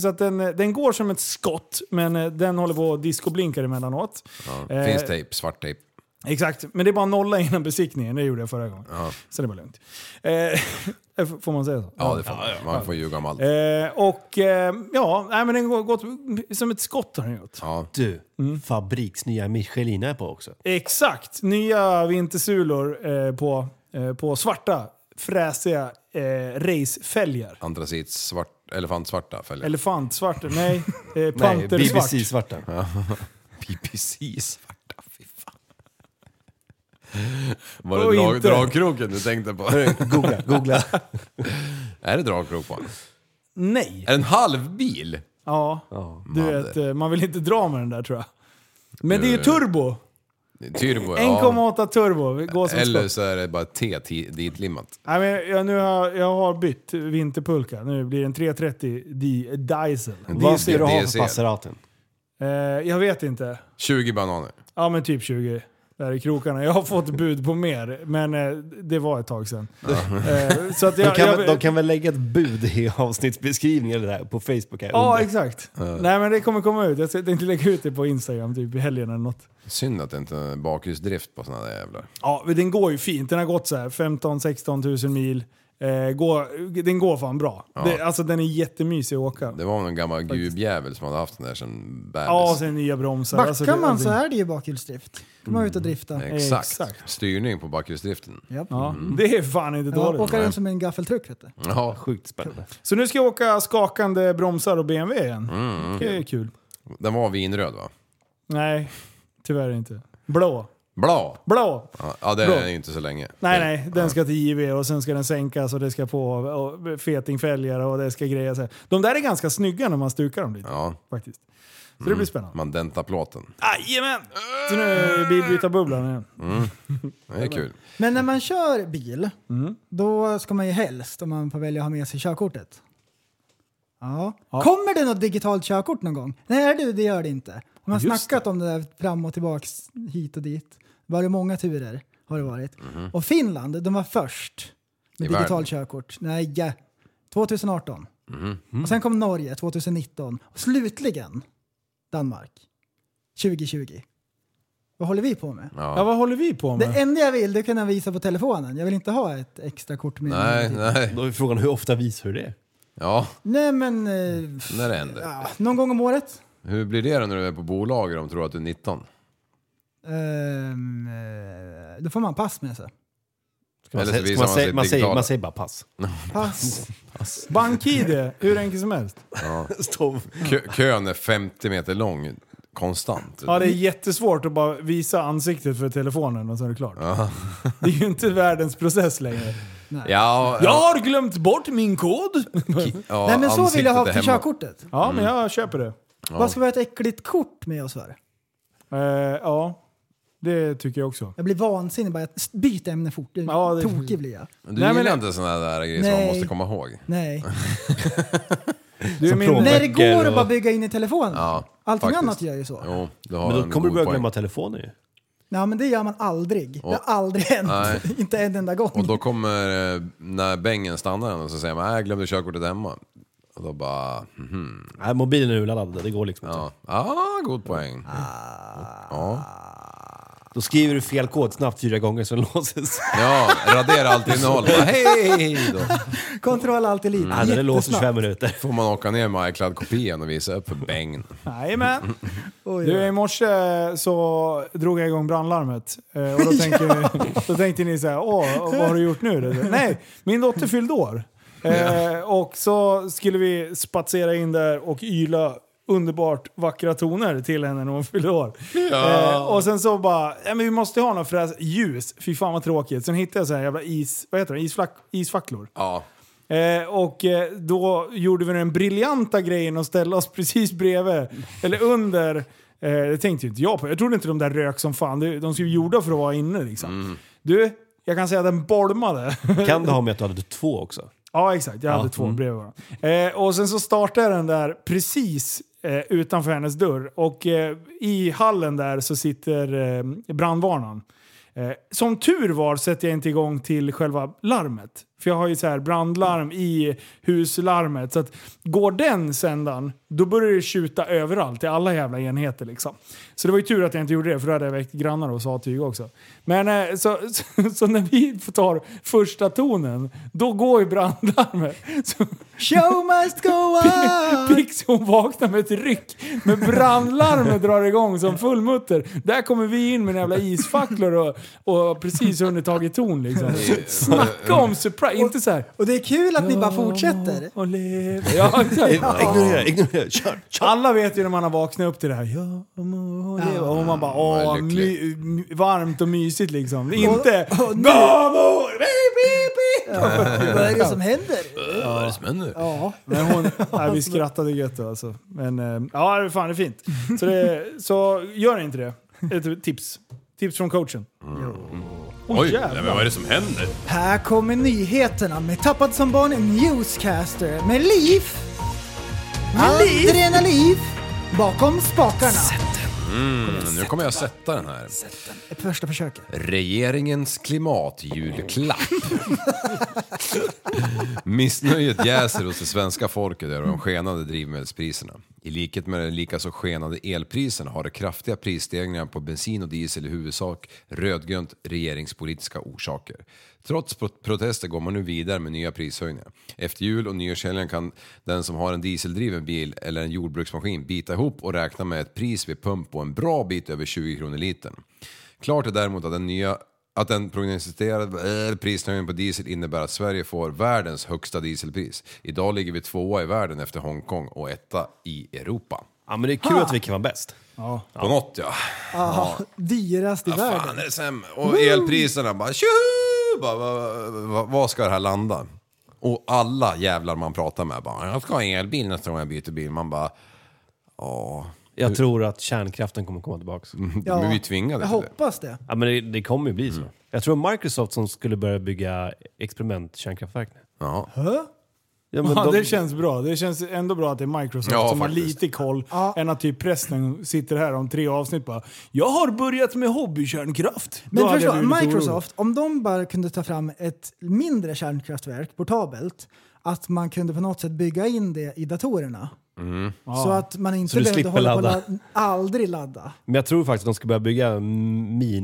D: så att den, eh, den går som ett skott, men eh, den håller på att discoblinkar emellanåt. Eh,
F: Ja. Finns tejp, svart tejp.
D: Exakt, men det är bara nolla innan besiktningen. Det gjorde jag förra gången. Så det var lugnt. Eh, (laughs) får man säga så?
F: Ja, det får man. Man får ljuga om allt.
D: Eh, och eh, ja, nej, men den går gått som ett skott har den gjort.
F: Ja.
G: Du,
D: Mm.
G: fabriksnya Michelina är på också.
D: Exakt, nya vintersulor eh, på, eh, på svarta fräsiga eh, racefälgar.
F: Antracit, svart elefantsvarta fälgar.
D: Elefantsvart? Nej, eh,
G: Nej,
D: pantersvart.
G: BBC-svarta.
F: (laughs) BBC-svarta, fy fan. Var det
D: Och
F: drag,
D: inte-
F: dragkroken du tänkte på?
G: Googla, googla.
F: (laughs) är det dragkrok på den?
D: (laughs) Nej.
F: Är det en halvbil?
D: Ja, du
F: man,
D: vet,
F: det-
D: eh, man vill inte dra med den där tror jag. Men det är ju
F: Nu-
D: turbo.
F: Turbo, ja.
D: 1,8 turbo. Vi går som
F: Eller
D: skott.
F: så är det bara T ti- ditlimmat.
D: Nej, men jag, nu har, jag har bytt vinterpulka. Nu blir det en 330 di, diesel.
G: Vad ska
F: DC.
G: du ha för
F: DC.
G: Passeraten?
D: Eh, jag vet inte.
F: 20 bananer.
D: Ja, men typ 20. Där i krokarna. Jag har fått bud på mer, men eh, det var ett tag sedan. Eh, så att
G: De
D: jag,
G: kan,
D: jag,
G: väl- de kan väl lägga ett bud i avsnittsbeskrivningen eller där, på Facebook? Här
D: Ja,
G: under.
D: exakt. Nej, men det kommer komma ut. Jag tänkte lägga ut det på Instagram typ i helgen eller något.
F: Synd att det inte är bakhjulsdrift på såna där jävlar.
D: Ja, men den går ju fint. Den har gått så här 15-16 tusen mil. Eh, går, den går fan bra. Det, alltså den är jättemysig att åka.
F: Det var någon gammal gubbjävel som hade haft den där sen bebis.
D: Ja, och sen nya bromsar.
E: Backar
D: Alltså, det-
E: man
D: alltså,
E: så är det ju bakhjulsdrift. Då man är ute och drifta.
F: Exakt.
D: Exakt.
F: Styrning på bakhjulsdriften.
E: Japp.
D: Ja, det är fan inte
E: Ja,
D: dåligt.
E: åka runt som en gaffeltruck vet du.
F: Ja,
G: Sjukt spännande.
D: Så nu ska jag åka skakande bromsar och BMW igen. Det är kul.
F: den var vinröd va?
D: Nej, tyvärr inte. Blå.
F: Blå!
D: Blå!
F: Ja, det
D: Blå.
F: är den ju inte så länge.
D: Nej,
F: Det-
D: nej. Den ska till JV och sen ska den sänkas och det ska på och fetingfälgar och det ska grejas. De där är ganska snygga när man stukar dem lite
F: Ja,
D: faktiskt. Så det blir spännande.
F: man dentar plåten.
D: Jajamän! Så nu är bilbytarbubblan igen.
F: Det är kul.
E: Men när man kör bil, då ska man ju helst, om man får välja, ha med sig körkortet. Ja. Kommer det något digitalt körkort någon gång? Nej du, det gör det inte. Man har
D: Just
E: snackat om det där fram och tillbaks, hit och dit. Det var det många turer, har det varit. Och Finland, de var först med
F: I världen.
E: digitalt körkort. Nej, ja. 2018. Och sen kom Norge 2019. Och slutligen Danmark 2020. Vad håller vi på med?
D: Ja, vad håller vi på med?
E: Det enda jag vill det är att kunna visa på telefonen. Jag vill inte ha ett extra kort med
F: Nej,
E: mig.
F: nej.
G: Då är frågan hur ofta visar du det?
F: Ja,
E: Nej, men... eh, f-
F: Mm. när det händer.
E: ja, någon gång om året.
F: Hur blir det då när du är på bolag och de tror att du är 19?
E: Ehm, eh, då får man pass med sig.
G: Ska man,
F: Eller så
G: säga- ska man,
F: visar man
G: säga-
F: sitt
G: man, säger,
F: digitala.
G: man säger bara pass.
F: (laughs)
E: Pass.
D: BankID, hur enkelt som helst.
G: Stå-
F: Kö, kön är 50 meter lång konstant.
D: Ja, det är jättesvårt att bara visa ansiktet för telefonen och så är det klart. Det är ju inte världens process längre.
F: ja,
D: Jag har glömt bort min kod!
F: ja,
E: Nej, men så vill jag ha
F: ansiktet
E: till
F: är hemma.
E: körkortet.
D: Ja, men jag köper det.
E: Vad ska vi ha ett äckligt kort med oss för?
D: Eh, ja, det tycker jag också.
E: Jag blir vansinnig bara. jag- Byt ämne fort.
D: Ja, det-
E: Tokig blir jag.
F: Du
D: Nej, men-
F: gillar inte såna där grejer som man
E: Nej.
F: måste komma ihåg?
E: Nej.
D: Du är min...
G: plågar.
E: När det
G: Böcker
E: går att
G: och-
E: bara bygga in i telefonen.
F: Ja,
E: Allting
F: faktiskt.
E: annat gör ju så.
F: Jo, du har
G: Men
F: en
G: då kommer du
F: god
G: börja
F: poäng.
G: glömma telefoner ju.
E: Ja, men det gör man aldrig. Det har aldrig hänt.
F: Nej.
E: (laughs) inte en enda gång.
F: Och då kommer, eh, när bängen stannar den och så säger man "Nej, jag glömde körkortet hemma. Och då bara, mhm.
G: Nej, mobilen är urladdad. Det går liksom inte.
F: Ja, ah, god poäng.
E: Ah.
F: Ja.
G: Då skriver du fel kod snabbt fyra gånger så den (laughs) låses.
F: ja, radera allt innehåll. Bara, Hej! Då
E: Kontroll allt elit.
D: Mm.
G: Nej, den låser
E: Jättesnabbt.
G: 25 minuter.
F: får man åka ner med iCloud-kopian och visa upp för bängen. (laughs)
D: Jajamän!
E: Oj,
D: Du,
E: oj.
D: i morse så drog jag igång brandlarmet. Eh,
E: (laughs)
D: Och då tänkte, ni, då tänkte ni så här, åh, vad har du gjort nu?
E: (laughs)
D: Nej, min dotter fyllde år. Eh, och så skulle vi spatsera in där och yla underbart vackra toner till henne när hon fyllde år. Eh,
G: Ah.
D: och sen så bara, ja, men vi måste ha något fräs ljus. Fy fan vad tråkigt. Sen hittade jag så här jävla is, vad heter det? Isflack, isfacklor.
F: Ja,
D: Eh, och eh, då gjorde vi den briljanta grejen att ställa oss (laughs) precis bredvid, eller under, eh, det tänkte ju inte jag på. Jag trodde inte de där rök som fan. Det- De skulle ju gjorda för att vara inne liksom.
F: Mm.
D: Du, jag kan säga att den bolmade.
G: Kan du ha med att du hade två också?
D: ja exakt, jag hade
G: Ja,
D: två
G: mm.
D: bredvid varandra. Eh, och sen så startade jag den där precis eh, utanför hennes dörr. Och eh, i hallen där så sitter eh, brandvarnaren. Eh, som tur var sätter jag inte igång till själva larmet. För jag har ju så här brandlarm i huslarmet. Så att går den sändan, då börjar det tjuta överallt i alla jävla enheter liksom. Så det var ju tur att jag inte gjorde det, för då hade jag väckt grannar och sattyg också. Men eh, så, så, så när vi tar första tonen, då går ju brandlarmet. Så,
E: Show must go
D: (laughs)
E: on!
D: Pix hon vaknar med ett ryck. Men brandlarmet drar igång som fullmutter. Där kommer vi in med jävla isfacklor och, och har precis hunnit tagit ton liksom. Snacka om surprise, inte så här.
E: Och det är kul att ni bara fortsätter.
D: Och lever. Ja, exakt.
G: Ignorera, ignorera, kör, kör!
D: Alla vet ju när man har vaknat upp till det här. Ja, må leva. Och man bara åh,
F: är
D: my,
F: lycklig.
D: my, varmt och mysigt liksom. Inte gamor!
E: Vad är det som händer?
F: Vad är det som händer?
E: Ja.
D: Men (laughs) hon, nej, vi skrattade gött då alltså. Men eh, ja, det är fan det är fint. Så, det, (laughs) så gör inte det. Ett tips. Tips från coachen.
F: Oj,
D: jävlar.
F: nej, men vad är det som händer?
E: Här kommer nyheterna med Tappad som barn Newscaster med Liv. Andrena Liv. Bakom spakarna.
F: Mm, nu kommer jag sätta den här.
E: Första försöket.
F: Regeringens klimatjulklapp. Missnöjet jäser hos det svenska folket över de skenande drivmedelspriserna. I likhet med de likaså skenande elpriserna har de kraftiga prisstegringarna på bensin och diesel i huvudsak rödgrönt regeringspolitiska orsaker. Trots pro- protester går man nu vidare med nya prishöjningar. Efter jul och nyårshelgen kan den som har en dieseldriven bil eller en jordbruksmaskin bita ihop och räkna med ett pris vid pump på en bra bit över 20 kronor litern. Klart är däremot att den nya att den prognostiserade eh, prishöjningen på diesel innebär att Sverige får världens högsta dieselpris. Idag ligger vi tvåa i världen efter Hongkong och etta i Europa.
G: Ja, men det är kul att vi kan vara bäst.
F: På något ja.
E: Ja. Dyrast i
F: Vad
E: världen.
F: fan är det sämre? Och elpriserna bara tjoho! Bara, vad, vad, vad ska det här landa? Och alla jävlar man pratar med bara jag ska ha en elbil nästa gång jag byter bil. Man bara ja,
G: Jag tror att kärnkraften kommer komma tillbaka.
E: Ja.
F: men vi är tvingade
E: Jag
F: till det.
E: hoppas det.
G: Ja, men det, det kommer ju bli så. Jag tror Microsoft som skulle börja bygga experimentkärnkraftverk nu.
F: Ja.
G: Ja, men
D: Ja,
G: de-
D: det känns bra. Det känns ändå bra att det är Microsoft
F: Ja,
D: som har
F: faktiskt.
D: lite koll.
E: Ja.
D: Än att typ prästen sitter här om tre avsnitt bara “Jag har börjat med hobbykärnkraft”. Då
E: Men
D: hade jag
E: förstå,
D: blivit lite orolig.
E: Microsoft, om de bara kunde ta fram ett mindre kärnkraftverk, portabelt, att man kunde på något sätt bygga in det i datorerna. Så att man inte
G: Så du
E: behövde
G: slipper
E: hålla på
G: ladda.
E: och lad- aldrig ladda.
G: Men jag tror faktiskt att de ska börja bygga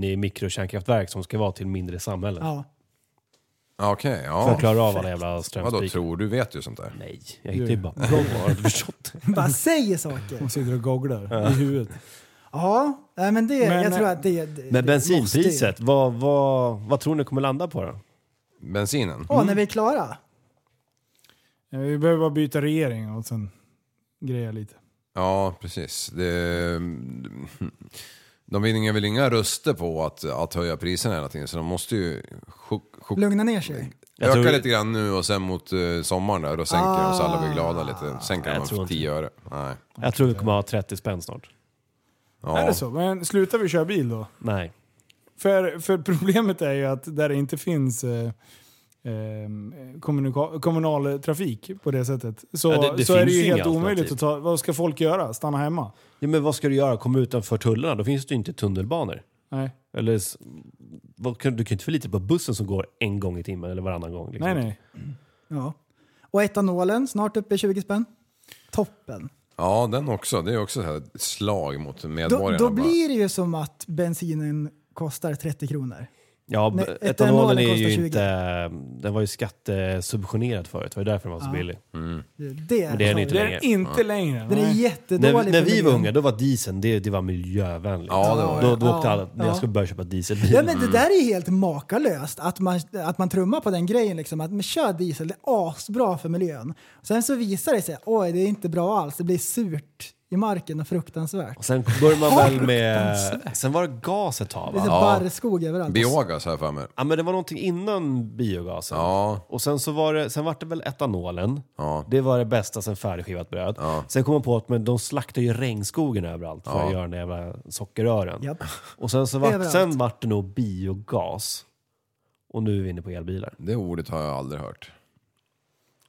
G: mini-mikrokärnkraftverk som ska vara till mindre samhällen.
E: Ja.
G: För
F: Okej,
G: att
F: ja.
G: klara av alla jävla
F: Vadå
G: strömspikar.
F: tror du? vet ju sånt där.
G: Nej, jag hittar ju bara på. Har
E: (laughs)
G: du förstått?
E: Bara säger
D: (laughs)
E: saker.
D: Hon sitter och googlar i huvudet.
E: Ja, nej, men det,
D: Men,
E: jag tror att det... det
G: Men
E: det måste ju-
G: bensinpriset, vad, vad, vad tror ni kommer landa på då?
F: Bensinen?
E: Åh, när vi är klara.
D: Ja, Vi behöver bara byta regering och sen greja lite.
F: Ja, precis. Det, de vinner väl inga röster på att, att höja priserna hela tiden, så de måste ju chock, chock,
E: Lugna ner sig.
G: Jag
F: öka
G: tror-
F: lite grann nu och sen mot eh, sommaren där, då sänker de så alla blir
E: Ah.
F: glada lite. Sänker
G: Jag
F: de
G: tror
F: för
G: inte.
F: 10 öre. Nej.
G: Jag tror vi kommer ha 30 spänn snart.
F: Ja.
D: Är det så? Men slutar vi köra bil då?
G: Nej.
D: För, för problemet är ju att där det inte finns eh, ehm, kommunika- kommunal trafik på det sättet så,
G: Ja, det- det
D: så är det
G: finns
D: ju
G: inga
D: helt omöjligt
G: alternativ.
D: att ta... Vad ska folk göra? Stanna hemma?
G: Ja, men vad ska du göra? Komma utanför tullarna? Då finns det ju inte tunnelbanor.
D: Nej,
G: Eller, s- vad, kan- du kan ju inte förlita dig på bussen som går en gång i timmen eller varannan gång. Liksom.
D: nej, nej.
E: Ja. Och etanolen, snart uppe i 20 spänn. Toppen.
F: ja, den också. Det är också så här ett slag mot
E: Då,
F: medborgarna.
E: då
F: bara.
E: blir det ju som att bensinen kostar 30 kronor.
G: Ja,
E: Nej,
G: b-
E: etanolen
G: etanolen är
E: kostar
G: ju
E: 20.
G: inte... Den var ju skattesubventionerad förut. Det var ju därför den var så billig.
E: Det är,
G: Men det är den inte
D: Det är
G: längre.
D: inte längre.
E: Den är
D: nej.
E: jättedålig.
G: När, när
E: för
G: vi var
E: miljön.
G: unga, då var dieseln det, det var miljövänligt.
F: Ja, det var
G: då,
F: det.
G: då åkte
E: Ja,
G: alla, när
E: ja.
G: jag ska börja köpa dieselbil.
E: Ja, men det där är ju helt makalöst att man, att man trummar på den grejen. Liksom, att men kör diesel, det är asbra för miljön. Sen så visar det sig oj det är inte bra alls. Det blir surt i marken och fruktansvärt.
G: Och sen började man väl med... Sen var det gas ett tag
E: Det är
G: va?
E: så
G: Ja.
E: barrskog överallt.
F: Biogas här för mig.
G: ja men det var någonting innan biogasen.
F: Ja.
G: Och sen så var det, sen var det väl etanolen.
F: Ja.
G: Det var det bästa sen färdigskivat bröd. Sen kom man på att men de slaktar ju regnskogen överallt för att göra den där jävla sockerrören.
E: Japp.
G: Och sen så var,
E: Överallt.
G: sen var det nog biogas. Och nu är vi inne på elbilar.
F: Det ordet har jag aldrig hört.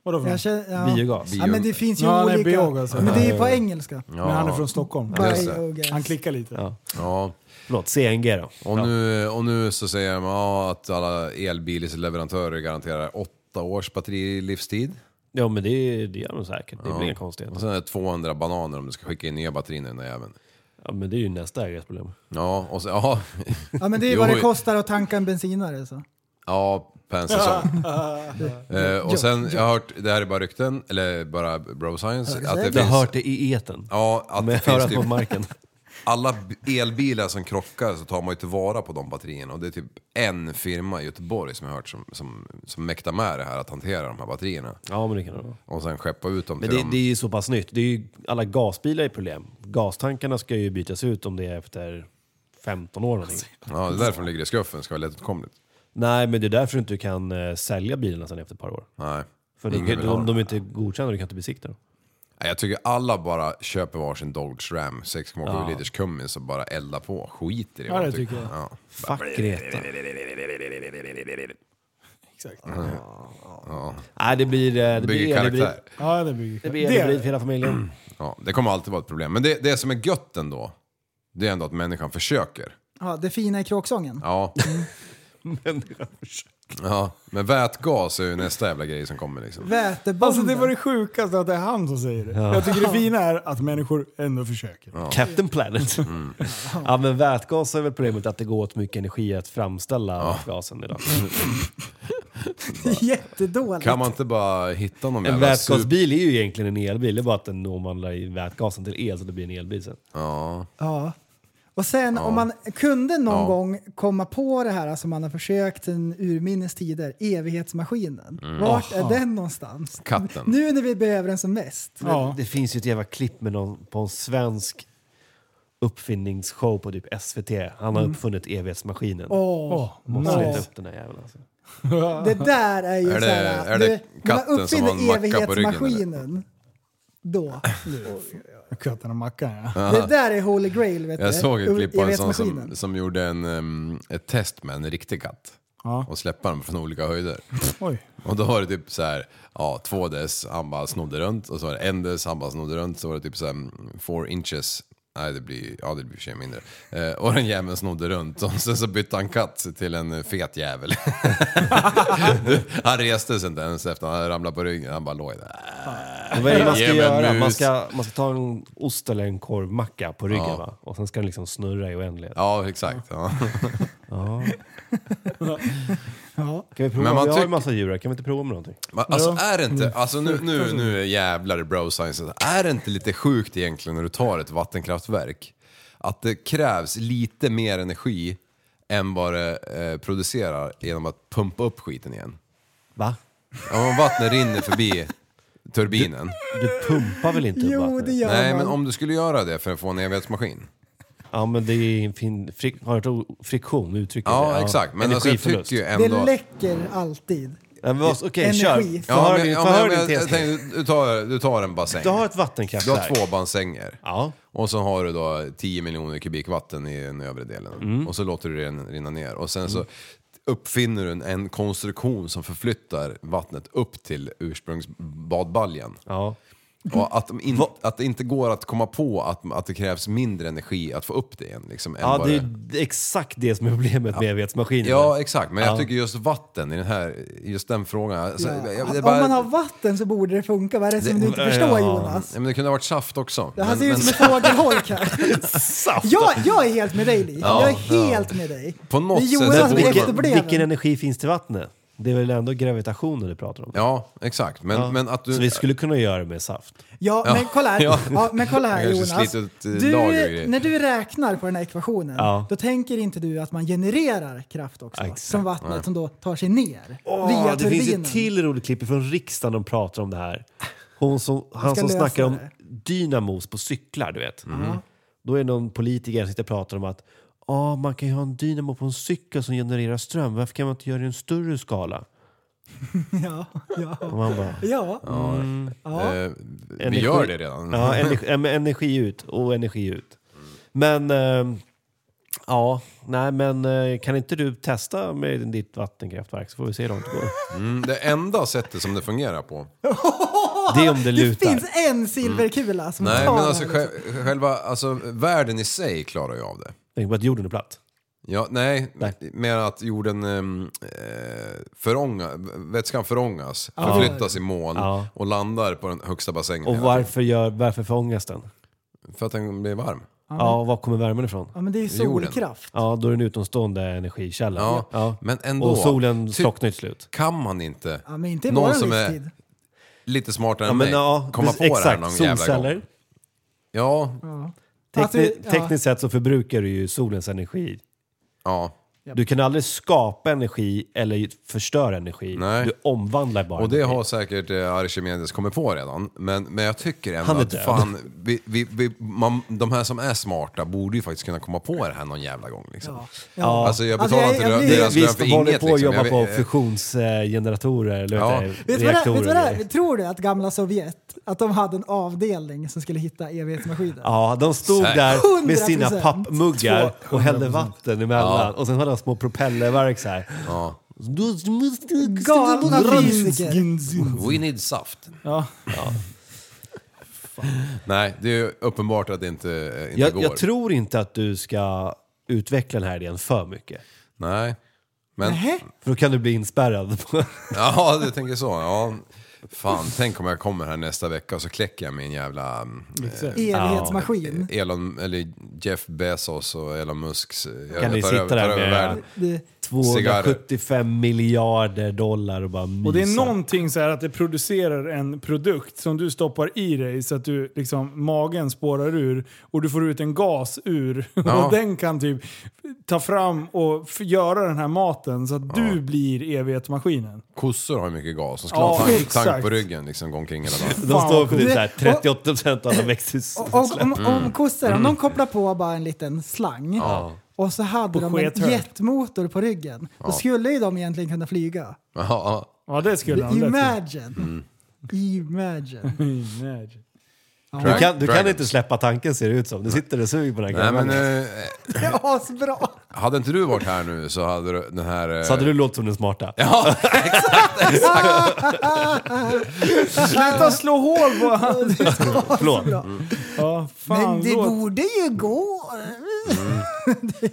D: Vadå för
E: Jag
D: något?
E: känner, ja.
G: Biogas.
E: Ja, men det finns ju
D: Ja, nej,
E: olika.
D: biogas.
E: men det är ju på engelska.
F: Ja.
D: Men han är från Stockholm.
F: Ja, just det.
D: Han
E: Biogas.
D: klickar lite.
G: Ja.
F: Ja.
G: Förlåt, CNG då.
F: Och, nu, och nu så säger de ja, att alla elbilsleverantörer garanterar åtta års batterilivstid.
G: Ja men det, det gör de säkert. Det blir inga konstigheter.
F: Och sen är det 200 bananer om du ska skicka in nya batterier i den där jäveln.
G: Ja, men det är ju nästa ägares problem.
F: Ja, och så, ja,
G: (laughs)
E: Ja, men det är ju vad
F: Jo.
E: det kostar att tanka en bensinare. Så.
F: ja,
G: (laughs)
F: per säsong. Eh, och sen, jag har hört, det här är bara rykten, eller bara bro science, att det
G: Jag har
F: finns,
G: hört det i eten.
F: ja,
G: Men
F: att det
G: jag hör
F: finns
G: att på
F: typ,
G: marken.
F: alla b- elbilar som krockar så tar man ju tillvara på de batterierna. Och det är typ en firma i Göteborg som jag har hört som, som, som mäktar med det här att hantera de här batterierna.
G: Ja, men det kan det vara.
F: Och sen skeppa ut dem
G: Men
F: till
G: det,
F: de...
G: det är ju så pass nytt. Det är ju, alla gasbilar är problem. Gastankarna ska ju bytas ut om det är efter 15 år någonting.
F: Ja, det är därför de ligger i skuffen, ska vara lättåtkomligt.
G: Nej, men det är därför du inte kan eh, sälja bilarna sen efter ett par år.
F: Nej.
G: För de,
F: ingen vill
G: de,
F: ha
G: de,
F: dem.
G: är inte godkända, du kan inte besikta dem.
F: Nej, Jag tycker alla bara köper varsin Dodge Ram 6,7 liters kummis och bara eldar på. Skiter i
D: Ja,
F: vad de
D: det tycker jag.
F: Ja.
G: Fuck Greta.
D: Exakt.
G: Nej, det blir... eh, Det blir
F: Mm. Bygger
G: elhybrid.
F: karaktär.
D: Ja, det blir
G: Det
D: det.
G: blir elhybrid för hela familjen.
F: (clears throat) Ja, det kommer alltid vara ett problem. Men det, det som är gött ändå, det är ändå att människan försöker.
E: Ja, det fina i kråksången.
D: (laughs)
F: Ja,
G: Människan försöker.
F: ja. men vätgas är ju nästa jävla grej som kommer liksom.
E: Vätebomben.
D: Alltså det var
E: (laughs)
D: det sjukaste att det är han som säger det. Jag tycker det fina är att människor ändå försöker.
G: Captain Planet.
F: Mm.
G: (laughs) ja, men vätgas är väl problemet att det går åt mycket energi att framställa gasen
F: (laughs)
G: idag.
E: Jättedåligt.
F: Kan man inte bara hitta någon
G: En
F: jävla super-
G: vätgasbil är ju egentligen en elbil, det är bara att den omvandlar i vätgasen till el så det blir en elbil sen.
F: Ja,
E: Ja. Och sen om man kunde någon gång komma på det här som alltså man har försökt sedan urminnes tider, evighetsmaskinen. Vart är den någonstans?
F: Mm. Katten.
E: Nu när vi behöver den som mest.
D: Ja.
G: Det finns ju ett jävla klipp med någon, på en svensk uppfinningsshow på typ SVT. Han har uppfunnit evighetsmaskinen.
E: Mm. Åh.
G: Måste
D: nice.
G: leta upp den här jäveln alltså.
E: Det där är ju
F: Är det-
E: såhär...
F: är det katten som har en macka på ryggen,
E: evighetsmaskinen.
F: (laughs)
E: Då.
D: Katten och mackan ja.
E: Det där är holy grail vet du.
F: jag såg ett klipp på en sån som,
E: Eh, Evighetsmaskinen.
F: som gjorde en, um, ett test med en riktig katt.
D: Ja.
F: Och släppa den från olika höjder.
D: Oj.
F: Och då var det typ så här, ja, två dess, han bara snodde runt. Och så var det en dess, han bara snodde runt. Så var det typ så här, mm, four inches. Nej, det blir, ja, det blir i och för sig mindre. Eh, och den jäveln snodde runt. Och sen så bytte han katt till en eh, fet jävel. (laughs) han reste sig inte ens efter han ramlade på ryggen. Han bara låg där.
G: Och vad är det man ska
F: Ge mig en
G: göra?
F: mus.
G: Man ska, man ska ta en ost eller en korvmacka på ryggen va? Och sen ska den liksom snurra i oändlighet.
F: Ja, exakt. Ja.
G: Kan vi prova? vi
F: Men man
G: har ju
F: tycker-
G: massa djur här, kan vi inte prova med någonting?
F: Men Alltså är det
G: Mm.
F: inte, alltså nu, nu, nu jävlar i bro science, är det inte lite sjukt egentligen när du tar ett vattenkraftverk? Att det krävs lite mer energi än vad det eh, producerar genom att pumpa upp skiten igen.
G: Va?
F: Ja, Om vattnet rinner förbi turbinen.
G: Du pumpar väl inte upp
E: Jo,
G: vattnet?
E: det gör
F: Nej,
E: man.
F: men om du skulle göra det för att få en evighetsmaskin.
G: Ja, men det är en fin... Frik, har du hört o- friktion? Uttrycket?
F: Ja, exakt. Men alltså, jag tycker ju
E: Det
F: ändå...
E: läcker alltid.
G: Nej, men vad- Okej,
E: Energi.
G: kör. Få
F: Ja,
G: höra
F: men-
G: din-
F: ja,
G: få
F: men-
G: höra
F: men
G: din
F: jag-
G: tes.
F: jag tänkte, Du tar, du tar en bassäng.
G: Du har ett
F: Du har
G: vattenkraftverk.
F: två bassänger.
G: Ja.
F: Och så har du då 10 miljoner kubik vatten i den övre delen.
G: Mm.
F: Och så låter du den rinna ner. Och sen så uppfinner du en, en konstruktion som förflyttar vattnet upp till ursprungsbadbaljan.
G: Ja.
F: Och att, de in, att det inte går att komma på att, att det krävs mindre energi att få upp det igen. Liksom, än
G: ja,
F: vad
G: det är exakt det som är problemet med evighetsmaskinen.
F: Ja, exakt. Men jag
G: Ja.
F: tycker just vatten i den här, just den frågan. Alltså, jag- jag- det är
E: Om
F: bara-
E: man har vatten så borde det funka. Vad är det som du inte förstår Jonas?
F: Ja, men det kunde ha varit saft också.
E: Det här
F: Men-
E: ser
F: men-
E: ut som en fågelholk
F: (laughs)
E: här. jag, jag är helt med dig Li. Jag är helt med dig.
F: På något
E: det är
F: sätt
E: Jonas
F: så
E: som
F: borde
E: är
F: man-
E: efterbliven.
G: Vilken energi finns till vattnet? Det är väl ändå gravitationen du pratar om?
F: Ja, exakt. Men, men att du...
G: Så vi skulle kunna göra det med saft.
E: Ja, men kolla här,
F: Ja.
E: ja. men kolla här
F: Jag kanske
E: Jonas.
F: sliter ut, eh,
E: Du,
F: lager och grejer.
E: när du räknar på den här ekvationen,
G: Ja.
E: då tänker inte du att man genererar kraft också,
G: Exakt.
E: som vattnet som då tar sig ner
G: Åh,
E: via
G: det finns
E: turbinen.
G: ett till roligt klipp från riksdagen de pratar om det här. Hon som, han
E: ska
G: som
E: lösa
G: snackar om
E: det.
G: dynamos på cyklar, du vet.
F: Mm.
G: Då är det någon politiker som sitter och pratar om att ah, man kan ju ha en dynamo på en cykel som genererar ström. Varför kan man inte göra det i en större skala?
E: Ja, ja,
G: Och man bara,
E: ja.
F: Eh, vi gör det redan.
G: Ja, energi, ja, men energi ut och energi ut. Men, eh, ja, nej men eh, kan inte du testa med ditt vattenkraftverk så får vi se hur långt det går.
F: Mm, det enda sättet som det
G: (laughs)
F: fungerar på.
G: Det är om det
E: Det
G: lutar.
E: finns en silverkula som
F: Nej,
E: tar
F: men alltså
E: det här, liksom.
F: sj- själva alltså, världen i sig klarar ju av det.
G: Tänk på att jorden är platt.
F: Ja, nej,
G: Nej.
F: mer att jorden ehm, eh, förånga, vätskan förångas, förflyttas i moln
G: Ja.
F: och landar på den högsta bassängen.
G: Och
F: hela tiden.
G: varför, gör, varför fångas den?
F: För att den blir varm.
G: Ja, och var kommer värmen ifrån?
E: Ja, men det är ju
F: Jorden.
E: solkraft.
G: Ja, då är det en utomstående energikälla.
F: Ja, men ändå.
G: Och solen
F: Ty-
G: slocknar till slut.
F: Kan man inte,
E: Ja, men inte i
F: någon
E: vår
F: som
E: livstid.
F: är lite smartare
G: Ja,
F: än
G: men,
F: mig,
G: ja,
F: komma
G: precis-
F: på det här
G: exakt,
F: någon jävla gång?
G: solceller.
F: Ja,
G: Tekni-
E: Alltså, ja.
G: Tekniskt sett så förbrukar du ju solens energi.
F: Ja.
G: Du kan aldrig skapa energi eller förstöra energi.
F: Nej.
G: Du omvandlar bara
F: Och det
G: energi.
F: har säkert eh, Archimedes kommit på redan. Men, men jag tycker ändå
G: Han är
F: att
G: död.
F: fan, vi, vi, vi, man, de här som är smarta borde ju faktiskt kunna komma på det här någon jävla gång. Liksom.
G: Ja.
F: Alltså jag
E: Alltså,
F: betalar
E: jag-
F: inte
E: jag
F: jag,
E: blir-
F: deras lön
G: Visst,
F: för
G: de håller
F: inget.
G: på att
F: liksom.
G: jobba
F: Jag
G: på
F: vet-
G: fusionsgeneratorer eller
F: Ja.
G: ja.
E: Vet du vad det-
G: reaktorer.
E: vet du vad det är? Tror du att gamla Sovjet, att de hade en avdelning som skulle hitta evighetsmaskinen?
G: Ja, de stod
F: Säkert.
G: där med sina
E: 100%.
G: pappmuggar och hällde vatten emellan. Och sen hade de små propellerverk så här.
F: Ja.
G: (laughs)
E: Galna fysiker!
F: We need saft.
D: Ja.
F: Nej, det är uppenbart att det inte, eh, inte
G: Jag,
F: går.
G: jag tror inte att du ska utveckla den här idén för mycket.
F: Nej. Men,
E: Nähä?
G: För då kan du bli inspärrad.
F: (laughs)
G: (laughs)
F: ja, du tänker så. Ja. Fan, tänk om jag kommer här nästa vecka och så kläcker jag min jävla mm,
E: Evighetsmaskin.
F: Eh, Elon, eller Jeff Bezos och Elon Musks... eh, Jag
G: kan ni
F: tar över-
G: sitta
F: tar
G: där
F: över
G: med
F: världen.
E: Det,
G: 275 miljarder dollar och bara mysa.
D: Och det är någonting så här att det producerar en produkt som du stoppar i dig så att du liksom magen spårar ur och du får ut en gas ur. (laughs)
F: Ja.
D: Och den kan typ ta fram och f- göra den här maten så att du blir evighetsmaskinen.
F: Kossor har ju mycket gas, de ska
D: Ja,
F: ha tank,
D: exakt.
F: tank på ryggen liksom, gå omkring hela
D: (laughs)
F: dagen.
G: De står för
D: vad
G: typ
E: coolt.
G: så här 38 procent av alla växthus.
E: om, om, om kossor, om de kopplar på bara en liten slang och så hade de en
D: skethög.
E: jetmotor på ryggen, då skulle ju de egentligen kunna flyga.
F: Ja, ja.
D: Ja det skulle han lätt
E: Imagine! Imagine.
D: (laughs) Imagine.
G: Du kan, du kan
F: Dragons.
G: inte släppa tanken ser det ut som. Du sitter och suger på den här
F: Nej, men,
G: gamla.
F: eh,
E: Det är asbra!
F: hade inte du varit här nu så hade du den här... eh,
G: Så
F: (laughs)
G: hade du låtit som den smarta.
D: Sluta slå hål (laughs) på han!
G: Förlåt.
D: Ja, fan,
E: Men det
D: låt-
E: borde ju gå!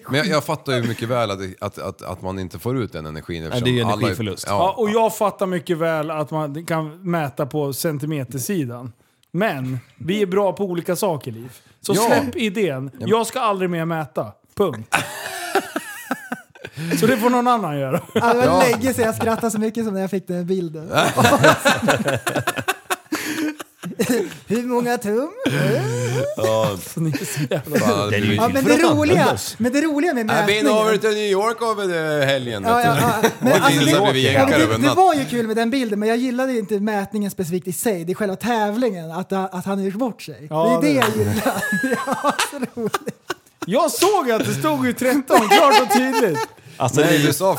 F: Men jag, jag fattar ju mycket väl att, att, att, att man inte får ut den energin eftersom
G: det är ju
F: alla
G: energiförlust.
D: Ja, och jag fattar mycket väl att man kan mäta på centimetersidan. Men vi är bra på olika saker, Liv. Så
F: Ja.
D: släpp idén. Jag ska aldrig mer mäta. Punkt. Så det får någon annan göra.
E: Ja, Det var länge sedan jag skrattade så mycket som när jag fick den (laughs) bilden. Hur många tum?
F: Fan, det blir-
E: Ja, men, det roliga, men det roliga med
F: I've been
E: mätningen...
F: over to New York över eh, helgen.
E: Ja,
F: vet du.
E: ja, ja. Men
F: Och
E: alltså,
F: Linda
E: det,
F: blev
E: ja,
F: jänkad
E: men
F: över en
E: det, det
F: natt.
E: var ju kul med den bilden, men jag gillade inte mätningen specifikt i sig. Det är själva tävlingen, att, att han har gjort bort sig. det
D: Ja,
E: är det,
D: det-
E: jag gillar. Ja, så roligt.
D: Jag såg att det stod ju 13, klart och tydligt.
G: Alltså,
F: Nej, du
G: det,
F: sa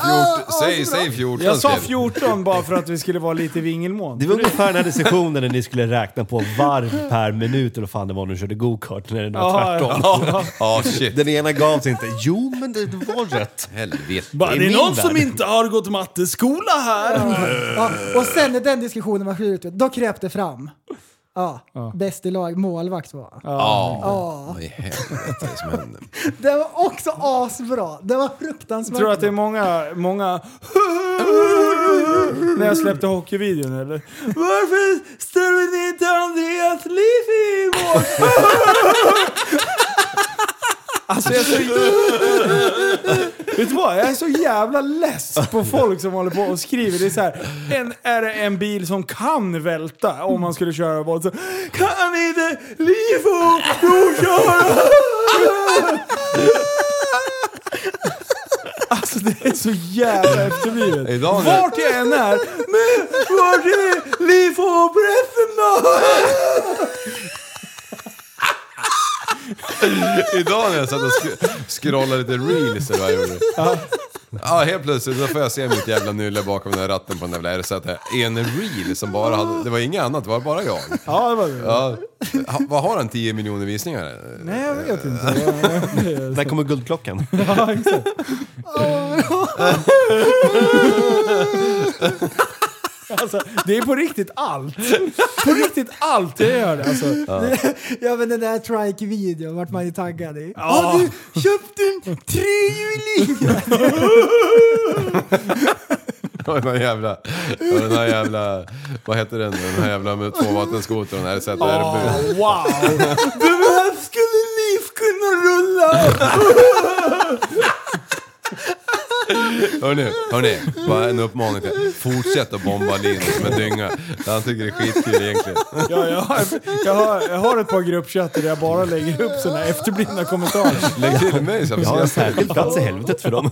F: 14. Säg, säg 14.
D: Jag sa
F: skrev-
D: 14 bara för att vi skulle vara lite i vingelmån.
G: det var ungefär den här sessionen när ni skulle räkna på varv per minut eller vad fan det var när du körde go-kart. När det var
D: Jaha,
G: tvärtom.
F: (laughs) Ja, ah, shit.
G: Den ena gavs inte. Jo, men det var rätt.
F: Helvete.
D: Bara,
G: det är min värld.
D: inte har gått matteskola här.
E: Ja, och sen när den diskussionen var slut, då kröp det fram. Ja, bäst i lag, målvakt var han.
F: Ja. Vad i helvete är det som händer?
E: Det var också asbra. Det var fruktansvärt
D: Jag tror att det är
E: bra.
D: många, många när jag släppte hockeyvideon eller? Varför ställer ni inte Andreas Liv i mål? alltså jag är så... Vet du vad? Jag är så jävla less på folk som håller på och skriver. Det är så här, en, är det en bil som kan välta om man skulle köra vad så kan inte Livo provköra? Alltså det är så jävla efterblivet.
F: Idag när-
D: Vart jag än är, men vart är Liv och Breffen då?
F: Idag när jag satt och sk- scrollade lite reels eller vad jag gjorde. Ja. helt plötsligt så får jag se mitt jävla nylle bakom den här ratten på den jävla RZ. En reel som bara hade, det var inget annat, det var bara jag.
D: Ja, det var det.
F: Ja. Ha, vad har han, 10 miljoner visningar?
D: Nej, jag vet inte.
G: Där kommer guldklockan.
D: ja, exakt. Alltså, det är på riktigt allt. På riktigt allt jag gör det. Alltså.
E: Ja men den där trike-videon vart man ju taggad i. Har du köpt en trehjuling?
F: Och den här jävla, och den här jävla, vad heter den, den här jävla med tvåvattenskotern, RZ, RB.
D: wow! Här skulle Liv kunna rulla!
F: Hörni, hörni, bara en uppmaning till Fortsätt att bomba Linus med dynga. Han tycker det är skitkul egentligen.
D: Ja, jag, har, jag, har, jag har ett par gruppchatter där jag bara lägger upp sådana här efterblivna kommentarer.
F: Lägg till mig så jag
G: Jag
F: får
G: har en
F: se.
G: särskild plats i helvetet för dem.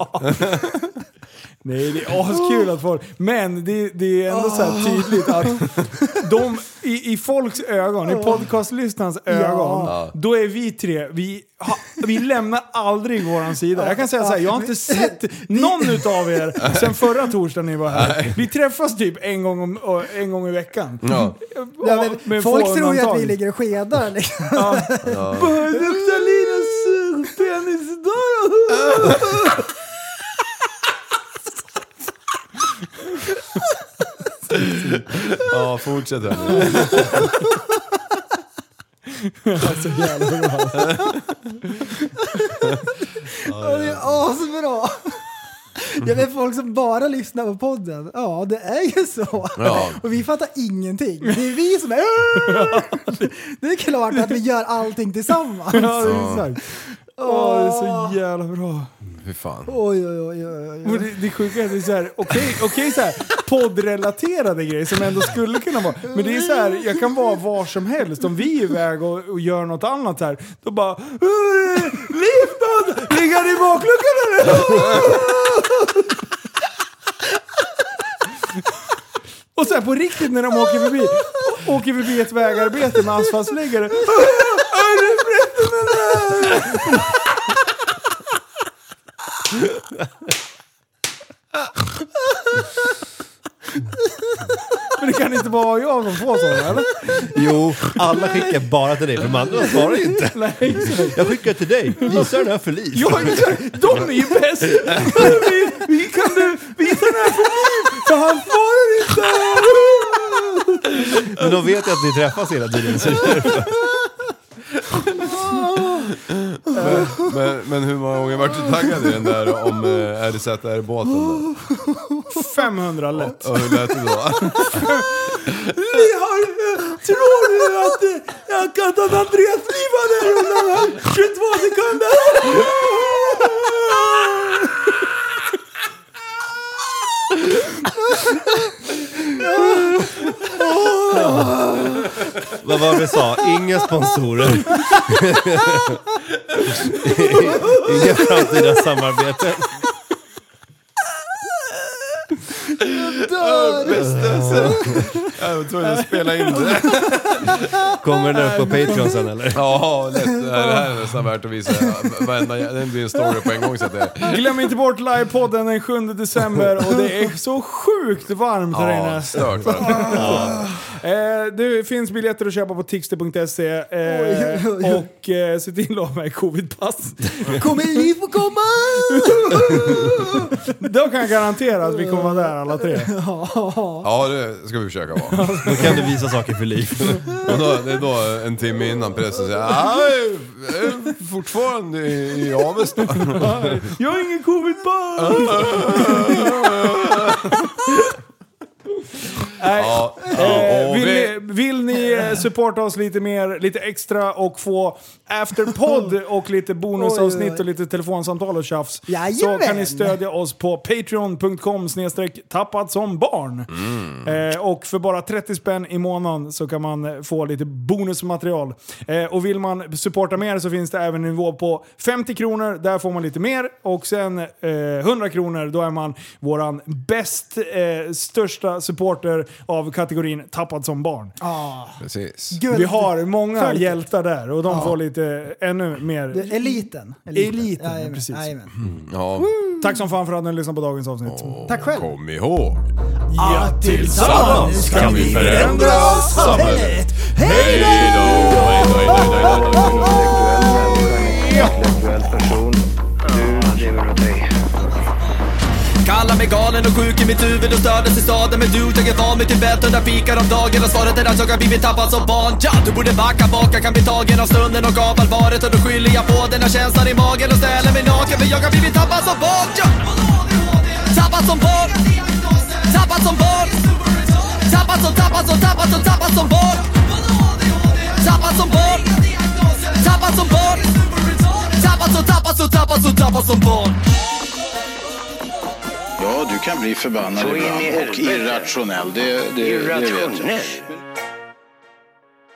D: Nej, det är askul att folk... Men det, det är ändå så här tydligt att de, i, i folks ögon, i podcastlyssnarnas ögon, då är vi tre, vi, ha, vi lämnar aldrig våran sida. Jag kan säga så här, jag har inte sett någon utav er sen förra torsdagen ni var här. Vi träffas typ en gång, om, en gång i veckan.
F: Ja.
E: Ja,
D: Och-
E: men
D: med
E: folk
D: få
E: tror ju att vi
D: undantag.
E: ligger och skedar liksom.
D: Börjar lukta Linus penis idag
F: ja, fortsätt hörni.
E: Ja, det är asbra! Ja, men folk som bara lyssnar på podden, ja det är ju så.
F: Ja.
E: Och vi fattar ingenting. Det är vi som är...
D: (laughs)
E: Det är klart att vi gör allting tillsammans.
D: Ja, det är exakt. Åh, det är så jävla bra.
F: Fy fan.
E: Oj, oj, oj, oj, oj.
D: Och det, det sjuka är att det är såhär, okej, okej såhär poddrelaterade grejer som ändå skulle kunna vara. Men det är så här, jag kan vara var som helst. Om vi är iväg och, och gör något annat här, då bara "Eh, Livband! Ligger det i bakluckan eller? Och sen på riktigt när de åker förbi, å- åker förbi ett vägarbete med asfaltsläggare. "Eh, Är det förresten eller? Men det kan inte bara vara jag som får sådana eller?
G: Jo, alla skickar bara till dig för de andra svarar ju inte.
D: Nej, exakt.
G: Jag skickar till dig. Visa den här för Liv.
D: Ja, exakt. De är ju bäst! Vi, (laughs) vi kan du visa den här för mig? För han svarar inte!
G: Men de vet ju att ni träffas hela tiden. Så
F: Men, men hur många gånger vart du taggad i den där om eh, RZR-båten då?
D: 500 lätt.
F: Och hur lät det då?
D: Vi har, eh, tror du att, eh, att Kattan Andreas livade undan 22 sekunder?
G: Vad var det vi sa? Inga sponsorer. (laughs) Inga framtida samarbeten.
F: Jag var tvungen att spela in det.
G: Kommer den upp på Patreon sen eller?
F: Ja, lätt. Det här är nästan värt att visa. Varenda, det blir en story på en gång så att det...
D: Glöm inte bort livepodden den 7 december och det är så sjukt varmt här
F: Ja,
D: inne.
F: stört var det.
D: Eh, det finns biljetter att köpa på tixter.se eh,
E: Oj, oj, oj.
D: och eh, se till att ha med covidpass.
E: Kommer vi få komma?
D: Då kan jag garantera att vi kommer vara där alla tre.
F: Ja, det ska vi försöka vara.
G: Då kan du visa saker för Liv.
F: Och då, det är då en timme innan pressen säger "Ah, jag är fortfarande i, i Avesta. (laughs)
D: Jag har ingen covidpass! Nej,
F: Ja,
D: Eh,
F: och
D: vill,
F: vi,
D: ni, vill ni eh, supporta oss lite mer, lite extra och få afterpodd och lite
E: Oj, oj,
D: bonusavsnitt
E: oj.
D: och lite telefonsamtal och tjafs
E: Jajamän.
D: så kan ni stödja oss på patreon.com snedstreck tappat som barn. Eh, och för bara 30 spänn i månaden så kan man eh, få lite bonusmaterial. Eh, och vill man supporta mer så finns det även en nivå på 50 kronor, där får man lite mer. Och sen eh, 100 kronor, då är man våran bäst, eh, största supporter av kategorin Tappad som barn.
F: precis.
E: Guld.
D: Vi har många
E: Följ.
D: hjältar där och de får lite ännu mer.
E: Du, eliten.
D: Eliten, ja,
E: Jajamän,
D: precis.
E: jajamän.
F: Ja,
D: Tack som fan för att ni lyssnade på dagens avsnitt.
E: Tack själv.
F: kom ihåg.
E: Ja, tillsammans
F: kan vi förändra samhället. Hej då! Hej då, hej då, hej då, hej då.
C: Intellektuell människa, en intellektuell person. Du lever åt dig.
A: Kallar mig galen och sjuk i mitt huvud och stördes i staden Men du, jag är van vid Tibet under fikar om dagen Och svaret är att jag har blivit tappad som barn ja, Du borde backa bak, jag kan bli tagen av stunden och av allvaret Och då skyller jag på den här känslan i magen och ställer mig naken För jag har blivit tappad som barn ja. Tappad som barn Tappad som barn Tappad som, tappad som, tappad som, tappad som barn Tappad som barn Tappad som barn Tappad som, tappad som, tappad som, tappad som barn
B: Jag Ja, du kan bli förbannad
C: Så in i
B: ibland och
C: helvete.
B: irrationell. Det, det, det vet jag.
C: Irrationell?